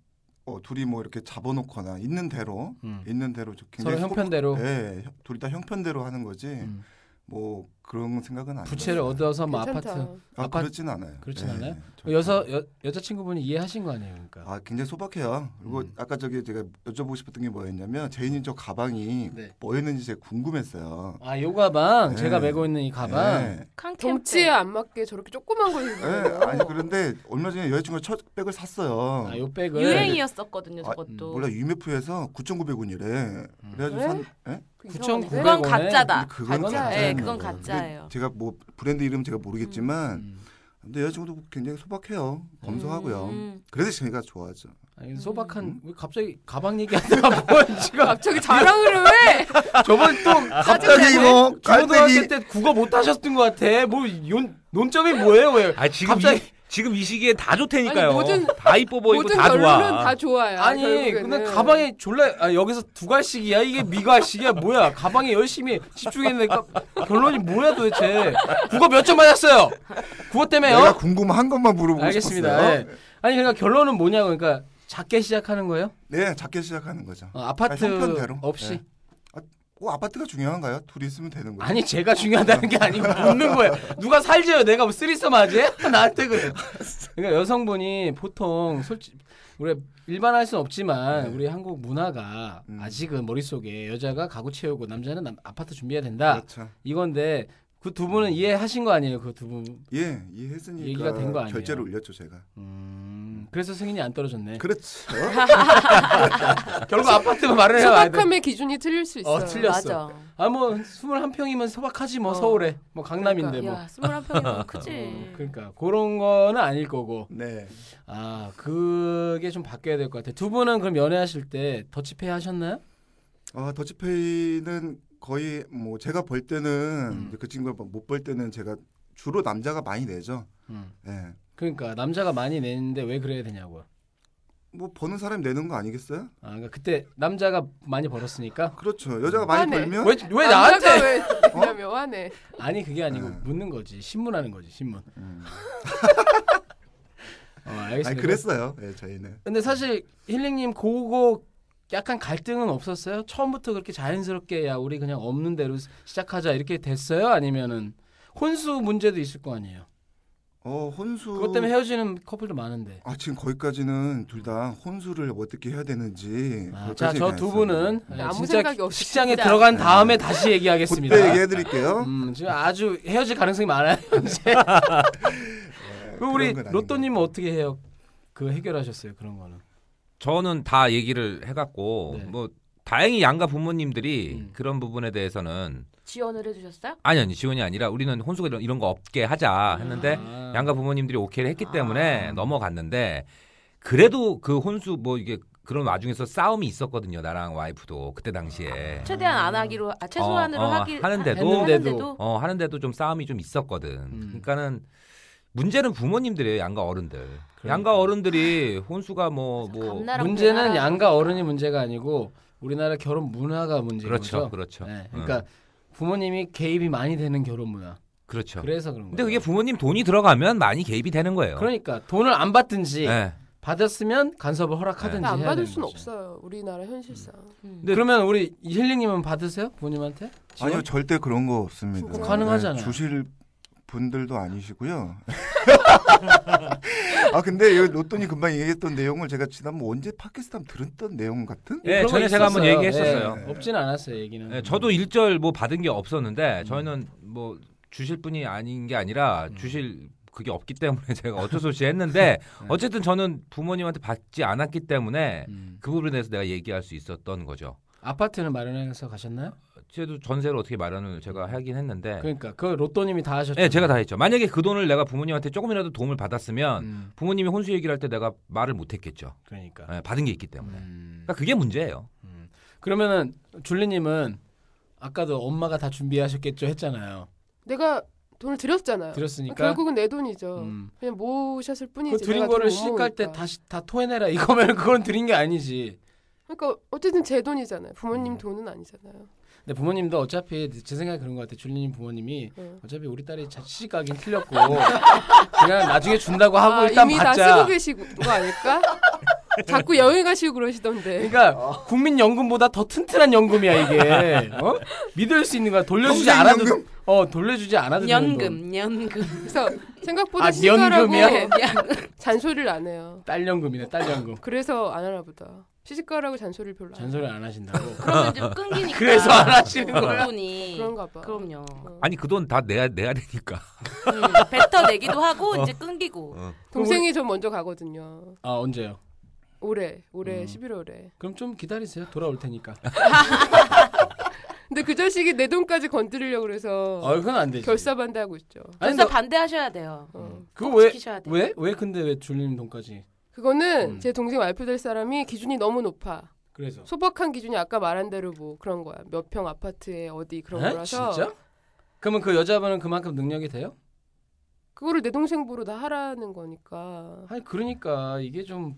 Speaker 5: 어, 둘이 뭐 이렇게 잡아놓거나 있는 대로
Speaker 2: 음.
Speaker 5: 있는 대로 좋-
Speaker 2: 서로
Speaker 5: 예, 굉장히
Speaker 2: 형편대로
Speaker 5: 네, 둘이 다 형편대로 하는 거지
Speaker 2: 음.
Speaker 5: 뭐 그런 생각은 아니에요.
Speaker 2: 부채를 얻어서 뭐
Speaker 3: 괜찮다.
Speaker 2: 아파트
Speaker 5: 아,
Speaker 2: 아파-
Speaker 5: 그렇진 않아요.
Speaker 2: 그렇진
Speaker 5: 예,
Speaker 2: 않아요?
Speaker 5: 절대.
Speaker 2: 여서 여, 여자친구분이 이해하신 거 아니에요, 그러니까.
Speaker 5: 아 굉장히 소박해요. 그리고
Speaker 2: 음.
Speaker 5: 아까 저기 제가 여쭤보고 싶었던 게 뭐였냐면 제인이 저 가방이
Speaker 2: 네.
Speaker 5: 뭐였는지 제가 궁금했어요.
Speaker 2: 아, 요 가방
Speaker 5: 네.
Speaker 2: 제가 메고 있는 이 가방.
Speaker 5: 예.
Speaker 8: 네.
Speaker 3: 덩치에 안 맞게 저렇게 조그만 걸
Speaker 5: 예,
Speaker 3: 입는
Speaker 5: 아니
Speaker 3: 거예요.
Speaker 5: 그런데 얼마 전에 여자친구가 첫 백을 샀어요.
Speaker 2: 아, 요 백을
Speaker 8: 유행이었었거든요,
Speaker 5: 아,
Speaker 8: 저것도.
Speaker 5: 몰라 유메프에서 9,900원이래.
Speaker 2: 음.
Speaker 5: 그래가지고 산. 예?
Speaker 3: 그
Speaker 2: 구천
Speaker 3: 이상한데?
Speaker 2: 구백
Speaker 8: 그건
Speaker 2: 원에- 음,
Speaker 8: 가짜다.
Speaker 5: 근데 그건
Speaker 2: 가짜.
Speaker 5: 가짜예요.
Speaker 8: 네, 그건
Speaker 5: 근데
Speaker 8: 가짜예요.
Speaker 5: 제가 뭐 브랜드 이름 제가 모르겠지만
Speaker 2: 음.
Speaker 5: 근데 여자친구도 굉장히 소박해요. 검소하고요.
Speaker 8: 음.
Speaker 5: 그래서 제가 좋아하죠.
Speaker 2: 아니, 소박한 왜 갑자기 가방 얘기하다가 <laughs> 뭘 지금
Speaker 3: 갑자기 자랑을 왜?
Speaker 2: 저번 또
Speaker 5: 갑자기 이거
Speaker 2: 중고등학교 때 국어 못 하셨던 것 같아. 뭐 요, 논점이 뭐예요, 왜?
Speaker 4: 아 지금
Speaker 2: 갑자기-
Speaker 4: 이, 지금 이 시기에 다 좋다니까요.
Speaker 3: 아니, 뭐든-
Speaker 4: 다 이뻐 보이고
Speaker 3: 모든
Speaker 4: 다
Speaker 3: 결론은
Speaker 4: 좋아.
Speaker 3: 다 좋아요.
Speaker 2: 아니,
Speaker 3: 결국에는.
Speaker 2: 근데 가방에 졸라 아, 여기서 두갈씩이야 이게 미갈씩이야 뭐야? 가방에 열심히 집중했는데 결론이 뭐야 도대체? 국어 몇 점 맞았어요? 국어 때문에요?
Speaker 5: 내가 궁금한 것만 물어보고
Speaker 2: 알겠습니다.
Speaker 5: 싶었어요.
Speaker 2: 예. 아니 그러니까 결론은 뭐냐고 그러니까 작게 시작하는 거예요?
Speaker 5: 네, 작게 시작하는 거죠.
Speaker 2: 어, 아파트
Speaker 5: 아니, 형편대로.
Speaker 2: 없이?
Speaker 5: 예. 꼭 아파트가 중요한가요? 둘이 있으면 되는 거예요.
Speaker 2: 아니 제가 중요하다는 게 아니고 묻는 거예요. 누가 살지요? 내가 뭐 쓰리썸 하지? <laughs> 나한테 그래. 그러니까 여성분이 보통 솔직 우리 일반할 수는 없지만 우리 한국 문화가
Speaker 5: 네. 음.
Speaker 2: 아직은 머릿속에 여자가 가구 채우고 남자는 남- 아파트 준비해야 된다
Speaker 5: 그렇죠.
Speaker 2: 이건데 그 두 분은 이해하신 거 아니에요? 그 두 분.
Speaker 5: 예, 이해했으니까
Speaker 2: 얘기가 된거 아니에요?
Speaker 5: 결제를 올렸죠, 제가.
Speaker 2: 음, 그래서 승인이 안 떨어졌네.
Speaker 5: 그렇죠.
Speaker 2: <laughs> 결국 아파트만 마련해 와야 돼.
Speaker 3: 소박함의 기준이 그 틀릴 수 있어요.
Speaker 2: 네. 어, 틀렸어.
Speaker 8: 음, 맞아.
Speaker 2: 아뭐 21평이면 소박하지 뭐
Speaker 8: 어.
Speaker 2: 서울에. 뭐 강남인데
Speaker 3: 그러니까,
Speaker 2: 뭐.
Speaker 8: 야, 21평이면 크지.
Speaker 2: 어, 그러니까 그런 거는 아닐 거고.
Speaker 5: 네.
Speaker 2: 아 그게 좀 바뀌어야 될 것 같아요. 두 분은 그럼 연애하실 때 더치페이 하셨나요?
Speaker 5: 아, 더치페이는 거의 뭐 제가 벌
Speaker 2: 음.
Speaker 5: 때는 그 친구가 못 벌 때는 제가 주로 남자가 많이 내죠.
Speaker 2: 음.
Speaker 5: 예.
Speaker 2: 그러니까 남자가 많이 내는데 왜 그래야 되냐고요.
Speaker 5: 뭐 버는 사람이 내는 거 아니겠어요?
Speaker 2: 아 그러니까 그때 남자가 많이 벌었으니까
Speaker 5: 그렇죠. 여자가 많이
Speaker 3: 화내.
Speaker 5: 벌면
Speaker 2: 음. 왜 왜
Speaker 3: 남자가
Speaker 2: 나한테? 어?
Speaker 3: 왜 그러면 네. 화내.
Speaker 2: 아니 그게 아니고
Speaker 5: 음.
Speaker 2: 묻는 거지 신문하는 거지 신문.
Speaker 5: 음.
Speaker 2: <laughs> 어, 알겠습니다.
Speaker 5: 아니 그랬어요. 예, 저희는.
Speaker 2: 근데 사실 힐링님 그거 약간 갈등은 없었어요? 처음부터 그렇게 자연스럽게 야 우리 그냥 없는 대로 시작하자 이렇게 됐어요? 아니면은 혼수 문제도 있을 거 아니에요?
Speaker 5: 어, 혼수
Speaker 2: 그것 때문에 헤어지는 커플도 많은데.
Speaker 5: 아 지금 거기까지는 둘 다 혼수를 어떻게 해야 되는지
Speaker 2: 아, 자, 저 두 분은
Speaker 5: 네.
Speaker 3: 아무
Speaker 2: 진짜
Speaker 3: 생각이 없이
Speaker 2: 식장에
Speaker 3: 진짜.
Speaker 2: 들어간 다음에 다시 얘기하겠습니다.
Speaker 5: 그때 얘기해드릴게요.
Speaker 2: 음, 지금 아주 헤어질 가능성이 많아요. 이제. 그 우리
Speaker 5: 그런 건
Speaker 2: 로또님은
Speaker 5: 아닌가요?
Speaker 2: 어떻게 해요? 그 해결하셨어요 그런 거는.
Speaker 4: 저는 다 얘기를 해갖고
Speaker 2: 네.
Speaker 4: 뭐 다행히 양가 부모님들이
Speaker 2: 음.
Speaker 4: 그런 부분에 대해서는
Speaker 8: 지원을 해주셨어요?
Speaker 4: 아니 아니 지원이 아니라 우리는 혼수가 이런, 이런 거 없게 하자 했는데
Speaker 2: 아.
Speaker 4: 양가 부모님들이 오케이를 했기 때문에 넘어갔는데 그래도 그 혼수 뭐 이게 그런 와중에서 싸움이 있었거든요 나랑 와이프도 그때 당시에
Speaker 8: 최대한 안 하기로, 아, 최소한으로
Speaker 4: 어, 어,
Speaker 8: 하기
Speaker 4: 하는데도-
Speaker 2: 아.
Speaker 8: 하는데도
Speaker 4: 어 하는데도 좀 싸움이 좀 있었거든
Speaker 2: 음.
Speaker 4: 그러니까는 문제는 부모님들이에요 양가 어른들
Speaker 2: 그러니까.
Speaker 4: 양가 어른들이 혼수가 뭐뭐
Speaker 8: 감나랑
Speaker 2: 문제는
Speaker 8: 배나랑
Speaker 2: 양가 어른이 문제가 아니고 우리나라 결혼 문화가 문제인
Speaker 4: 그렇죠
Speaker 2: 거죠.
Speaker 4: 그렇죠
Speaker 2: 네,
Speaker 4: 응.
Speaker 2: 그러니까 부모님이 개입이 많이 되는 결혼 문화.
Speaker 4: 그렇죠
Speaker 2: 그래서 그런 거예요.
Speaker 4: 근데 그게 부모님 돈이 들어가면 많이 개입이 되는 거예요.
Speaker 2: 그러니까 돈을 안 받든지
Speaker 4: 예.
Speaker 2: 받았으면 간섭을 허락하든지
Speaker 3: 네. 안
Speaker 2: 해야
Speaker 3: 받을
Speaker 2: 되는
Speaker 3: 순
Speaker 2: 거지.
Speaker 3: 없어요. 우리나라 현실상.
Speaker 2: 근데 그러면 우리 이 힐링님은 받으세요? 부모님한테? 지원?
Speaker 5: 아니요 절대 그런 거 없습니다.
Speaker 2: 그거 가능하잖아요.
Speaker 5: 네, 주실 분들도 아니시고요. <laughs> 아 근데 여기 로또님 금방 얘기했던 내용을 제가 지난 뭐 언제 팟캐스트 들었던 내용 같은?
Speaker 4: 예,
Speaker 2: 그런 거
Speaker 4: 전에 제가 한번
Speaker 2: 있었어요.
Speaker 4: 얘기했었어요.
Speaker 2: 예, 없진 않았어요, 얘기는.
Speaker 4: 예, 저도 일절 뭐 받은 게 없었는데 저희는 뭐 주실 분이 아닌 게 아니라 주실 그게 없기 때문에 <laughs> 제가 어쩔 수
Speaker 2: <laughs>
Speaker 4: 없이 했는데 어쨌든 저는 부모님한테 받지 않았기 때문에
Speaker 2: 네. 음.
Speaker 4: 그 부분에 대해서 내가 얘기할 수 있었던 거죠.
Speaker 2: 아파트는 마련해서 가셨나요?
Speaker 4: 그래도 전세를 어떻게 마련을 제가 하긴 했는데
Speaker 2: 그러니까 그 로또님이 다 하셨죠.
Speaker 4: 예, 네. 제가 다 했죠. 만약에 그 돈을 내가 부모님한테 조금이라도 도움을 받았으면
Speaker 2: 음,
Speaker 4: 부모님이 혼수 얘기를 할 때 내가 말을 못 했겠죠.
Speaker 2: 그러니까.
Speaker 4: 예, 받은 게 있기 때문에.
Speaker 2: 음.
Speaker 4: 그러니까 그게 문제예요.
Speaker 2: 그러면은 줄리님은 아까도 엄마가 다 준비하셨겠죠 했잖아요.
Speaker 3: 내가 돈을 드렸잖아요.
Speaker 2: 들었으니까.
Speaker 3: 결국은 내 돈이죠.
Speaker 2: 음.
Speaker 3: 그냥 모으셨을
Speaker 2: 그
Speaker 3: 뿐이지.
Speaker 2: 드린
Speaker 3: 내가 그러니까.
Speaker 2: 거를
Speaker 3: 돈을 못
Speaker 2: 시집갈 때
Speaker 3: 모으니까.
Speaker 2: 다시 다 토해내라 이거면 그건 드린 게 아니지.
Speaker 3: 그러니까 어쨌든 제 돈이잖아요.
Speaker 2: 음.
Speaker 3: 부모님 돈은 아니잖아요.
Speaker 2: 근데 부모님도 어차피 제 생각에 그런 것 같아요. 줄리님 부모님이
Speaker 3: 네.
Speaker 2: 어차피 우리 딸이 자- 시집 가긴 틀렸고 <laughs> 그냥 나중에 준다고 하고
Speaker 3: 아,
Speaker 2: 일단
Speaker 3: 이미 다 쓰고
Speaker 2: 받자.
Speaker 3: 계시는 거
Speaker 2: <laughs>
Speaker 3: 아닐까? 자꾸 여행 가시고 그러시던데.
Speaker 2: 그러니까 국민연금보다 더 튼튼한 연금이야 이게. 어? 믿을 수 있는 거야. 돌려주지 않아도
Speaker 5: 평생연금?
Speaker 2: 어 돌려주지 않아도 되는 돈.
Speaker 8: 연금, 연금.
Speaker 3: 그래서 생각보다
Speaker 2: 아,
Speaker 3: 시집가라고
Speaker 2: 연금이야?
Speaker 3: <laughs> 잔소리를 안 해요.
Speaker 2: 딸 연금이네 딸 연금.
Speaker 3: 그래서 안 하나 보다. 시집가라고 잔소리를 별로 안 해요.
Speaker 2: 잔소리 안 하신다고.
Speaker 8: 그러면 이제 끊기니까.
Speaker 2: 아. <laughs> 그래서 안 하시는
Speaker 8: 어,
Speaker 2: 거야?
Speaker 8: 돈이.
Speaker 3: 그런가 봐.
Speaker 8: 그럼요.
Speaker 4: 아니 그 돈 다 내야 내야 되니까.
Speaker 8: 음, 뱉어 내기도 하고 이제 끊기고.
Speaker 2: 그
Speaker 3: 동생이 저 먼저 가거든요.
Speaker 2: 아 언제요?
Speaker 3: 올해, 올해
Speaker 2: 음.
Speaker 3: 11월에.
Speaker 2: 그럼 좀 기다리세요. 돌아올 테니까.
Speaker 3: 근데 그 자식이 내 돈까지 건드리려고 그래서
Speaker 2: 어 그건 안 되지.
Speaker 3: 결사반대하고 있죠.
Speaker 2: 아니
Speaker 8: 그래서
Speaker 2: 너,
Speaker 8: 반대하셔야 돼요.
Speaker 3: 어.
Speaker 2: 그거 왜
Speaker 8: 지키셔야 돼요.
Speaker 2: 왜? 왜 근데 왜 줄리님 돈까지?
Speaker 3: 그거는
Speaker 2: 음.
Speaker 3: 제 동생 와이프 될 사람이 기준이 너무 높아.
Speaker 2: 그래서.
Speaker 3: 소박한 기준이 아까 말한 대로 뭐 그런 거야. 몇 평 아파트에 어디 그런
Speaker 2: 에?
Speaker 3: 거라서
Speaker 2: 진짜? 그러면 그 여자분은 그만큼 능력이 돼요?
Speaker 3: 그거를 내 동생 보러 다 하라는 거니까.
Speaker 2: 아니 그러니까 이게 좀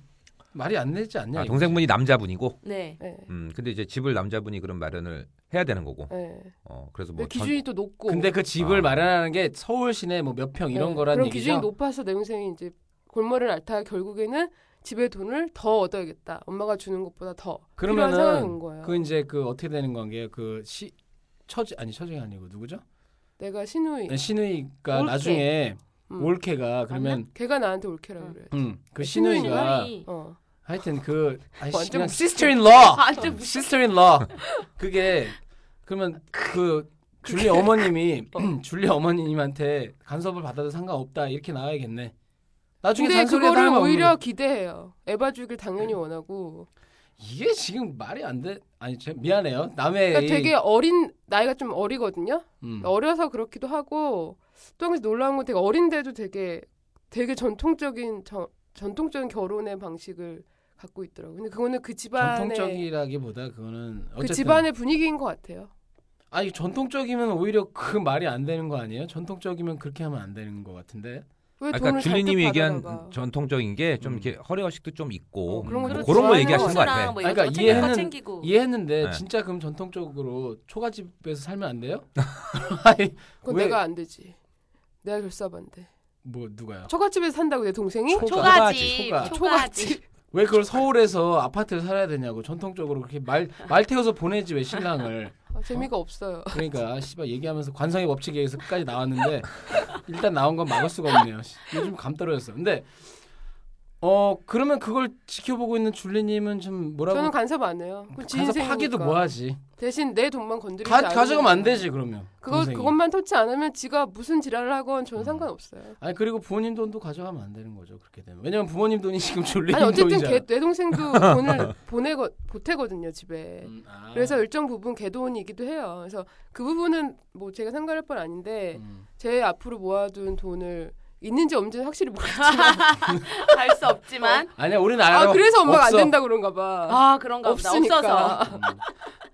Speaker 2: 말이 안 되지 않냐?
Speaker 4: 아,
Speaker 2: 이거지.
Speaker 4: 동생분이 남자분이고.
Speaker 8: 네.
Speaker 3: 예.
Speaker 4: 음 근데 이제 집을 남자분이 그런 마련을 해야 되는 거고.
Speaker 3: 예.
Speaker 4: 어 그래서
Speaker 3: 근데
Speaker 4: 뭐 전-
Speaker 3: 기준이 또 높고.
Speaker 2: 근데 그 집을
Speaker 4: 아.
Speaker 2: 마련하는 게 서울 시내 뭐 몇 평 이런
Speaker 3: 예.
Speaker 2: 거라는
Speaker 3: 그런
Speaker 2: 얘기죠.
Speaker 3: 기준이 높아서 내 동생이 이제 골머리를 앓다가 결국에는 집에 돈을 더 얻어야겠다. 엄마가 주는 것보다 더. 필요한 상황이
Speaker 2: 그러면은
Speaker 3: 온 거예요.
Speaker 2: 그 이제 그 어떻게 되는 관계예요? 그 시 처지 아니 처지가 아니고 누구죠?
Speaker 3: 내가 신우이.
Speaker 2: 네, 신우이가
Speaker 8: 올케.
Speaker 2: 나중에
Speaker 3: 예. 음.
Speaker 2: 올케가 그러면
Speaker 3: 걔가 나한테 올케라 고
Speaker 8: 음.
Speaker 3: 그래.
Speaker 2: 음 그
Speaker 3: 신우이가-
Speaker 2: 신우이가
Speaker 3: 어.
Speaker 2: 하여튼 그 아이씨
Speaker 3: 완전
Speaker 2: 그냥
Speaker 3: 무슨-
Speaker 2: sister in law
Speaker 8: 아, 진짜 무슨
Speaker 2: sister in law 그게 그러면 그 줄리 어머님이 <clears throat> 줄리 어머님한테 간섭을 받아도 상관없다 이렇게 나와야겠네. 나중에
Speaker 3: 근데
Speaker 2: 잔소리에
Speaker 3: 그거를
Speaker 2: 상관없는
Speaker 3: 오히려
Speaker 2: 거지. 음.
Speaker 3: 기대해요. 에바 주길 당연히 원하고.
Speaker 2: 이게 지금 말이 안 돼. 아니 제 미안해요. 남의
Speaker 3: 그러니까
Speaker 2: 이-
Speaker 3: 되게 어린 나이가 좀 어리거든요.
Speaker 2: 예, 음.
Speaker 3: 어려서 그렇기도 하고 또 한 가지 놀라운 건 되게 어린데도 되게 되게 전통적인 저- 전통적인 결혼의 방식을 갖고 있더라고요. 근데 그거는 그 집안의
Speaker 2: 전통적이라기보다 그거는
Speaker 3: 그
Speaker 2: 어쨌든
Speaker 3: 집안의 분위기인 것 같아요.
Speaker 2: 아니 전통적이면 오히려 그 말이 안 되는 거 아니에요? 전통적이면 그렇게 하면 안 되는 것 같은데.
Speaker 3: 왜
Speaker 4: 아까 그러니까
Speaker 3: 돈을
Speaker 4: 줄리님이
Speaker 3: 잔뜩
Speaker 4: 얘기한
Speaker 3: 받아다가.
Speaker 4: 전통적인 게 좀
Speaker 2: 음.
Speaker 4: 이렇게 허례허식도 좀 있고
Speaker 3: 어, 그런
Speaker 4: 뭐
Speaker 3: 거
Speaker 4: 그런 거
Speaker 3: 좋아하는
Speaker 4: 얘기하시는 것
Speaker 8: 옷이랑
Speaker 4: 같아.
Speaker 8: 그렇죠. 뭐
Speaker 2: 아니,
Speaker 8: 이런
Speaker 2: 그러니까
Speaker 8: 거 챙길 거
Speaker 2: 이해는-
Speaker 8: 챙기고.
Speaker 2: 이해했는데
Speaker 4: 네.
Speaker 2: 진짜 그럼 전통적으로 초가집에서 살면 안 돼요? 아니
Speaker 3: 그건
Speaker 2: 왜-
Speaker 3: 내가 안 되지. 내가 결사반대.
Speaker 2: 뭐 누가요?
Speaker 3: 처갓집에 서 산다고 내 동생이?
Speaker 2: 초-
Speaker 8: 초가집,
Speaker 2: 초가.
Speaker 8: 초가집.
Speaker 2: 왜 그걸 서울에서 아파트를 살아야 되냐고 전통적으로 그렇게 말 말 태워서 보내지 왜 신랑을?
Speaker 3: 아, 재미가 없어요.
Speaker 2: 그러니까 아, 씨발 얘기하면서 관성의 법칙에 의해서 끝까지 나왔는데 일단 나온 건 막을 수가 없네요. 씨, 요즘 감 떨어졌어. 근데 어 그러면 그걸 지켜보고 있는 줄리님은 좀 뭐라고?
Speaker 3: 저는 간섭 안 해요. 그건 지
Speaker 2: 가서
Speaker 3: 인생이니까. 그러니까
Speaker 2: 파기도 뭐하지?
Speaker 3: 대신 내 돈만 건드리지
Speaker 2: 가,
Speaker 3: 않으면
Speaker 2: 가져가면 안 되지 그러면.
Speaker 3: 그거
Speaker 2: 동생이.
Speaker 3: 그것만 터치 안 하면 지가 무슨 지랄을 하건 저는
Speaker 2: 음.
Speaker 3: 상관없어요.
Speaker 2: 아니 그리고 부모님 돈도 가져가면 안 되는 거죠 그렇게 되면. 왜냐면 부모님 돈이 지금 줄리님
Speaker 3: 아니 어쨌든
Speaker 2: 돈이잖아.
Speaker 3: 걔, 내 동생도
Speaker 2: <laughs>
Speaker 3: 돈을 보내거 보태거든요 집에.
Speaker 2: 음, 아.
Speaker 3: 그래서 일정 부분 걔 돈이기도 해요. 그래서 그 부분은 뭐 제가 상관할 건 아닌데
Speaker 2: 음.
Speaker 3: 제 앞으로 모아둔 돈을 있는지 없는지는 확실히 모르겠어요.
Speaker 8: <laughs> 알 수 없지만.
Speaker 2: 아니야 우리는 <laughs> 알아.
Speaker 3: 아 그래서 엄마가
Speaker 2: 없어.
Speaker 3: 안 된다 그런가 봐.
Speaker 8: 아, 그런가 보다.
Speaker 3: 없으니까.
Speaker 8: 없어서.
Speaker 2: 음.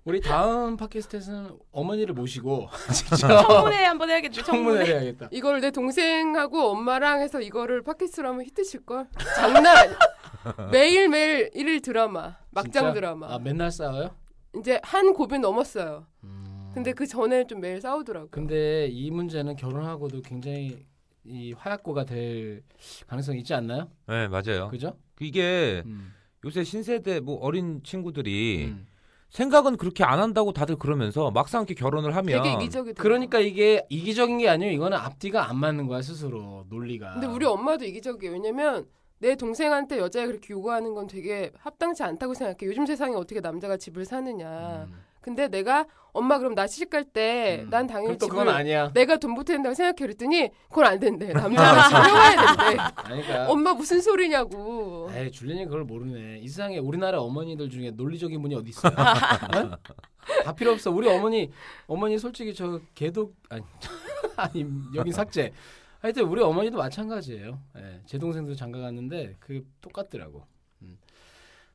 Speaker 2: 우리 다음 팟캐스트에서는 어머니를 모시고 <laughs>
Speaker 8: 청문회 한번 해야겠죠. 청문회.
Speaker 2: 어. 청문회를 <laughs> 해야겠다.
Speaker 3: 이걸 내 동생하고 엄마랑 해서 이거를 팟캐스트로 하면 히트칠 걸. 장난.
Speaker 2: <laughs>
Speaker 3: 아니- 매일매일 일일 드라마, 막장
Speaker 2: 진짜?
Speaker 3: 드라마.
Speaker 2: 아 맨날 싸워요?
Speaker 3: 이제 한 고비 넘었어요.
Speaker 2: 음.
Speaker 3: 근데 그 전에 좀 매일 싸우더라고요.
Speaker 2: 근데 이 문제는 결혼하고도 굉장히 이 화약고가 될 가능성이 있지 않나요?
Speaker 4: 네 맞아요.
Speaker 2: 그죠?
Speaker 4: 이게
Speaker 2: 음.
Speaker 4: 요새 신세대 뭐 어린 친구들이
Speaker 2: 음.
Speaker 4: 생각은 그렇게 안 한다고 다들 그러면서 막상 이렇게 결혼을 하면
Speaker 3: 되게 이기적이 돼요.
Speaker 2: 그러니까 이게 이기적인 게 아니에요. 이거는 앞뒤가 안 맞는 거야 스스로 논리가.
Speaker 3: 근데 우리 엄마도 이기적이에요. 왜냐면 내 동생한테 여자가 그렇게 요구하는 건 되게 합당치 않다고 생각해. 요즘 세상에 어떻게 남자가 집을 사느냐.
Speaker 2: 음.
Speaker 3: 근데 내가 엄마 그럼 나 시집 갈 때
Speaker 2: 음.
Speaker 3: 네, 난 당연히
Speaker 2: 그럼 또
Speaker 3: 집을
Speaker 2: 그건 아니야.
Speaker 3: 내가 돈 보태야 된다고 생각해 그랬더니 그건
Speaker 2: <laughs>
Speaker 3: 안 된대. 남자가 집을 해와야 된대. <laughs>
Speaker 2: 아니까.
Speaker 3: 엄마 무슨 소리냐고.
Speaker 2: 에이 줄리님 그걸 모르네. 이 세상에 우리나라 어머니들 중에 논리적인 분이 어디 있어요? 어? 다 필요 없어. 우리 어머니 어머니 솔직히 저 개독 아니 <laughs> 아니 여긴 삭제. 하여튼 우리 어머니도 마찬가지예요. 예, 제 동생도 장가 갔는데 그 똑같더라고. 음.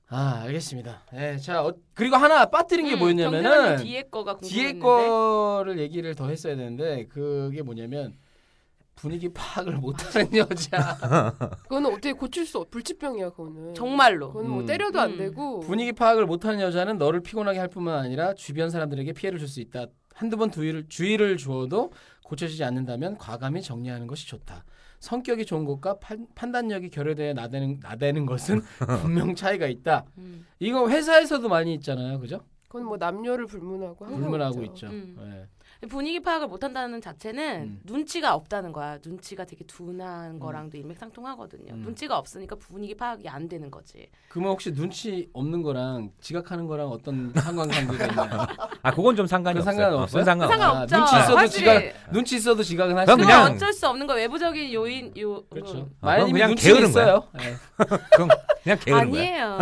Speaker 2: 아 알겠습니다. 예, 자 어, 그리고 하나 빠뜨린 게
Speaker 8: 음,
Speaker 2: 뭐였냐면은
Speaker 8: 정세현이 뒤에 거가 궁금했는데.
Speaker 2: 뒤에 거를 얘기를 더 했어야 되는데 그게 뭐냐면 분위기 파악을 못하는 <laughs> 여자.
Speaker 8: 아,
Speaker 3: 그거는 어떻게 고칠 수 없. 불치병이야 그거는.
Speaker 8: 정말로.
Speaker 3: 그거는 뭐
Speaker 2: 음.
Speaker 3: 때려도
Speaker 8: 음.
Speaker 3: 안 되고.
Speaker 2: 분위기 파악을 못하는 여자는 너를 피곤하게 할 뿐만 아니라 주변 사람들에게 피해를 줄 수 있다. 한두 번 주의를, 주의를 주어도 고쳐지지 않는다면 과감히 정리하는 것이 좋다. 성격이 좋은 것과 판, 판단력이 결여되어 나대는, 나대는
Speaker 8: <laughs>
Speaker 2: 것은 분명 차이가 있다.
Speaker 8: 어. 음.
Speaker 2: 이거 회사에서도 많이 있잖아요. 그죠?
Speaker 3: 그건 뭐 남녀를 불문하고 하고
Speaker 2: 불문하고 있죠.
Speaker 3: 있죠.
Speaker 8: 음.
Speaker 2: 예.
Speaker 8: 분위기 파악을 못한다는 자체는
Speaker 2: 음.
Speaker 8: 눈치가 없다는 거야. 눈치가 되게 둔한
Speaker 4: 음.
Speaker 8: 거랑도 일맥상통하거든요.
Speaker 2: 음.
Speaker 8: 눈치가 없으니까 분위기 파악이 안 되는 거지.
Speaker 2: 그러면 혹시 눈치 없는 거랑 지각하는 거랑 어떤 상관관계가 있나요?
Speaker 4: 아 그건 좀 상관이
Speaker 2: 그건 상관없어요?
Speaker 4: 없어요. 어, 그건 상관 없어요.
Speaker 8: 상관없죠.
Speaker 2: 눈치 있어도
Speaker 8: 확실히.
Speaker 2: 지각- 눈치 있어도 지각은 하시죠.
Speaker 4: 아. 그럼
Speaker 8: 그건
Speaker 4: 그냥-
Speaker 8: 어쩔 수 없는 거야. 외부적인 요인 요
Speaker 2: 그렇죠.
Speaker 4: 아, 그럼
Speaker 2: 마연님이
Speaker 4: 그냥
Speaker 2: 눈치
Speaker 4: 게으른
Speaker 2: 있어요. 예.
Speaker 4: 그건 그냥
Speaker 8: 음.
Speaker 4: 게으른 거야. <laughs>
Speaker 8: 아니에요.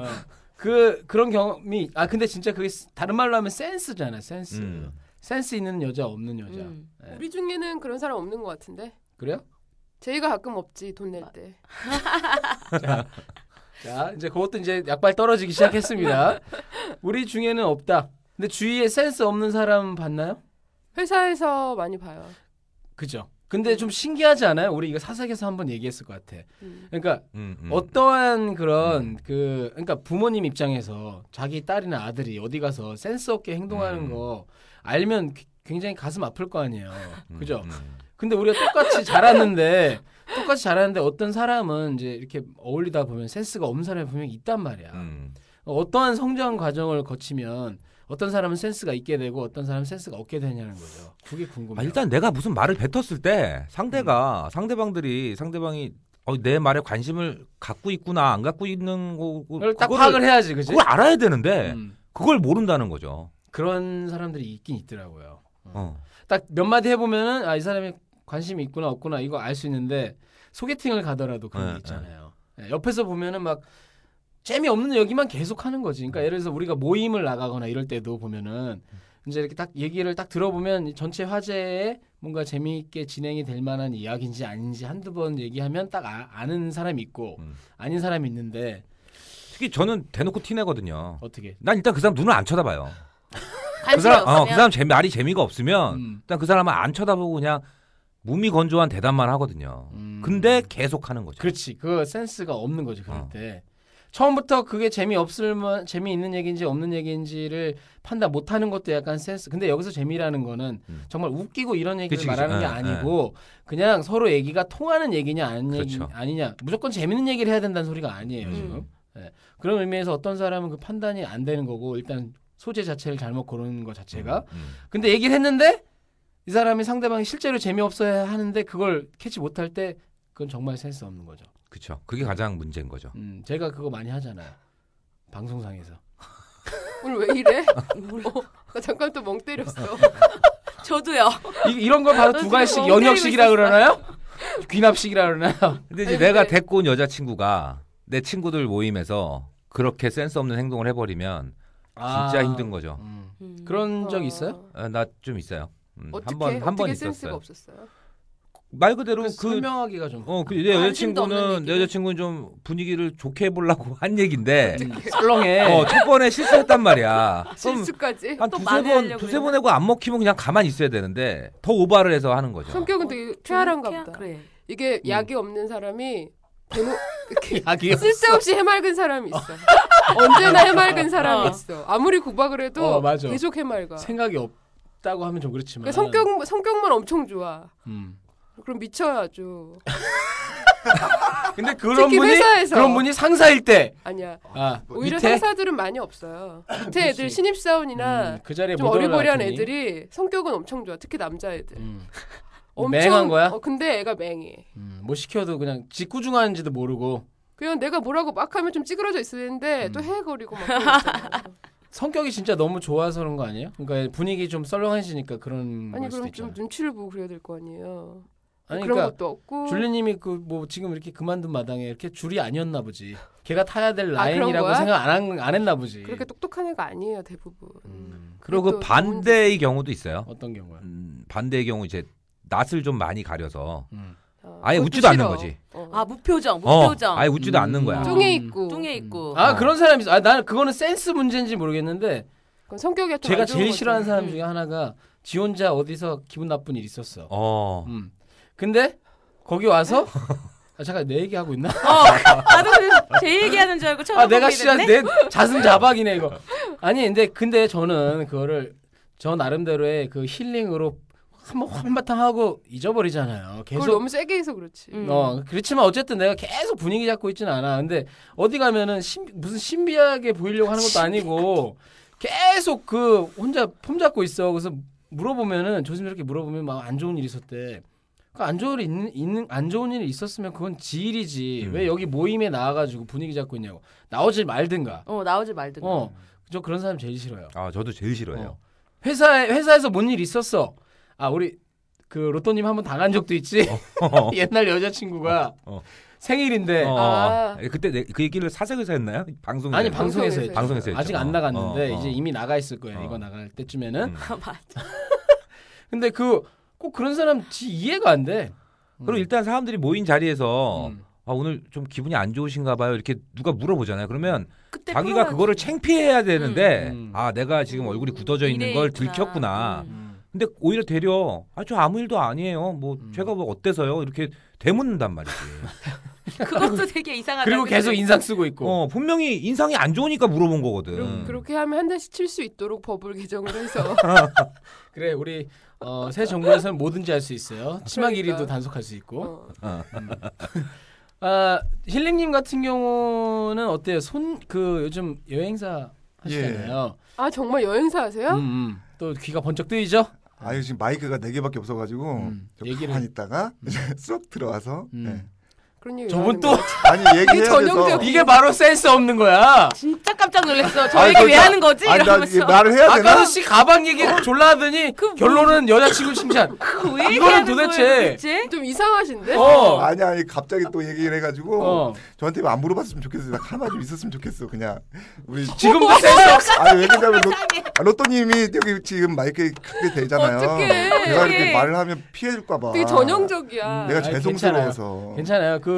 Speaker 2: 어. <laughs> 그 그런 경험이 아 근데 진짜 그게 스- 다른 말로 하면 센스잖아 센스
Speaker 4: 음.
Speaker 2: 센스 있는 여자 없는 여자
Speaker 8: 음.
Speaker 2: 네.
Speaker 3: 우리 중에는 그런 사람 없는 것 같은데.
Speaker 2: 그래요?
Speaker 3: 제이가 가끔 없지 돈
Speaker 8: 아.
Speaker 3: 낼 때.
Speaker 2: 자 이제 그것도 이제 약발 떨어지기 <laughs> 시작했습니다. 우리 중에는 없다. 근데 주위에 센스 없는 사람 봤나요?
Speaker 3: 회사에서 많이 봐요.
Speaker 2: 그죠. 근데 좀 신기하지 않아요? 우리 이거 사색에서 한번 얘기했을 것 같아.
Speaker 3: 음.
Speaker 2: 그러니까
Speaker 4: 음, 음.
Speaker 2: 어떠한 그런 그 그러니까 부모님 입장에서 자기 딸이나 아들이 어디 가서 센스 없게 행동하는
Speaker 4: 음.
Speaker 2: 거 알면 기- 굉장히 가슴 아플 거 아니에요.
Speaker 4: 음,
Speaker 2: 그죠?
Speaker 4: 음.
Speaker 2: 근데 우리가 똑같이
Speaker 4: <laughs>
Speaker 2: 자랐는데 똑같이 자랐는데 어떤 사람은 이제 이렇게 어울리다 보면 센스가 없는 사람이 분명히 있단 말이야.
Speaker 4: 음.
Speaker 2: 어떠한 성장 과정을 거치면 어떤 사람은 센스가 있게 되고 어떤 사람은 센스가 없게 되냐는 거죠. 그게 궁금해요.
Speaker 4: 아, 일단 내가 무슨 말을 뱉었을 때
Speaker 2: 음.
Speaker 4: 상대가 상대방들이 상대방이 어, 내 말에 관심을 갖고 있구나 안 갖고 있는 거
Speaker 2: 그걸 딱 파악을 해야지, 그지?
Speaker 4: 그걸 알아야 되는데
Speaker 2: 음.
Speaker 4: 그걸 모른다는 거죠.
Speaker 2: 그런 사람들이 있긴 있더라고요.
Speaker 4: 어.
Speaker 2: 딱 몇 마디 해보면은 아 이 사람이 관심이 있구나 없구나 이거 알 수 있는데 소개팅을 가더라도 그런
Speaker 4: 네,
Speaker 2: 게 있잖아요. 예, 옆에서 보면은 막 재미없는 얘기만 계속 하는 거지.
Speaker 4: 음.
Speaker 2: 그러니까 예를 들어서 우리가 모임을 나가거나 이럴 때도 보면은 이제 이렇게 딱 얘기를 딱 들어보면 이 전체 화제에 뭔가 재미있게 진행이 될 만한 이야기인지 아닌지 한두 번 얘기하면 딱 아, 는 사람이 있고
Speaker 4: 음.
Speaker 2: 아닌 사람이 있는데
Speaker 4: 특히 저는 대놓고 티내거든요.
Speaker 2: 어떻게?
Speaker 4: 난 일단 그 사람 눈을 안 쳐다봐요. 그
Speaker 8: 관심이
Speaker 4: 사람, 어,
Speaker 8: 없으면
Speaker 4: 그 사람 재미, 말이 재미가 없으면
Speaker 2: 음.
Speaker 4: 일단 그 사람은 안 쳐다보고 그냥 무미건조한 대답만 하거든요.
Speaker 2: 음.
Speaker 4: 근데 계속 하는 거죠.
Speaker 2: 그렇지. 그 센스가 없는 거지 그럴
Speaker 4: 어.
Speaker 2: 때. 처음부터 그게 재미 없을만 재미 있는 얘기인지 없는 얘기인지를 판단 못 하는 것도 약간 센스. 근데 여기서 재미라는 거는
Speaker 4: 음.
Speaker 2: 정말 웃기고 이런 얘기를
Speaker 4: 그치, 그치.
Speaker 2: 말하는 게
Speaker 4: 예,
Speaker 2: 아니고 그냥 서로 얘기가 통하는 얘기냐 아닌
Speaker 4: 그렇죠.
Speaker 2: 얘기 아니냐. 무조건 재밌는 얘기를 해야 된다는 소리가 아니에요,
Speaker 4: 음.
Speaker 2: 지금. 예. 그런 의미에서 어떤 사람은 그 판단이 안 되는 거고 일단 소재 자체를 잘못 고르는 것 자체가
Speaker 4: 음.
Speaker 2: 근데 얘기를 했는데 이 사람이 상대방이 실제로 재미없어야 하는데 그걸 캐치 못할 때 그건 정말 센스 없는 거죠.
Speaker 4: 그렇죠. 그게 가장 문제인 거죠.
Speaker 2: 음, 제가 그거 많이 하잖아요. 방송상에서.
Speaker 3: 오늘 왜
Speaker 8: <laughs>
Speaker 3: 이래? 어, 나 잠깐 또 멍 때렸어.
Speaker 8: 저도요.
Speaker 2: 이, 런걸 바로
Speaker 3: 아,
Speaker 8: 너
Speaker 2: 두
Speaker 8: 지금
Speaker 2: 갈씩
Speaker 8: 멍
Speaker 2: 연역식이라
Speaker 8: 때리고
Speaker 2: 그러나요? 귀납식이라 <laughs> 그러나요?
Speaker 4: 근데 이제
Speaker 3: 아니,
Speaker 4: 내가
Speaker 3: 근데-
Speaker 4: 데리고 온 여자친구가 내 친구들 모임에서 그렇게 센스 없는 행동을 해버리면 진짜 힘든 거죠. 아,
Speaker 2: 음.
Speaker 8: 음.
Speaker 2: 그런 적 있어요?
Speaker 4: 나 좀 있어요. 음,
Speaker 3: 어떻게
Speaker 4: 한 번, 한 번
Speaker 3: 어떻게 센스가
Speaker 4: 있었어요.
Speaker 3: 없었어요?
Speaker 4: 말 그대로
Speaker 2: 그
Speaker 4: 그
Speaker 2: 설명하기가 좀
Speaker 4: 어, 그 내
Speaker 8: 관심도
Speaker 4: 여자친구는
Speaker 8: 없는
Speaker 4: 내 여자친구는 좀 분위기를 좋게 해보려고 <laughs> 한 얘긴데
Speaker 2: 음, 썰렁해.
Speaker 4: 어, 첫 번에 실수했단 말이야. 그럼
Speaker 3: 실수까지?
Speaker 4: 한
Speaker 8: 또
Speaker 4: 두세
Speaker 8: 만회하려고
Speaker 4: 번, 두세
Speaker 8: 그러나?
Speaker 4: 번 하고 안 먹히면 그냥 가만히 있어야 되는데 더 오바를 해서 하는 거죠.
Speaker 3: 성격은 되게 쾌활한가 보다.
Speaker 8: 어, 그래.
Speaker 3: 이게 약이 없는 사람이 대모 이렇게
Speaker 2: 약이요.
Speaker 3: <laughs> 쓸데없이 해맑은 사람이 있어. 언제나 해맑은 사람이
Speaker 8: 어.
Speaker 3: 있어. 아무리 구박을 해도
Speaker 2: 어, 맞아.
Speaker 3: 계속 해맑아.
Speaker 2: <laughs> 생각이 없다고 하면 좀 그렇지만.
Speaker 3: 그러니까 성격 성격만 엄청 좋아.
Speaker 2: 음.
Speaker 3: 그럼 미쳐요 아주.
Speaker 2: 근데 그런
Speaker 3: 어, 특히
Speaker 2: 분이
Speaker 3: 회사에서.
Speaker 2: 그런 분이 상사일 때.
Speaker 3: 아니야.
Speaker 2: 아,
Speaker 3: 오히려
Speaker 2: 밑에
Speaker 3: 상사들은 많이 없어요. 밑에
Speaker 2: 그치.
Speaker 3: 애들 신입 사원이나
Speaker 2: 음, 그 자리에
Speaker 3: 좀
Speaker 2: 못
Speaker 3: 어리버리한
Speaker 2: 올라갔더니.
Speaker 3: 애들이 성격은 엄청 좋아. 특히 남자 애들.
Speaker 2: 음.
Speaker 3: 엄청
Speaker 2: 맹한 거야?
Speaker 3: 어, 근데 애가 맹해.
Speaker 2: 음, 뭐 시켜도 그냥 직구중하는지도 모르고
Speaker 3: 그냥 내가 뭐라고 막 하면 좀 찌그러져 있어야 되는데 또
Speaker 2: 음.
Speaker 3: 헤헤거리고
Speaker 2: <laughs>
Speaker 3: 막 그러잖아.
Speaker 2: 성격이 진짜 너무 좋아서 그런 거 아니에요? 그러니까 분위기 좀 썰렁해지니까 그런
Speaker 3: 아니
Speaker 2: 걸 수도
Speaker 3: 그럼 좀
Speaker 2: 있잖아요.
Speaker 3: 눈치를 보고 그래야 될 거 아니에요.
Speaker 2: 아니
Speaker 3: 그런
Speaker 2: 그러니까
Speaker 3: 것도 없고
Speaker 2: 줄리님이 그 뭐 지금 이렇게 그만둔 마당에 이렇게 줄이 아니었나 보지. 걔가 타야 될
Speaker 3: 아, 그런
Speaker 2: 라인이라고
Speaker 3: 거야?
Speaker 2: 생각 안, 한- 안 했나 보지.
Speaker 3: 그렇게 똑똑한 애가 아니에요 대부분.
Speaker 2: 음,
Speaker 4: 그리고 그
Speaker 3: 그것도
Speaker 4: 반대의 경우도 있어요.
Speaker 2: 어떤 경우야?
Speaker 4: 음, 반대의 경우 이제 낯을 좀 많이 가려서
Speaker 2: 음.
Speaker 3: 어,
Speaker 4: 아예
Speaker 3: 그것도
Speaker 4: 웃지도 않는
Speaker 3: 싫어.
Speaker 4: 거지.
Speaker 3: 어.
Speaker 8: 아 무표정,
Speaker 4: 어,
Speaker 8: 무표정.
Speaker 4: 아예 웃지도
Speaker 2: 음.
Speaker 4: 않는 거야.
Speaker 2: 좀-
Speaker 3: 뚱에
Speaker 2: 음.
Speaker 3: 있고
Speaker 8: 뚱에 있고.
Speaker 2: 아
Speaker 4: 어.
Speaker 2: 그런 사람 있어. 아 나는 그거는 센스 문제인지 모르겠는데
Speaker 3: 그건 성격이 좀
Speaker 2: 제가
Speaker 3: 안 좋은
Speaker 2: 제일
Speaker 3: 거죠. 음.
Speaker 2: 싫어하는 사람
Speaker 8: 음.
Speaker 2: 중에 하나가 지 혼자 어디서 기분 나쁜 일 있었어.
Speaker 4: 어.
Speaker 2: 음. 근데 거기 와서 아 잠깐 내 얘기 하고 있나?
Speaker 8: 어, 나도 그- 제 얘기하는 줄 알고 처음
Speaker 2: 아 내가
Speaker 8: 고민했네.
Speaker 2: 씨야 내 자승자박이네 이거. 아니 근데 근데 저는 그거를 저 나름대로의 그 힐링으로 한번 한바탕 하고 잊어버리잖아요.
Speaker 3: 그걸
Speaker 2: 계속
Speaker 3: 너무 세게 해서 그렇지.
Speaker 8: 음.
Speaker 2: 어 그렇지만 어쨌든 내가 계속 분위기 잡고 있지는 않아. 근데 어디 가면은 신- 무슨 신비하게 보이려고 하는 것도 아니고 계속 그 혼자 폼 잡고 있어. 그래서 물어보면은 조심스럽게 물어보면 막 안 좋은 일이 있었대. 그 안 좋은 일이 있는, 있는- 안 좋은 일이 있었으면 그건 지일이지.
Speaker 4: 음.
Speaker 2: 왜 여기 모임에 나와가지고 분위기 잡고 있냐고. 나오지 말든가.
Speaker 8: 어 나오지 말든가.
Speaker 2: 어, 저 그런 사람 제일 싫어요.
Speaker 4: 아 저도 제일 싫어해요.
Speaker 2: 어. 회사에 회사에서 뭔 일 있었어. 아 우리 그 로또님 한 번 당한 적도 있지. <laughs> 옛날 여자친구가
Speaker 4: 어, 어.
Speaker 2: 생일인데
Speaker 4: 어,
Speaker 3: 아.
Speaker 4: 그때 내, 그 얘기를 사석에서 했나요? 방송
Speaker 2: 네. 아니
Speaker 3: 방송-
Speaker 2: 방송에서
Speaker 3: 했죠.
Speaker 2: 했죠.
Speaker 4: 방송에서 했죠.
Speaker 2: 아직
Speaker 4: 어,
Speaker 2: 안 나갔는데
Speaker 4: 어, 어.
Speaker 2: 이제 이미 나가 있을 거예요.
Speaker 4: 어.
Speaker 2: 이거 나갈 때쯤에는.
Speaker 4: 음.
Speaker 8: 아, 맞아.
Speaker 2: <laughs> 근데 그 꼭 그런 사람 지 이해가 안 돼.
Speaker 4: 그리고 일단 사람들이 모인 자리에서
Speaker 2: 음.
Speaker 4: 아 오늘 좀 기분이 안 좋으신가 봐요. 이렇게 누가 물어보잖아요. 그러면
Speaker 8: 그때
Speaker 4: 자기가 그거를 창피해야 되는데
Speaker 2: 음, 음.
Speaker 4: 아 내가 지금 얼굴이 굳어져 있는
Speaker 8: 미래에
Speaker 4: 걸
Speaker 8: 있구나.
Speaker 4: 들켰구나.
Speaker 8: 음.
Speaker 4: 근데 오히려 되려 아 저 아무 일도 아니에요. 뭐
Speaker 2: 음.
Speaker 4: 제가 뭐 어때서요? 이렇게 되묻는단 말이지.
Speaker 8: 그것도 되게 이상하다.
Speaker 2: 그리고
Speaker 8: 그치?
Speaker 2: 계속 인상 쓰고 있고.
Speaker 4: 어 분명히 인상이 안 좋으니까 물어본 거거든.
Speaker 3: 그러-
Speaker 2: 음.
Speaker 3: 그렇게 하면 한 달씩 칠 수 있도록 법을
Speaker 2: <laughs>
Speaker 3: 개정을 해서
Speaker 2: 그래 우리 어, 새 정부에서는 뭐든지 할 수 있어요. 치마 길이도
Speaker 3: 그러니까.
Speaker 2: 단속할 수 있고.
Speaker 3: 어.
Speaker 2: 아 힐링님 같은 경우는 어때요? 손 그 요즘 여행사 하시잖아요.
Speaker 3: 아 정말 여행사 하세요?
Speaker 2: 음, 음. 또 귀가 번쩍 뜨이죠?
Speaker 5: 아유 지금 마이크가 네 개밖에 없어가지고
Speaker 2: 음,
Speaker 5: 저
Speaker 2: 얘기를-
Speaker 5: 가만히 있다가 이제 <laughs> 쑥 들어와서
Speaker 2: 음.
Speaker 5: 네.
Speaker 3: 그런 얘기
Speaker 2: 저분 <laughs>
Speaker 3: 하는
Speaker 2: 또
Speaker 3: 거야.
Speaker 5: 아니 얘기해야 돼서
Speaker 3: 전형적-
Speaker 2: 이게 바로 센스 없는 거야.
Speaker 8: 진짜 깜짝 놀랐어. 저에게
Speaker 5: 아니,
Speaker 8: 왜
Speaker 5: 저-
Speaker 8: 하는 거지?
Speaker 5: 아니 나 이게
Speaker 8: 이러면서
Speaker 5: 말을 해야 되나?
Speaker 2: 아까도 씨 가방 얘기 졸라 하더니
Speaker 8: 그 뭐-
Speaker 2: 결론은 여자친구 칭찬.
Speaker 8: 그거 왜
Speaker 2: 이거는
Speaker 8: 얘기하는
Speaker 2: 도대체-
Speaker 8: 거예요, 도대체?
Speaker 3: 좀 이상하신데?
Speaker 2: 어.
Speaker 5: 아니 아니 갑자기 또 얘기를 해가지고
Speaker 2: 어.
Speaker 5: 저한테 안 물어봤으면 좋겠어. 나 가만 좀 있었으면 좋겠어. 그냥 우리
Speaker 2: 지금도 센스 없어.
Speaker 5: 아니 왜냐면 로, 아, 로또님이 여기 지금 마이크 크게 대잖아요.
Speaker 3: 어떡해.
Speaker 5: 내가
Speaker 8: 어떡해.
Speaker 5: 이렇게 말을 하면 피해줄까봐.
Speaker 2: 아.
Speaker 3: 되게 전형적이야.
Speaker 5: 내가
Speaker 2: 아니,
Speaker 5: 죄송스러워서.
Speaker 2: 괜찮아요. 그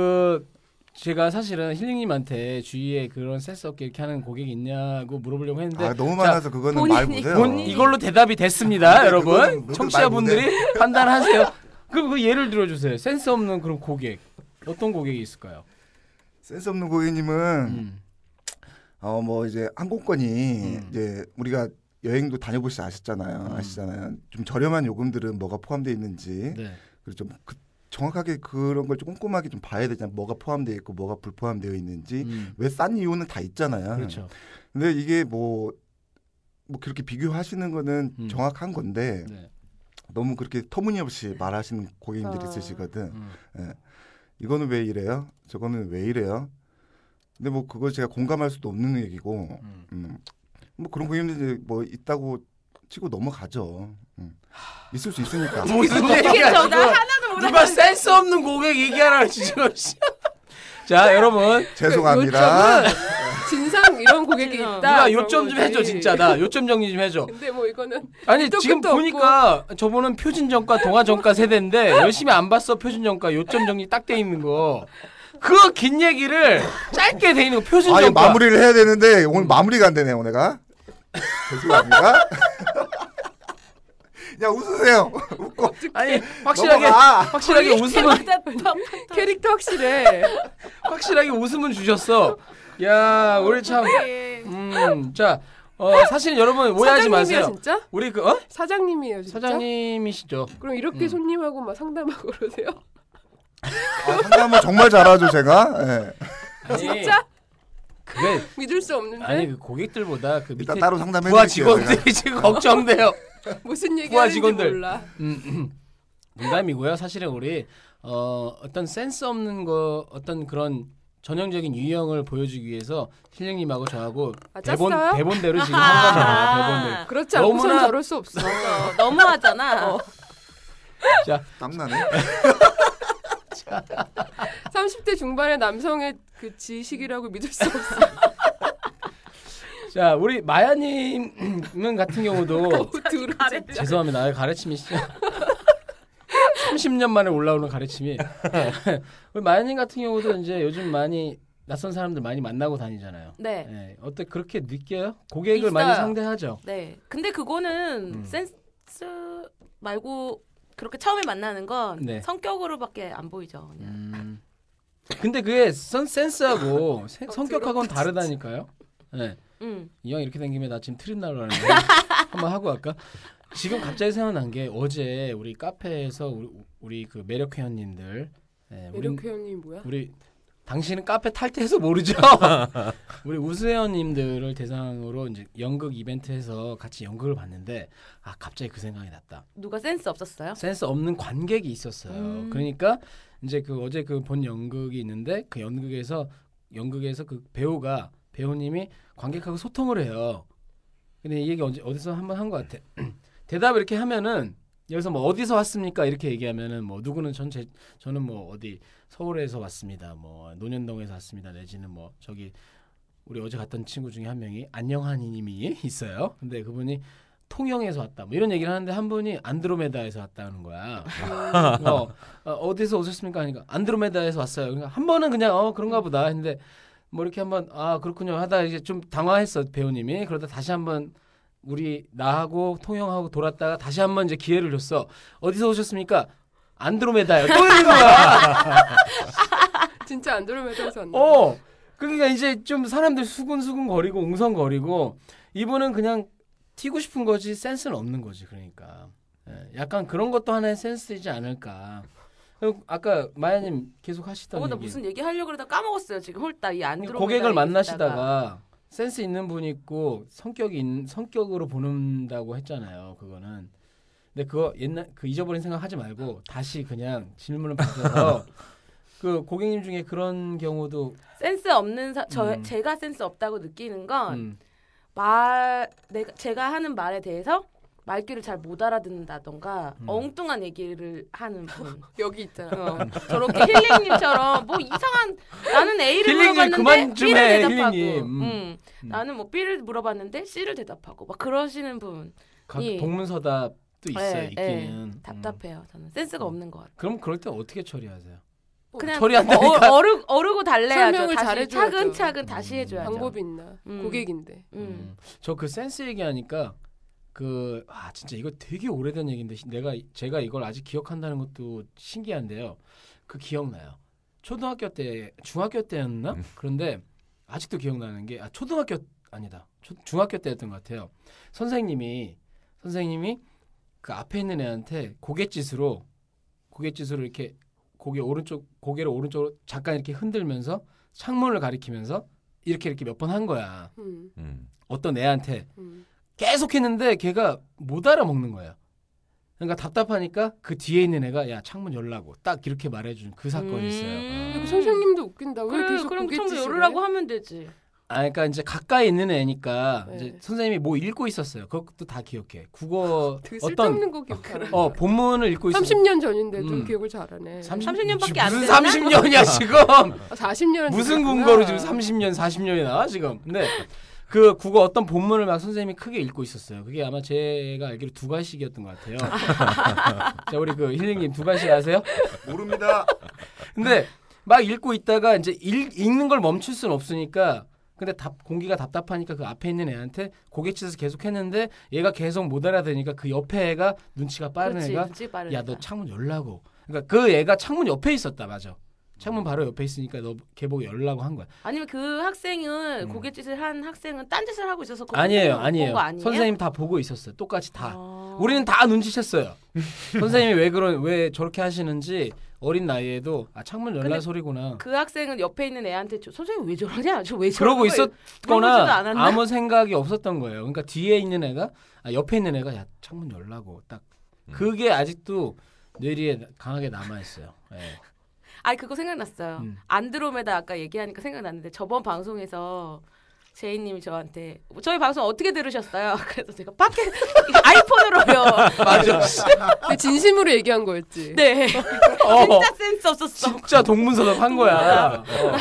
Speaker 2: 제가 사실은 힐링님한테 주위에 그런 센스 없게 이렇게 하는 고객이 있냐고 물어보려고 했는데
Speaker 5: 아 너무 많아서 그거는 말
Speaker 8: 본인이-
Speaker 5: 못해요.
Speaker 2: 본 이걸로 대답이 됐습니다,
Speaker 5: 근데 그건
Speaker 2: 여러분.
Speaker 5: 모두
Speaker 2: 청취자분들이 <laughs> 판단하세요. 그럼 그 예를 들어주세요. 센스 없는 그런 고객 어떤 고객이 있을까요?
Speaker 5: 센스 없는 고객님은
Speaker 2: 음.
Speaker 5: 어 뭐 이제 항공권이 이제 우리가 여행도 다녀보시 아셨잖아요.
Speaker 2: 음.
Speaker 5: 아시잖아요. 좀 저렴한 요금들은 뭐가 포함되어 있는지
Speaker 2: 네.
Speaker 5: 그리고 좀 그- 정확하게 그런 걸 좀 꼼꼼하게 좀 봐야 되잖아요. 뭐가 포함되어 있고 뭐가 불포함되어 있는지
Speaker 2: 음.
Speaker 5: 왜 싼 이유는 다 있잖아요.
Speaker 2: 그렇죠.
Speaker 5: 근데 이게 뭐, 뭐 그렇게 비교하시는 거는
Speaker 2: 음.
Speaker 5: 정확한 건데
Speaker 2: 네.
Speaker 5: 너무 그렇게 터무니없이 말하시는 고객님들이
Speaker 3: 아.
Speaker 5: 있으시거든.
Speaker 2: 음.
Speaker 5: 이거는 왜 이래요? 저거는 왜 이래요? 근데 뭐 그걸 제가 공감할 수도 없는 얘기고
Speaker 2: 음.
Speaker 5: 음. 뭐 그런 고객님들이 뭐 있다고 치고 넘어가죠. 음. 있을 수 있으니까. <laughs>
Speaker 2: 무슨
Speaker 8: 어떻게
Speaker 2: 아, 뭐 얘기야
Speaker 8: 저나
Speaker 2: 지금?
Speaker 8: 하나도 몰라.
Speaker 2: 누가 센스 없는 고객 얘기하라 지금. 자 여러분
Speaker 5: 죄송합니다. 아,
Speaker 2: <laughs>
Speaker 3: 진상 이런 고객이
Speaker 8: 진상.
Speaker 3: 있다.
Speaker 2: 누가
Speaker 3: 그런
Speaker 2: 요점 좀
Speaker 3: 거지.
Speaker 2: 해줘 진짜 나 요점 정리 좀 해줘.
Speaker 3: 근데 뭐 이거는
Speaker 2: 아니
Speaker 3: 또
Speaker 2: 지금
Speaker 3: 끝도 없고.
Speaker 2: 보니까 저분은 표준정가 동아정가 세대인데 열심히 안 봤어 표준정가 요점 정리 딱 돼 있는 거. 그 긴 얘기를 짧게 돼 있는 거
Speaker 5: 아, 예,
Speaker 2: 표준정가.
Speaker 5: 마무리를 해야 되는데 오늘 마무리가 안 되네요, 내가. <laughs> 죄송합니다. <laughs> 야 웃으세요. <laughs> 웃고
Speaker 2: 아니 확실하게
Speaker 5: 넘어가.
Speaker 2: 확실하게 웃음은
Speaker 8: 맞아, 턱, 턱.
Speaker 3: 캐릭터 확실해.
Speaker 2: 확실하게 웃음은 주셨어. 야 우리 참. 음자 어, 사실 여러분 오해하지
Speaker 3: 예. 사장님이야
Speaker 2: 마세요.
Speaker 3: 진짜?
Speaker 2: 우리 그 어?
Speaker 3: 사장님이에요 진짜?
Speaker 2: 사장님이시죠. 음.
Speaker 3: 그럼 이렇게 손님하고 막 상담하고 <laughs> 그러세요?
Speaker 5: 아, 상담을 정말 잘하죠 제가. 예.
Speaker 2: 아니,
Speaker 3: 진짜? 네?
Speaker 2: 그게
Speaker 3: 믿을 수 없는데
Speaker 2: 아니 그 고객들보다 그 밑에
Speaker 5: 일단 따로 상담해
Speaker 2: 부하
Speaker 5: 드릴게요, 제가.
Speaker 2: 직원들이 지금 <laughs> 걱정돼요.
Speaker 3: 무슨
Speaker 2: 부하
Speaker 3: 얘기하는지
Speaker 2: 직원들.
Speaker 3: 몰라.
Speaker 2: 음, 음. 농담이고요. 사실은 우리 어, 어떤 센스 없는 거 어떤 그런 전형적인 유형을 보여주기 위해서 실령님하고 저하고
Speaker 3: 아,
Speaker 2: 대본
Speaker 3: 짰어요?
Speaker 2: 대본대로
Speaker 3: <laughs>
Speaker 2: 지금 한 거잖아요. 대본대로.
Speaker 3: 그렇지 않고선
Speaker 2: 너무나-
Speaker 3: 저럴 수 없어.
Speaker 8: 어, 너무하잖아.
Speaker 5: 땀나네.
Speaker 3: 30대 중반의 남성의 그 지식이라고 믿을 수 없어.
Speaker 2: 자, 우리 마야님은 같은
Speaker 3: <laughs>
Speaker 2: 경우도
Speaker 3: 들어 진짜.
Speaker 2: 죄송합니다. 아, 가르침이 시 30년 만에 올라오는 가르침이. 우리 마야님 같은 경우도 이제 요즘 많이 낯선 사람들 많이 만나고 다니잖아요.
Speaker 8: 네.
Speaker 2: 네. 어때 그렇게 느껴요? 고객을 많이
Speaker 8: 있어요.
Speaker 2: 상대하죠.
Speaker 8: 네. 근데 그거는
Speaker 2: 음.
Speaker 8: 센스 말고 그렇게 처음에 만나는 건
Speaker 2: 네.
Speaker 8: 성격으로밖에 안 보이죠. 그냥.
Speaker 2: 음. 근데 그게 선,
Speaker 3: <laughs> 어,
Speaker 2: 센스하고 세- 성격하고는 다르다니까요. 네.
Speaker 8: 음.
Speaker 2: 이왕 이렇게 된 김에 나 지금 트림 날라는데
Speaker 3: <laughs>
Speaker 2: 한번 하고 갈까? 지금 갑자기 생각난 게 어제 우리 카페에서 우리, 우리 그 매력 회원님들 네, 우린-
Speaker 3: 매력 회원님이 뭐야?
Speaker 2: 우리 당신은 카페 탈퇴해서
Speaker 3: <laughs>
Speaker 2: 모르죠. <laughs> 우리 우수회원님들을 대상으로 이제 연극 이벤트에서 같이 연극을 봤는데 아 갑자기 그 생각이 났다.
Speaker 8: 누가 센스 없었어요?
Speaker 2: 센스 없는 관객이 있었어요.
Speaker 8: 음.
Speaker 2: 그러니까 이제 그 어제 그 본 연극이 있는데 그 연극에서 연극에서 그 배우가 배우님이 관객하고 소통을 해요. 근데 이 얘기 언제 어디서 한 번 한 것 같아. <clears throat> 대답 이렇게 하면은 여기서 뭐 어디서 왔습니까 이렇게 얘기하면은 뭐 누구는 전 제 저는 뭐 어디 서울에서 왔습니다. 뭐 논현동에서 왔습니다. 내지는 뭐 저기 우리 어제 갔던 친구 중에 한 명이 안녕하니님이 <laughs> 있어요. 근데 그분이 통영에서 왔다. 뭐 이런 얘기를 하는데 한 분이 안드로메다에서 왔다는 거야. 어, 어, 어디서 오셨습니까? 하니까 안드로메다에서 왔어요. 그러니까 한 번은 그냥 어 그런가 보다 했는데 뭐 이렇게 한번 아 그렇군요 하다 이제 좀 당황했어 배우님이 그러다 다시 한번 우리 나하고 통영하고 돌았다가 다시 한번 이제 기회를 줬어. 어디서 오셨습니까? 안드로메다요. 또 이러는 거야.
Speaker 3: 진짜 안드로메다에서 왔나?
Speaker 2: 어. 그러니까 이제 좀 사람들 수근수근 거리고 웅성거리고 이분은 그냥 튀고 싶은 거지 센스는 없는 거지 그러니까 예, 약간 그런 것도 하나의 센스이지 않을까. 그리고 아까 마야님 계속 하시던
Speaker 8: 어, 나
Speaker 2: 얘기.
Speaker 8: 무슨 얘기 하려고 그러다 까먹었어요. 지금 홀딱 이 안드로메다
Speaker 2: 고객을
Speaker 8: 얘기하다가.
Speaker 2: 만나시다가 센스 있는 분 있고 성격이 있는- 성격으로 보는다고 했잖아요. 그거는. 근데 그거 옛날 그 잊어버린 생각 하지 말고 다시 그냥 질문을 받아서 그 고객님 중에 그런 경우도
Speaker 8: 센스 없는 사, 저
Speaker 2: 음.
Speaker 8: 제가 센스 없다고 느끼는 건
Speaker 2: 음,
Speaker 8: 말 내가 제가 하는 말에 대해서 말귀를 잘 못 알아듣는다던가
Speaker 2: 음.
Speaker 8: 엉뚱한 얘기를 하는 분.
Speaker 3: 여기 있잖아.
Speaker 8: 어, 저렇게 힐링님처럼 뭐 이상한 나는 A를
Speaker 2: 힐링님
Speaker 8: 물어봤는데
Speaker 2: 그만 좀
Speaker 8: B를
Speaker 2: 해,
Speaker 8: 대답하고
Speaker 2: 힐링님. 음.
Speaker 8: 음, 나는 뭐 B를 물어봤는데 C를 대답하고 막 그러시는 분
Speaker 2: 각
Speaker 8: 예.
Speaker 2: 동문서답도 있어요.
Speaker 8: 예,
Speaker 2: 있기는. 음.
Speaker 8: 답답해요. 저는 센스가 없는 것 같아요.
Speaker 2: 그럼 그럴 때 어떻게 처리하세요?
Speaker 8: 그냥
Speaker 2: 처리한다니까. 음.
Speaker 8: 어, 어르, 어르고 달래야죠.
Speaker 3: 설명을
Speaker 8: 다시
Speaker 3: 잘해줘야죠.
Speaker 8: 차근차근 다시 해줘야죠.
Speaker 3: 방법이 있나?
Speaker 8: 음.
Speaker 3: 고객인데.
Speaker 8: 음.
Speaker 2: 저 그 센스 얘기하니까 그 아 진짜 이거 되게 오래된 얘기인데 시- 내가 제가 이걸 아직 기억한다는 것도 신기한데요. 그 기억나요. 초등학교 때 중학교 때였나? 그런데 아직도 기억나는 게 아 초등학교 아니다. 초- 중학교 때였던 것 같아요. 선생님이 선생님이 그 앞에 있는 애한테 고갯짓으로 고갯짓으로 이렇게 고개 오른쪽 고개를 오른쪽으로 잠깐 이렇게 흔들면서 창문을 가리키면서 이렇게 이렇게 몇 번 한 거야.
Speaker 3: 음,
Speaker 4: 음.
Speaker 2: 어떤 애한테
Speaker 3: 음.
Speaker 2: 계속 했는데 걔가 못 알아먹는 거예요. 그러니까 답답하니까 그 뒤에 있는 애가 야 창문 열라고 딱 이렇게 말해준 그 사건이 있어요.
Speaker 3: 근데 그 선생님도 웃긴다. 왜
Speaker 8: 그래,
Speaker 3: 계속
Speaker 8: 그럼 좀
Speaker 3: 고객짓을
Speaker 8: 열으라고
Speaker 3: 해?
Speaker 8: 하면 되지.
Speaker 2: 아, 그러니까 이제 가까이 있는 애니까
Speaker 3: 네.
Speaker 2: 이제 선생님이 뭐 읽고 있었어요. 그것도 다 기억해. 국어
Speaker 3: 되게
Speaker 2: 어떤
Speaker 3: 그 쓸데없는 거 기억하는
Speaker 2: 어 본문을 읽고 있었어.
Speaker 3: 30년 전인데도
Speaker 2: 음.
Speaker 3: 기억을 잘하네.
Speaker 8: 30년밖에 안
Speaker 2: 무슨
Speaker 8: 됐나?
Speaker 2: 30년이야
Speaker 3: <laughs>
Speaker 2: 지금?
Speaker 3: 아, 40년
Speaker 2: 무슨 근거로 지금 30년, 40년이 나와 지금? 근데 그 국어 어떤 본문을 막 선생님이 크게 읽고 있었어요. 그게 아마 제가 알기로 두갈식이었던 것 같아요. <laughs> 자 우리 그 힐링님 두갈식 아세요?
Speaker 5: 모릅니다.
Speaker 2: 근데 막 읽고 있다가 이제 읽, 읽는 걸 멈출 수는 없으니까 근데 답, 공기가 답답하니까 그 앞에 있는 애한테 고개치서 계속 했는데 얘가 계속 못 알아들으니까 그 옆에 애가 눈치가 빠른
Speaker 8: 그렇지,
Speaker 2: 애가
Speaker 8: 눈치 빠르니까.
Speaker 2: 야 너 창문 열라고 그러니까 그 애가 창문 옆에 있었다 맞아 창문 바로 옆에 있으니까 너 개복 열라고 한 거야
Speaker 8: 아니면 그 학생은 고갯짓을 한 학생은 딴 짓을 하고 있어서 그
Speaker 2: 음. 아니에요
Speaker 8: 선생님을 못본
Speaker 2: 아니에요
Speaker 8: 거 아니에요?
Speaker 2: 선생님 다 보고 있었어요 똑같이 다
Speaker 8: 아.
Speaker 2: 우리는 다 눈치챘어요 선생님이 왜 그런 왜 저렇게 하시는지 어린 나이에도 아 창문 열라
Speaker 8: 근데
Speaker 2: 소리구나
Speaker 8: 그 학생은 옆에 있는 애한테 저, 선생님 왜 저러냐? 저 왜 저러는
Speaker 2: 그러고
Speaker 8: 거예요? 물어보지도
Speaker 2: 있었거나
Speaker 8: 않았나?
Speaker 2: 아무 생각이 없었던 거예요. 그러니까 뒤에 있는 애가 아, 옆에 있는 애가 야 창문 열라고 딱 그게 아직도 뇌리에 강하게 남아 있어요. 예.
Speaker 8: 아 그거 생각났어요.
Speaker 2: 음.
Speaker 8: 안드로메다 아까 얘기하니까 생각났는데 저번 방송에서 제이님이 저한테 저희 방송 어떻게 들으셨어요? <laughs> 그래서 제가 밖에 아이폰으로요.
Speaker 2: <laughs> 맞아.
Speaker 3: 근데 진심으로 얘기한 거였지.
Speaker 2: 어,
Speaker 8: 네. 진짜 센스 없었어.
Speaker 2: 진짜 동문서답 한 거야. 어.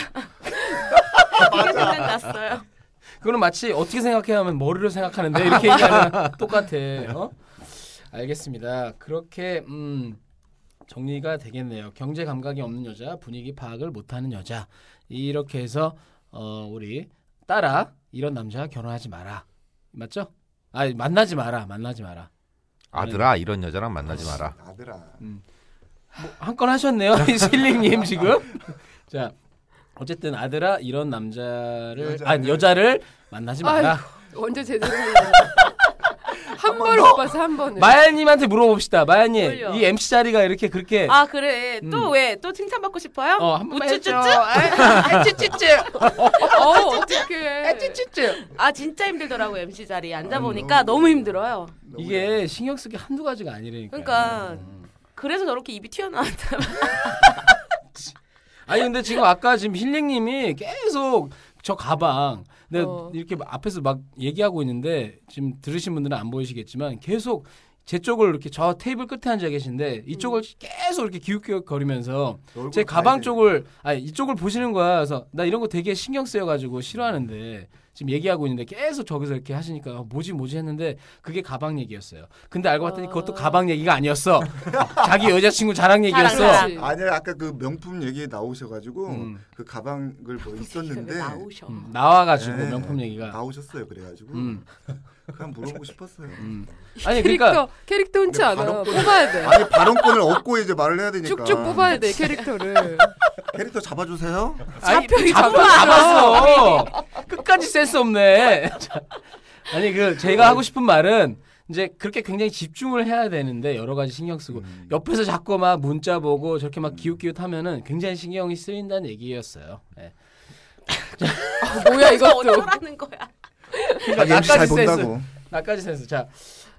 Speaker 8: 그게 생각났어요.
Speaker 2: 그거는 마치 어떻게 생각해 하면 머리로 생각하는데 이렇게 얘기하면 <laughs> 똑같아. 어? 알겠습니다. 그렇게 음, 정리가 되겠네요. 경제 감각이 없는 여자, 분위기 파악을 못하는 여자 이렇게 해서 어, 우리 따라 이런 남자와 결혼하지 마라. 맞죠? 아 만나지 마라, 만나지 마라.
Speaker 4: 아들아 이런 여자랑 만나지 마라.
Speaker 5: 아들아.
Speaker 2: 한 건 하셨네요 <laughs> 실링님 지금 자 어쨌든 아들아 이런 남자를 아니
Speaker 5: 여자를.
Speaker 2: 여자를 만나지 마라
Speaker 3: 언제 제대로
Speaker 2: <laughs>
Speaker 3: 한 번을 못 봐서 한 번을
Speaker 2: 마야님한테 물어봅시다 마야님
Speaker 8: 네. 뭘요?
Speaker 2: 이 MC 자리가 이렇게 그렇게
Speaker 8: 아 그래
Speaker 2: 음.
Speaker 8: 또 왜 또 칭찬받고 싶어요?
Speaker 2: 어, 한 번만
Speaker 8: 우쭈쭈쭈?
Speaker 2: 해줘.
Speaker 3: 아,
Speaker 2: <laughs>
Speaker 8: 아쭈쭈쭈.
Speaker 3: 어 어떡해
Speaker 8: 아 진짜 힘들더라고 MC 자리 앉아 보니까
Speaker 2: 음.
Speaker 8: 너무 힘들어요.
Speaker 2: 이게 신경 쓰기 한두 가지가 아니라니까
Speaker 8: 그러니까
Speaker 2: 음.
Speaker 8: 그래서 저렇게 입이 튀어나왔다.
Speaker 2: 아니 근데 지금 아까 지금 힐링님이 계속 저 가방 내가
Speaker 3: 어.
Speaker 2: 이렇게 앞에서 막 얘기하고 있는데 지금 들으신 분들은 안 보이시겠지만 계속 제 쪽을 이렇게 저 테이블 끝에 앉아 계신데 이쪽을
Speaker 8: 음.
Speaker 2: 계속 이렇게 기웃기웃 거리면서
Speaker 5: 얼굴
Speaker 2: 제 가방
Speaker 5: 봐야 돼.
Speaker 2: 쪽을 아니 이쪽을 보시는 거야 그래서 나 이런 거 되게 신경 쓰여가지고 싫어하는데 지금 얘기하고 있는데 계속 저기서 이렇게 하시니까 어, 뭐지 뭐지 했는데 그게 가방 얘기였어요 근데 알고 봤더니 그것도 가방 얘기가 아니었어 자기 여자친구 자랑 얘기였어
Speaker 8: 자랑, 자랑.
Speaker 3: 그렇지.
Speaker 5: 아니야 아까 그 명품 얘기에 나오셔가지고
Speaker 2: 음.
Speaker 5: 그 가방을 뭐 있었는데
Speaker 8: 나오셔.
Speaker 2: 음, 나와가지고
Speaker 5: 네.
Speaker 2: 명품 얘기가
Speaker 5: 나오셨어요 그래가지고
Speaker 2: 음.
Speaker 5: 그냥 물어보고 싶었어요.
Speaker 2: 음. 아니
Speaker 3: 캐릭터
Speaker 2: 그러니까
Speaker 3: 캐릭터 흔치 않아
Speaker 5: 바로-
Speaker 3: 뽑아야 돼
Speaker 5: 아니 발언권을 얻고 이제 말을 해야 되니까
Speaker 3: 쭉쭉 뽑아야 돼 캐릭터를
Speaker 5: 캐릭터 잡아주세요.
Speaker 2: 아니,
Speaker 3: 좌표를
Speaker 2: 잡아 잡았어 끝까지 센스 없네 자, <laughs> 아니 그 제가 하고 싶은 말은 이제 그렇게 굉장히 집중을 해야 되는데 여러 가지 신경 쓰고
Speaker 4: 음.
Speaker 2: 옆에서 자꾸 막 문자 보고 저렇게 막 기웃기웃 하면은 굉장히 신경이 쓰인다는 얘기였어요 네.
Speaker 3: <laughs> 뭐야
Speaker 8: 그래서
Speaker 3: 이것도
Speaker 8: 어쩌라는 거야.
Speaker 5: 자기 MC
Speaker 2: 그러니까
Speaker 5: 잘
Speaker 2: 나까지 센스.
Speaker 5: 본다고.
Speaker 2: 나까지 센스 자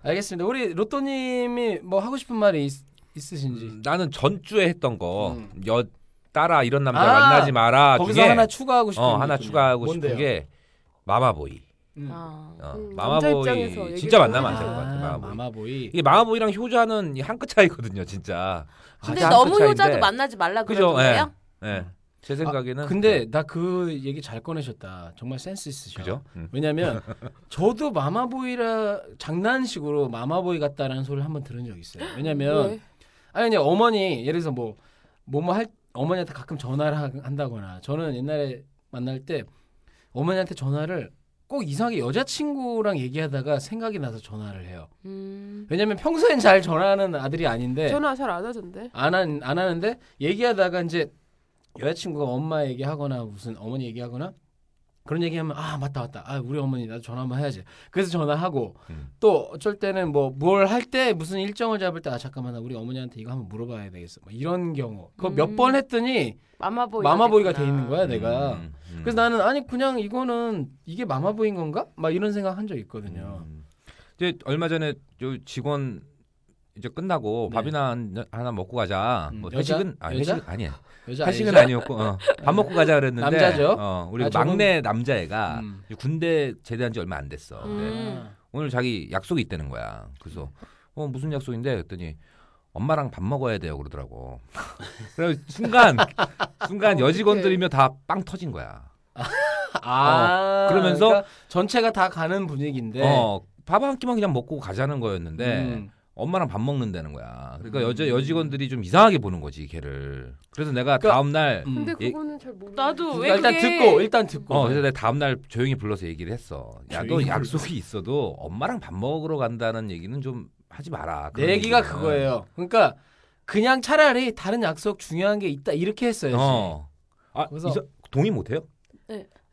Speaker 2: 알겠습니다 우리 로또님이 뭐 하고 싶은 말이 있, 으신지
Speaker 4: 나는 전주에 했던 거
Speaker 2: 음.
Speaker 4: 여, 딸아 이런 남자
Speaker 2: 아,
Speaker 4: 만나지 마라
Speaker 2: 거기서
Speaker 4: 중에
Speaker 2: 하나 추가하고 싶은
Speaker 4: 어
Speaker 2: 게
Speaker 4: 하나
Speaker 2: 있군요.
Speaker 4: 추가하고
Speaker 2: 뭔데요?
Speaker 4: 싶은 게 마마보이.
Speaker 2: 음.
Speaker 8: 아.
Speaker 4: 어,
Speaker 3: 음, 남자 입장에서
Speaker 4: 마마보이
Speaker 3: 얘기를
Speaker 4: 진짜 만나면
Speaker 2: 아,
Speaker 4: 안 될 것 같아. 마마보이.
Speaker 2: 마마보이
Speaker 4: 이게 마마보이랑 효자는 한 끗 차이거든요, 진짜.
Speaker 8: 근데
Speaker 4: 진짜 한끗
Speaker 8: 너무
Speaker 4: 차이인데.
Speaker 8: 효자도 만나지 말라
Speaker 4: 그죠,
Speaker 8: 그러는 거예요?
Speaker 4: 예. 제 생각에는
Speaker 2: 아, 근데 나 그 얘기 잘 꺼내셨다. 정말 센스 있으셔.
Speaker 4: 그죠? 음.
Speaker 2: 왜냐면 저도 마마보이라 장난식으로 마마보이 같다라는 소리를 한번 들은 적이 있어요. 왜냐면
Speaker 3: 왜?
Speaker 2: 아니 그냥 어머니 예를 들어서 뭐 뭐뭐 할 어머니한테 가끔 전화를 하- 한다거나 저는 옛날에 만날 때 어머니한테 전화를 꼭 이상하게 여자친구랑 얘기하다가 생각이 나서 전화를 해요.
Speaker 8: 음.
Speaker 2: 왜냐면 평소엔 잘 전화하는 아들이 아닌데
Speaker 3: 전화 잘 안 하던데
Speaker 2: 안, 한, 안 하는데 얘기하다가 이제 여자친구가 엄마 얘기하거나 무슨 어머니 얘기하거나 그런 얘기하면 아 맞다 맞다 아 우리 어머니 나도 전화 한번 해야지 그래서 전화하고
Speaker 4: 음.
Speaker 2: 또 어쩔 때는 뭐 뭘 할 때 무슨 일정을 잡을 때 아 잠깐만 나 우리 어머니한테 이거 한번 물어봐야 되겠어 뭐 이런 경우 그거 몇
Speaker 8: 음. 뭐
Speaker 2: 번 했더니
Speaker 8: 마마보이.
Speaker 2: 마마보이가 돼 있는 거야
Speaker 4: 음,
Speaker 2: 내가 그래서 나는 아니 그냥 이거는 이게 마마보인 건가 막 이런 생각 한 적 있거든요
Speaker 4: 음. 이제 얼마 전에 요 직원 이제 끝나고
Speaker 2: 네.
Speaker 4: 밥이나 한- 하나 먹고 가자.
Speaker 2: 음,
Speaker 4: 뭐
Speaker 2: 여자?
Speaker 4: 회식은 아니
Speaker 2: 여자?
Speaker 4: 회식 아니야.
Speaker 2: 여자
Speaker 4: 회식은
Speaker 2: 아니죠?
Speaker 4: 아니었고 어, 밥 먹고 가자 그랬는데
Speaker 2: 남자죠?
Speaker 4: 어, 우리
Speaker 2: 아, 저는-
Speaker 4: 막내 남자애가
Speaker 2: 음.
Speaker 4: 군대 제대한 지 얼마 안 됐어. 근데
Speaker 8: 음.
Speaker 4: 오늘 자기 약속이 있다는 거야. 그래서 어 무슨 약속인데 그랬더니 엄마랑 밥 먹어야 돼요 그러더라고. <laughs> 그래서 순간 순간
Speaker 3: 어,
Speaker 4: 여직원들이며 다 빵 터진 거야.
Speaker 2: 아,
Speaker 4: 어, 그러면서-
Speaker 2: 그러니까 전체가 다 가는 분위기인데
Speaker 4: 어 밥 한 끼만 그냥 먹고 가자는 거였는데
Speaker 2: 네. 음.
Speaker 4: 엄마랑 밥 먹는다는 거야. 그러니까
Speaker 2: 음.
Speaker 4: 여자 여직원들이 좀 이상하게 보는 거지 걔를. 그래서 내가
Speaker 2: 그러니까-
Speaker 4: 다음 날
Speaker 2: 음.
Speaker 3: 근데
Speaker 4: 예.
Speaker 3: 그거는 잘 모르
Speaker 8: 나도 왜
Speaker 2: 일단
Speaker 8: 그게
Speaker 2: 듣고 일단 듣고.
Speaker 4: 어, 그래서 내가 다음날 조용히 불러서 얘기를 했어. 야, 너
Speaker 2: 조용히
Speaker 4: 약속이 있어도 엄마랑 밥 먹으러 간다는 얘기는 좀 하지
Speaker 2: 내
Speaker 4: 마라. 그런
Speaker 2: 얘기가
Speaker 4: 얘기는.
Speaker 2: 그거예요. 그러니까 그냥 차라리 다른 약속 중요한 게 있다 이렇게 했어야지.
Speaker 4: 어. 아,
Speaker 2: 그래서-
Speaker 4: 이사- 동의 못 해요?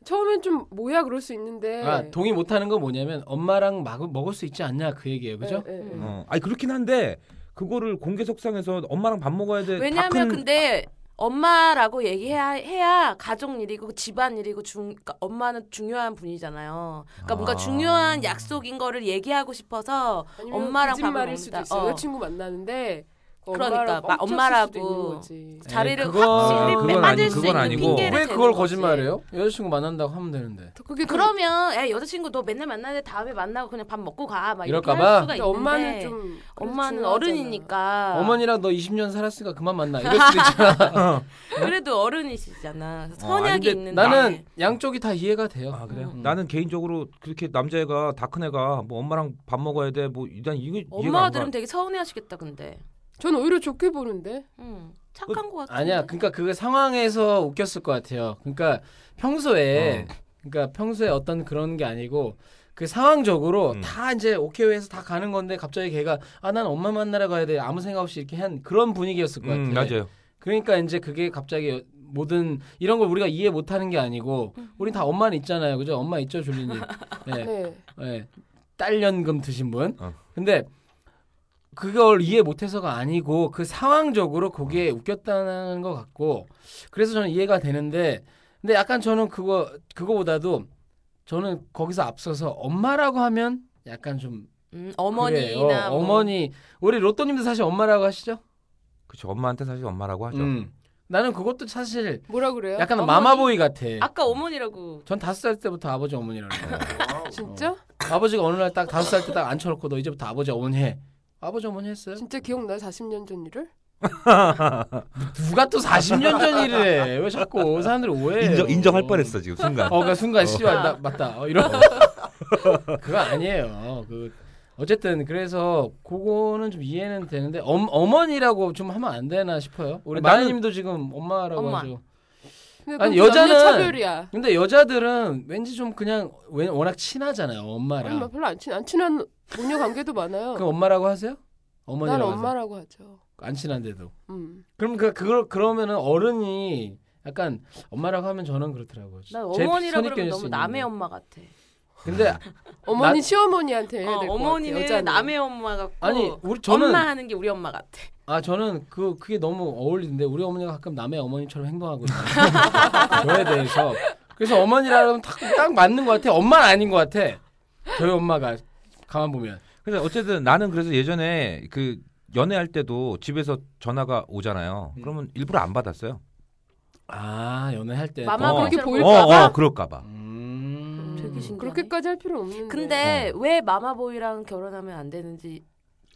Speaker 3: 처음엔 좀 뭐야 그럴 수
Speaker 8: 네.
Speaker 3: 있는데
Speaker 2: 아, 동의 못하는 건 뭐냐면 엄마랑 막 먹을 수 있지 않냐 그 얘기예요,
Speaker 8: 네.
Speaker 2: 그죠?
Speaker 3: 예, 예, 예.
Speaker 4: 어. 아니 그렇긴 한데 그거를 공개석상에서 엄마랑 밥 먹어야 돼.
Speaker 8: 왜냐하면
Speaker 4: 다 큰-
Speaker 8: 근데 엄마라고 얘기해야 해야 가족 일이고 집안 일이고 중 그러니까 엄마는 중요한 분이잖아요. 그러니까 뭔가
Speaker 4: 아.
Speaker 8: 중요한 약속인 거를 얘기하고 싶어서
Speaker 3: 아니면
Speaker 8: 엄마랑
Speaker 3: 거짓말일
Speaker 8: 밥을
Speaker 3: 수도
Speaker 8: 먹는다.
Speaker 3: 있어
Speaker 8: 어.
Speaker 3: 여자친구 만나는데 그
Speaker 8: 그러니까
Speaker 3: 엄마랑
Speaker 8: 막
Speaker 3: 엉켰을
Speaker 8: 엄마라고
Speaker 3: 수도 있는 거지.
Speaker 8: 자리를
Speaker 2: 네, 그건-
Speaker 8: 확실히
Speaker 2: 그건
Speaker 8: 빼-
Speaker 4: 아니-
Speaker 8: 빠질 수
Speaker 4: 그건
Speaker 8: 있는
Speaker 4: 아니고.
Speaker 8: 핑계를
Speaker 2: 왜
Speaker 8: 대는
Speaker 2: 그걸
Speaker 8: 거지.
Speaker 2: 거짓말해요? 여자친구 만난다고 하면 되는데.
Speaker 3: 또 그게 좀
Speaker 8: 그러면 야, 여자친구 너 맨날 만나는데 다음에 만나고 그냥 밥 먹고 가막 이렇게
Speaker 2: 이럴까 봐?
Speaker 8: 할 수가
Speaker 3: 근데
Speaker 8: 있는데
Speaker 3: 엄마는 좀
Speaker 8: 엄마는
Speaker 3: 그래도
Speaker 8: 어른이니까
Speaker 2: 어머니랑 너 20년 살았으니까 그만 만나.
Speaker 8: <laughs>
Speaker 2: 이럴 수도 있잖아.
Speaker 8: 그래도 어른이시잖아
Speaker 4: 어, 아니,
Speaker 8: 선약이
Speaker 4: 근데
Speaker 8: 있는데
Speaker 2: 나는 양쪽이 다 이해가 돼요.
Speaker 4: 아 그래요?
Speaker 2: 음.
Speaker 4: 나는 개인적으로 그렇게 남자애가 다 큰 애가 뭐 엄마랑 밥 먹어야 돼. 뭐 일단 이거 이해가 음,
Speaker 8: 엄마가
Speaker 4: 안 가.
Speaker 8: 들으면 되게 서운해하시겠다 근데
Speaker 3: 전 오히려 좋게 보는데
Speaker 8: 음, 착한 것 같아
Speaker 2: 아니야. 그러니까 그 상황에서
Speaker 4: 어.
Speaker 2: 웃겼을 것 같아요. 그러니까 평소에 그러니까 평소에 어떤 그런 게 아니고 그 상황적으로
Speaker 4: 음.
Speaker 2: 다 이제 오케이에서 다 가는 건데 갑자기 걔가 아 난 엄마 만나러 가야 돼 아무 생각 없이 이렇게 한 그런 분위기였을 것 같아요.
Speaker 4: 음, 맞아요.
Speaker 2: 그러니까 이제 그게 갑자기 모든 이런 걸 우리가 이해 못하는 게 아니고 우린 다 엄마는 있잖아요, 그죠? 엄마 있죠, 줄리님. 네.
Speaker 3: 네.
Speaker 2: 예. 딸 연금 드신 분.
Speaker 4: 어.
Speaker 2: 근데 그걸 이해 못해서가 아니고 그 상황적으로 거기에 웃겼다는 것 같고 그래서 저는 이해가 되는데 근데 약간 저는 그거 그거보다도 저는 거기서 앞서서 엄마라고 하면 약간 좀
Speaker 8: 음,
Speaker 2: 그래요.
Speaker 8: 어머니나 뭐.
Speaker 2: 어머니 우리 로또님도 사실 엄마라고 하시죠?
Speaker 4: 그렇죠. 엄마한테 사실 엄마라고 하죠.
Speaker 2: 음. 나는 그것도 사실
Speaker 3: 뭐라 그래요?
Speaker 2: 약간
Speaker 8: 어머니?
Speaker 2: 마마보이 같아.
Speaker 8: 아까 어머니라고
Speaker 2: 전 다섯 살 때부터 아버지 어머니라고. 해요.
Speaker 3: 진짜?
Speaker 2: 아버지가 어느 날 딱 다섯 살 때 딱 앉혀놓고 너 이제부터 아버지 어머니 해. 아버지 어머니 했어요?
Speaker 3: 진짜 기억나? 40년 전 일을?
Speaker 2: 누가 또 40년 전 일을 해? 왜 자꾸 그 사람들이 오해해?
Speaker 4: 인정 인정할 뻔했어 지금 순간. <laughs>
Speaker 2: 어, 그 순간
Speaker 4: 어.
Speaker 2: 씨발 나 맞다. 어, 이런. 그거 아니에요. 그 어쨌든 그래서 그거는 좀 이해는 되는데 엄, 어머니라고 좀 하면 안 되나 싶어요. 우리
Speaker 4: 나는-
Speaker 2: 마누님도 지금 엄마라고
Speaker 8: 엄마.
Speaker 2: 하죠.
Speaker 3: 근데
Speaker 2: 아니,
Speaker 3: 그건 또
Speaker 2: 여자는-
Speaker 3: 남녀 차별이야.
Speaker 2: 근데 여자들은 왠지 좀 그냥 왜- 워낙 친하잖아요.
Speaker 3: 아니, 나
Speaker 2: 엄마랑.
Speaker 3: 별로 안, 친, 안 친한 모녀 관계도 많아요.
Speaker 2: 그럼 엄마라고 하세요?
Speaker 3: 난
Speaker 2: 어머니라고 하세요?
Speaker 3: 엄마라고 하죠.
Speaker 2: 안 친한데도.
Speaker 3: 음.
Speaker 2: 그럼 그 그걸 그러면은 어른이 약간 엄마라고 하면 저는 그러더라고요.
Speaker 8: 난
Speaker 2: 제
Speaker 8: 어머니라고
Speaker 2: 선입견일
Speaker 8: 그러면
Speaker 2: 수
Speaker 8: 너무
Speaker 2: 있는데.
Speaker 8: 남의 엄마 같아.
Speaker 2: 근데
Speaker 3: 어머니
Speaker 2: 나-
Speaker 3: 시어머니한테 해야
Speaker 8: 어,
Speaker 3: 될것
Speaker 8: 어머니는
Speaker 3: 같아. 여자는.
Speaker 8: 남의 엄마 같고
Speaker 2: 아니 우리 저는
Speaker 8: 어, 엄마 하는 게 우리 엄마 같아.
Speaker 2: 아 저는 그 그게 너무 어울리는데 우리 어머니가 가끔 남의 어머니처럼 행동하거든요.
Speaker 8: <laughs>
Speaker 2: 저에 대해서 그래서 어머니라면 딱, 딱 맞는 것 같아. 엄마는 아닌 것 같아. 저희 엄마가 가만 보면
Speaker 4: 그래서 어쨌든 나는 그래서 예전에 그 연애할 때도 집에서 전화가 오잖아요. 그러면 일부러 안 받았어요.
Speaker 2: 아 연애할 때
Speaker 8: 마마
Speaker 4: 어.
Speaker 8: 그렇게
Speaker 3: 그렇게
Speaker 4: 어,
Speaker 3: 보일까?
Speaker 8: 보일까 봐.
Speaker 4: 어, 그럴까 봐.
Speaker 2: 음...
Speaker 8: 되게 신기하네.
Speaker 3: 그렇게까지 할 필요는 없는데.
Speaker 2: 어.
Speaker 8: 근데 왜 마마보이랑 결혼하면 안 되는지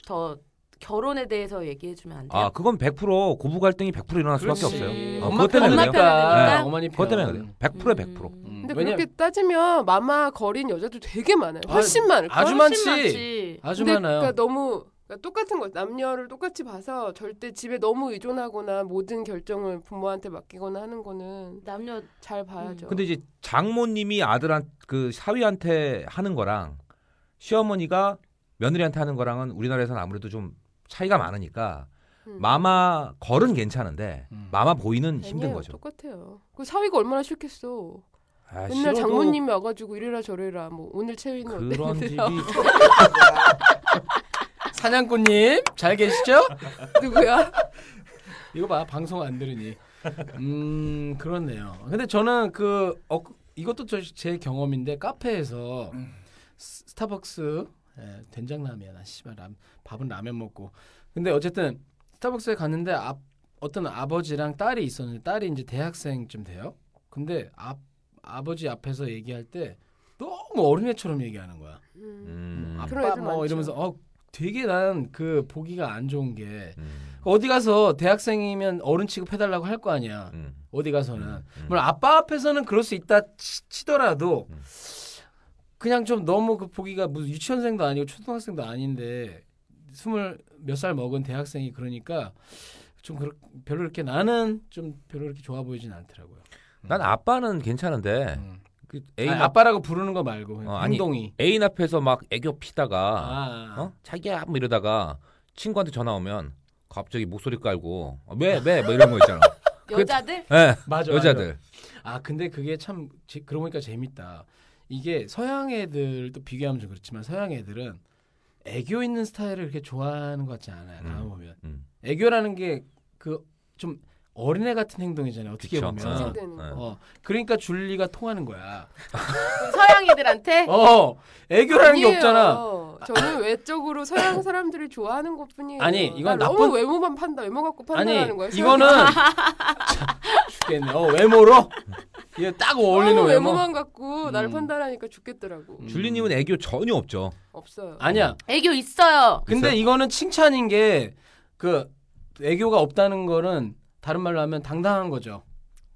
Speaker 8: 더 결혼에 대해서 얘기해 주면 안 돼요?
Speaker 4: 아, 그건 100% 고부 갈등이 100% 일어날 수밖에
Speaker 2: 그렇지.
Speaker 4: 없어요. 어,
Speaker 2: 엄마
Speaker 4: 그것 때문에
Speaker 2: 편이니까.
Speaker 4: 그래요. 네.
Speaker 8: 편이니까.
Speaker 2: 어머니
Speaker 4: 그것 때문에
Speaker 2: 편.
Speaker 4: 그래요. 100%에 100%.
Speaker 8: 음.
Speaker 2: 음,
Speaker 3: 근데
Speaker 2: 왜냐면
Speaker 3: 그렇게 따지면 마마 거린 여자도 되게 많아요.
Speaker 2: 아,
Speaker 3: 훨씬 많을 거야.
Speaker 2: 아주
Speaker 8: 훨씬
Speaker 2: 많지. 아주
Speaker 3: 근데
Speaker 2: 많아요.
Speaker 3: 그러니까 너무 그러니까 똑같은 거 남녀를 똑같이 봐서 절대 집에 너무 의존하거나 모든 결정을 부모한테 맡기거나 하는 거는
Speaker 8: 남녀
Speaker 3: 잘 봐야죠.
Speaker 4: 근데 이제 장모님이 아들한 그 사위한테 하는 거랑 시어머니가 며느리한테 하는 거랑은 우리나라에서는 아무래도 좀 차이가 많으니까
Speaker 3: 음.
Speaker 4: 마마 걸은 괜찮은데 마마 보이는 힘든
Speaker 3: 아니에요.
Speaker 4: 거죠.
Speaker 3: 똑같아요. 그 사위가 얼마나 싫겠어.
Speaker 4: 아,
Speaker 3: 맨날
Speaker 4: 싫어도
Speaker 3: 장모님이 와가지고 이래라 저래라 뭐 오늘 채위는 어때? <laughs>
Speaker 4: 그런 집이
Speaker 2: 사냥꾼님 잘 계시죠?
Speaker 3: <laughs> 누구야?
Speaker 2: 아, 이거 봐 방송 안 들으니 음 그렇네요 근데 저는 그 어, 이것도 저, 제 경험인데 카페에서 스- 스타벅스 예, 된장라면이야 씨발 라- 밥은 라면 먹고 근데 어쨌든 스타벅스에 갔는데 앞, 어떤 아버지랑 딸이 있었는데 딸이 이제 대학생쯤 돼요 근데 앞, 아버지 앞에서 얘기할 때 너무 어린애처럼 얘기하는 거야
Speaker 3: 음.
Speaker 4: 음,
Speaker 2: 아빠
Speaker 3: 그런 애들
Speaker 2: 뭐
Speaker 3: 많죠.
Speaker 2: 이러면서 어 되게 난 그 보기가 안 좋은 게
Speaker 4: 음,
Speaker 2: 그러니까 어디 가서 대학생이면 어른 취급해달라고 할 거 아니야.
Speaker 4: 음,
Speaker 2: 어디 가서는.
Speaker 4: 음.
Speaker 2: 물론 아빠 앞에서는 그럴 수 있다 치, 더라도
Speaker 4: 음.
Speaker 2: 그냥 좀 너무 그 보기가 무슨 유치원생도 아니고 초등학생도 아닌데 스물 몇 살 먹은 대학생이 그러니까 좀 그렇, 별로 이렇게 나는 좀 별로 이렇게 좋아 보이진 않더라고요.
Speaker 4: 난 아빠는 괜찮은데
Speaker 2: 음.
Speaker 4: 그
Speaker 2: 아니,
Speaker 4: 애인 앞,
Speaker 2: 아빠라고 부르는 거 말고
Speaker 4: 어, 아니.
Speaker 2: 행동이.
Speaker 4: 애인 앞에서 막 애교 피다가
Speaker 2: 아,
Speaker 4: 어? 자기야 뭐 이러다가 친구한테 전화 오면 갑자기 목소리 깔고 어, 왜왜뭐 이런
Speaker 2: <laughs>
Speaker 4: 거 있잖아.
Speaker 2: 그
Speaker 8: 여자들
Speaker 4: 예
Speaker 2: 맞아. 맞아.
Speaker 4: 여자들
Speaker 2: 아 근데 그게 참 제- 그러고 보니까 재밌다. 이게 서양 애들도 비교하면 좀 그렇지만 서양 애들은 애교 있는 스타일을 그렇게 좋아하는 것 같지 않아요.
Speaker 4: 음.
Speaker 2: 가만 보면
Speaker 4: 음.
Speaker 2: 애교라는 게 그 좀 어린애 같은 행동이잖아요. 어떻게
Speaker 4: 그쵸.
Speaker 2: 보면.
Speaker 4: 어.
Speaker 8: 음.
Speaker 3: 되는 거.
Speaker 2: 어 그러니까 줄리가 통하는 거야.
Speaker 8: 그 서양이들한테
Speaker 2: 어 애교라는 게
Speaker 3: 네. 아니에요.
Speaker 2: 없잖아.
Speaker 3: 저는 외적으로 서양 사람들이 좋아하는 것뿐이에요.
Speaker 2: 아니, 이건
Speaker 3: 나
Speaker 2: 나쁜-
Speaker 3: 너무 외모만 판다. 외모 갖고
Speaker 2: 아니
Speaker 3: 판단하는 거야.
Speaker 2: 이거는 참, 죽겠네. 어 외모로 이게 딱 <laughs> 어울리는
Speaker 3: 너무
Speaker 2: 외모.
Speaker 3: 외모만 갖고 나를
Speaker 2: 음.
Speaker 3: 판단하니까 죽겠더라고.
Speaker 2: 음.
Speaker 4: 줄리님은 애교 전혀 없죠.
Speaker 3: 없어요.
Speaker 2: 아니야.
Speaker 8: 애교 있어요.
Speaker 2: 그렇죠. 근데
Speaker 4: 있어요?
Speaker 2: 이거는 칭찬인 게 그 애교가 없다는 거는 다른 말로 하면 당당한 거죠.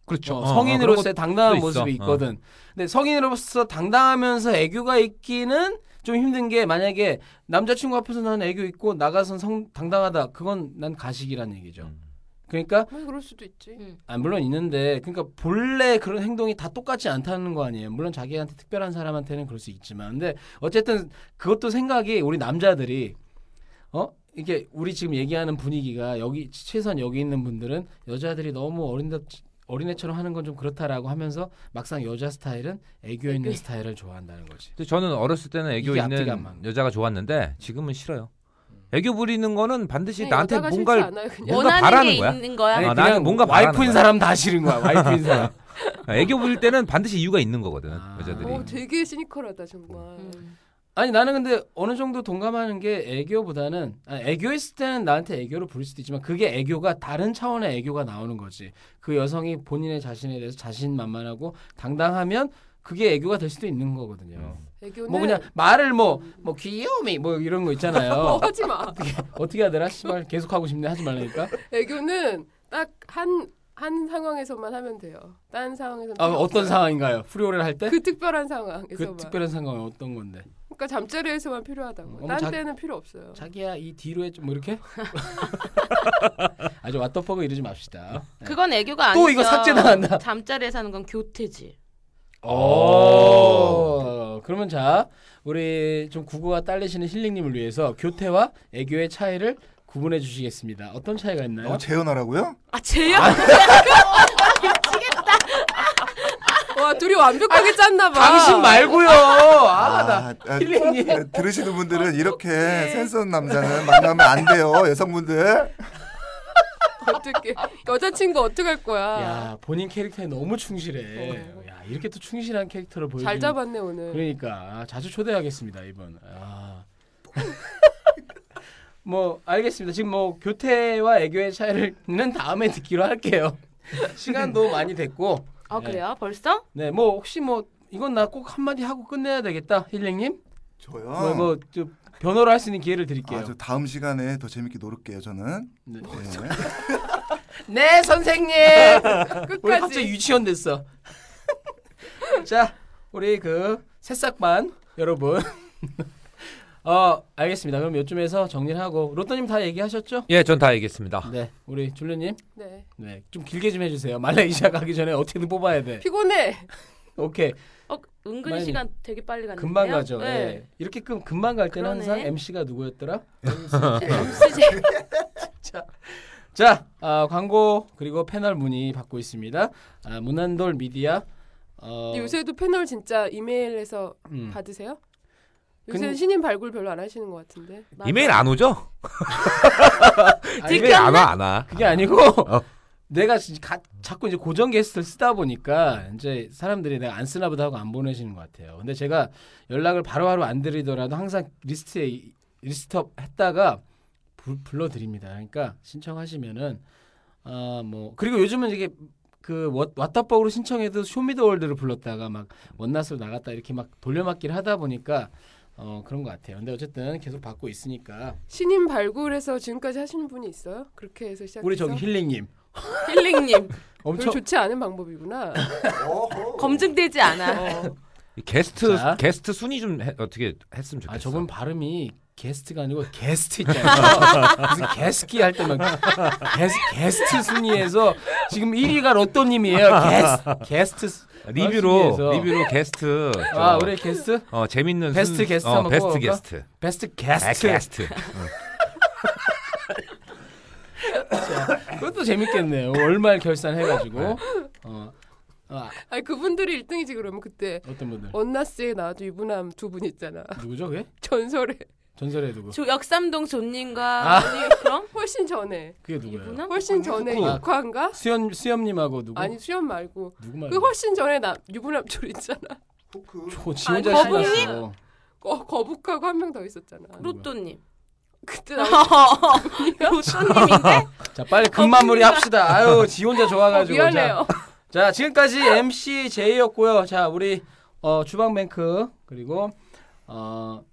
Speaker 4: 그렇죠.
Speaker 2: 어, 성인으로서의 당당한
Speaker 4: 있어.
Speaker 2: 모습이 있거든. 근데 성인으로서 당당하면서 애교가 있기는 좀 힘든 게 만약에
Speaker 4: 음.
Speaker 2: 남자친구 앞에서 나는 애교 있고 나가선 성 당당하다. 그건 난 가식이란 얘기죠. 그러니까
Speaker 3: 뭐 그럴 수도 있지.
Speaker 2: 아, 물론 있는데 그러니까 본래 그런 행동이 다 똑같지 않다는 거 아니에요. 물론 자기한테 특별한 사람한테는 그럴 수 있지만 근데 어쨌든 그것도 생각이 우리 남자들이 어 이게 우리 지금 얘기하는 분위기가 여기 최소한 여기 있는 분들은 여자들이 너무 어린답 어린애처럼 하는 건 좀 그렇다라고 하면서 막상 여자 스타일은 애교 있는 스타일을 좋아한다는 거지.
Speaker 4: 근데 저는 어렸을 때는 애교
Speaker 2: 이게 앞뒤가 음. 안
Speaker 4: 있는
Speaker 2: 맞는
Speaker 4: 여자가 좋았는데 지금은 싫어요. 애교 부리는 거는 반드시
Speaker 3: 그냥
Speaker 8: 네,
Speaker 4: 나한테
Speaker 3: 네, 여자가
Speaker 4: 뭔가를
Speaker 3: 싫지 않아요, 그냥.
Speaker 4: 뭔가
Speaker 8: 원하는
Speaker 4: 바라는
Speaker 8: 게
Speaker 4: 거야.
Speaker 8: 있는 거야.
Speaker 4: 아니,
Speaker 2: 그냥
Speaker 4: 나는 뭔가
Speaker 2: 와이프인
Speaker 4: 바라는 거야. 네,
Speaker 2: 사람 다 싫은 거야. 와이프인 사람.
Speaker 4: 애교 부릴 때는 반드시 이유가 있는 거거든
Speaker 2: 아.
Speaker 4: 여자들이.
Speaker 3: 어, 되게 시니컬하다 정말.
Speaker 8: 음.
Speaker 2: 아니 나는 근데 어느 정도 동감하는 게 애교보다는 아, 애교했을 때는 나한테 애교를 부릴 수도 있지만 그게 애교가 다른 차원의 애교가 나오는 거지. 그 여성이 본인의 자신에 대해서 자신만만하고 당당하면 그게 애교가 될 수도 있는 거거든요.
Speaker 3: 애교는
Speaker 2: 뭐 그냥 말을 뭐 뭐 귀여움이 뭐 이런 거
Speaker 3: <laughs>
Speaker 2: 있잖아요.
Speaker 3: 어, 하지 마.
Speaker 2: 어떻게 하더라? 씨발 계속 하고 싶네 하지 말라니까.
Speaker 3: 애교는 딱 한 한 상황에서만 하면 돼요. 딴 상황에서
Speaker 2: 아, 어떤 상황인가요? 프리오레를 할 때? 그,
Speaker 3: 그 특별한 상황에서만.
Speaker 2: 특별한 상황은 어떤 건데?
Speaker 3: 그러니까 잠자리에서만 필요하다고.
Speaker 2: 어머,
Speaker 3: 딴
Speaker 2: 자-
Speaker 3: 때는 필요 없어요.
Speaker 2: 자기야 이 뒤로 해좀 뭐
Speaker 3: <laughs>
Speaker 2: 이렇게? <laughs> 아주 왓더퍼그 이러지 맙시다. 네.
Speaker 8: 그건 애교가 아니죠.
Speaker 2: 또 이거 삭제당한다.
Speaker 8: 잠자리에 사는 건 교태지.
Speaker 2: 오. 그러면 자 우리 좀 국어가 딸리시는 힐링님을 위해서 교태와 애교의 차이를 구분해 주시겠습니다. 어떤 차이가 있나요?
Speaker 5: 어, 재현하라고요?
Speaker 8: 아 재현?
Speaker 3: 와 둘이 완벽하게 짰나 봐.
Speaker 2: 당신 말고요. 아, 나
Speaker 5: 아, 아,
Speaker 2: 힐링님.
Speaker 5: 아, 들으시는 분들은 이렇게
Speaker 2: 예.
Speaker 5: 센스 없는 남자는 만나면 안 돼요, 여성분들.
Speaker 3: 어떻게 여자친구 어떻게 할 거야?
Speaker 2: 야 본인 캐릭터에 너무 충실해. 야 이렇게 또 충실한 캐릭터를 보여주.
Speaker 3: 잘 잡았네 오늘.
Speaker 2: 그러니까 아, 자주 초대하겠습니다 이번. 아. <laughs> 뭐 알겠습니다. 지금 뭐 교태와 애교의 차이를는 다음에 듣기로 할게요. 시간도 많이 됐고.
Speaker 8: 아 그래요? 벌써?
Speaker 2: 네, 뭐 혹시 뭐 이건 나 꼭 한마디 하고 끝내야 되겠다, 힐링님.
Speaker 5: 저요.
Speaker 2: 뭐, 뭐, 저 변호를 할 수 있는 기회를 드릴게요.
Speaker 5: 아, 저 다음 시간에 더 재밌게 놀을게요, 저는.
Speaker 2: 네.
Speaker 5: 네.
Speaker 2: 네, 선생님. <laughs> 우리
Speaker 3: 끝까지.
Speaker 2: 갑자기 유치원 됐어. <laughs> 자, 우리 그 새싹반 여러분. <laughs> 어, 알겠습니다. 그럼 요쯤에서 정리를 하고 로또님 다 얘기하셨죠?
Speaker 4: 예, 전 다 얘기했습니다.
Speaker 2: 네, 우리 줄리님.
Speaker 3: 네.
Speaker 2: 네, 좀 길게 좀 해주세요. 말레이시아 가기 전에 어떻게든 뽑아야 돼.
Speaker 3: 피곤해.
Speaker 2: 오케이,
Speaker 8: 어 은근히
Speaker 2: 많이-
Speaker 8: 시간 되게 빨리 갔는데요.
Speaker 2: 금방 가죠. 예.
Speaker 8: 네.
Speaker 2: 이렇게 끔 금방 갈 때는
Speaker 8: 그러네.
Speaker 2: 항상 MC가 누구였더라? <laughs>
Speaker 8: <laughs> MCG.
Speaker 2: 자, 아, 광고 그리고 패널 문의 받고 있습니다. 아, 문안돌 미디어. 어,
Speaker 3: 요새도 패널 진짜 이메일에서
Speaker 2: 음.
Speaker 3: 받으세요? 요새
Speaker 2: 근-
Speaker 3: 는 신인 발굴 별로 안 하시는 것 같은데.
Speaker 4: 이메일 안 오죠?
Speaker 2: 네. 아니,
Speaker 4: 이메일 안 와, 안 와.
Speaker 2: 그게 아니고
Speaker 4: 어.
Speaker 2: <laughs> 내가 지- 가- 자꾸 이제 고정 게스트를 쓰다 보니까 이제 사람들이 내가 안 쓰나 보다 하고 안 보내시는 것 같아요. 근데 제가 연락을 바로바로 안 드리더라도 항상 리스트에 이- 리스트업 했다가 불, 불러드립니다. 그러니까 신청하시면은 아 뭐 그리고 요즘은 이게 그 왓- 왓더벅으로 신청해도 쇼미더월드를 불렀다가 막 원나스로 나갔다 이렇게 막 돌려막기를 하다 보니까 어 그런 것 같아요. 근데 어쨌든 계속 받고 있으니까
Speaker 3: 신인 발굴에서 지금까지 하시는 분이 있어요? 그렇게 해서 시작해서
Speaker 2: 우리 저기 힐링님 <laughs>
Speaker 8: 힐링님
Speaker 3: 별로
Speaker 2: 엄청
Speaker 3: 좋지 않은 방법이구나. <laughs>
Speaker 2: 어.
Speaker 8: 검증되지 않아.
Speaker 4: 이 게스트
Speaker 2: 자.
Speaker 4: 게스트 순위 좀 해- 어떻게 했으면 좋겠어.
Speaker 2: 아 저분 발음이 게스트가 아니고 게스트 있잖아요. <laughs> 무슨 게스키 할 때만 게스, 게스트 순위에서 지금 1위가 로또님이에요. 게스, 게스트 수-
Speaker 4: 리뷰로
Speaker 2: 순위에서.
Speaker 4: 리뷰로 게스트. 저,
Speaker 2: 아 우리 게스트
Speaker 4: 어 재밌는
Speaker 2: 베스트 게스트
Speaker 4: 어,
Speaker 2: 한번
Speaker 4: 베스트
Speaker 2: 뽑아볼까?
Speaker 4: 게스트.
Speaker 2: 베스트
Speaker 4: 아,
Speaker 2: 게스트.
Speaker 4: 게스트.
Speaker 2: 그것도 재밌겠네요. 월말
Speaker 4: 네.
Speaker 2: 결산해가지고 어, 아,
Speaker 3: 아니 그분들이 1등이지 그러면 그때
Speaker 2: 어떤 분들
Speaker 3: 언나스에 나와도 유부남 두 분 있잖아. <laughs>
Speaker 2: 누구죠 그게
Speaker 3: 전설에
Speaker 2: 전설의 누구
Speaker 8: 조, 역삼동 존님과
Speaker 2: 아.
Speaker 8: 언니
Speaker 2: <laughs>
Speaker 8: 그럼 네.
Speaker 3: 훨씬 전에
Speaker 2: 그게 누구예요?
Speaker 8: 이분은
Speaker 3: 훨씬 전에
Speaker 2: 아.
Speaker 3: 육화인가?
Speaker 2: 수염 수염님하고 누구
Speaker 3: 아니 수연 말고
Speaker 2: 누구 말고
Speaker 3: 그 훨씬 전에 나 유부남 둘 있잖아.
Speaker 5: 포크.
Speaker 2: 저 지원자
Speaker 8: 아니,
Speaker 2: 신났어.
Speaker 3: 거, 거북하고 한 명 더 있었잖아.
Speaker 2: 음. 뭐,
Speaker 8: 로또님.
Speaker 3: 그때 나
Speaker 8: 로또님인데
Speaker 2: 자 빨리 금마무리 합시다. 아유 지원자
Speaker 3: 어,
Speaker 2: 좋아가지고 자,
Speaker 3: 미안해요.
Speaker 2: 자 지금까지 MC 제이였고요. 자 우리 어, 주방뱅크 그리고 어,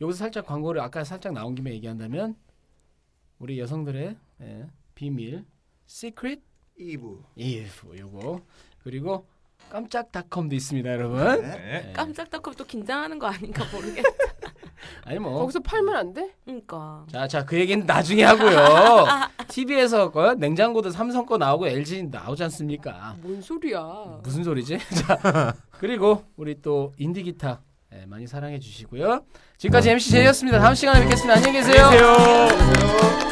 Speaker 2: 여기서 살짝 광고를 아까 살짝 나온 김에 얘기한다면 우리 여성들의 예, 비밀 시크릿
Speaker 5: 이브.
Speaker 2: 이브 요거 그리고 깜짝닷컴도 있습니다
Speaker 3: 네.
Speaker 2: 여러분. 예.
Speaker 8: <laughs> 깜짝떡하고 또 긴장하는 거 아닌가
Speaker 2: <laughs>
Speaker 8: 모르겠다.
Speaker 2: 아니 뭐.
Speaker 3: 거기서 팔면 안 돼?
Speaker 8: 그러니까.
Speaker 3: <laughs>
Speaker 2: 자, 자, 그 얘기는 나중에 하고요. TV에서 거 냉장고도 삼성 거 나오고 LG 나오지 않습니까?
Speaker 3: 뭔 소리야?
Speaker 2: 무슨 소리지? <laughs> 자, 그리고 우리 또 인디 기타 예, 많이 사랑해 주시고요. 지금까지 MC 제이였습니다. 다음 시간에 뵙겠습니다. 아, 네. 안녕히 계세요.
Speaker 7: 안녕히 계세요.
Speaker 5: 안녕.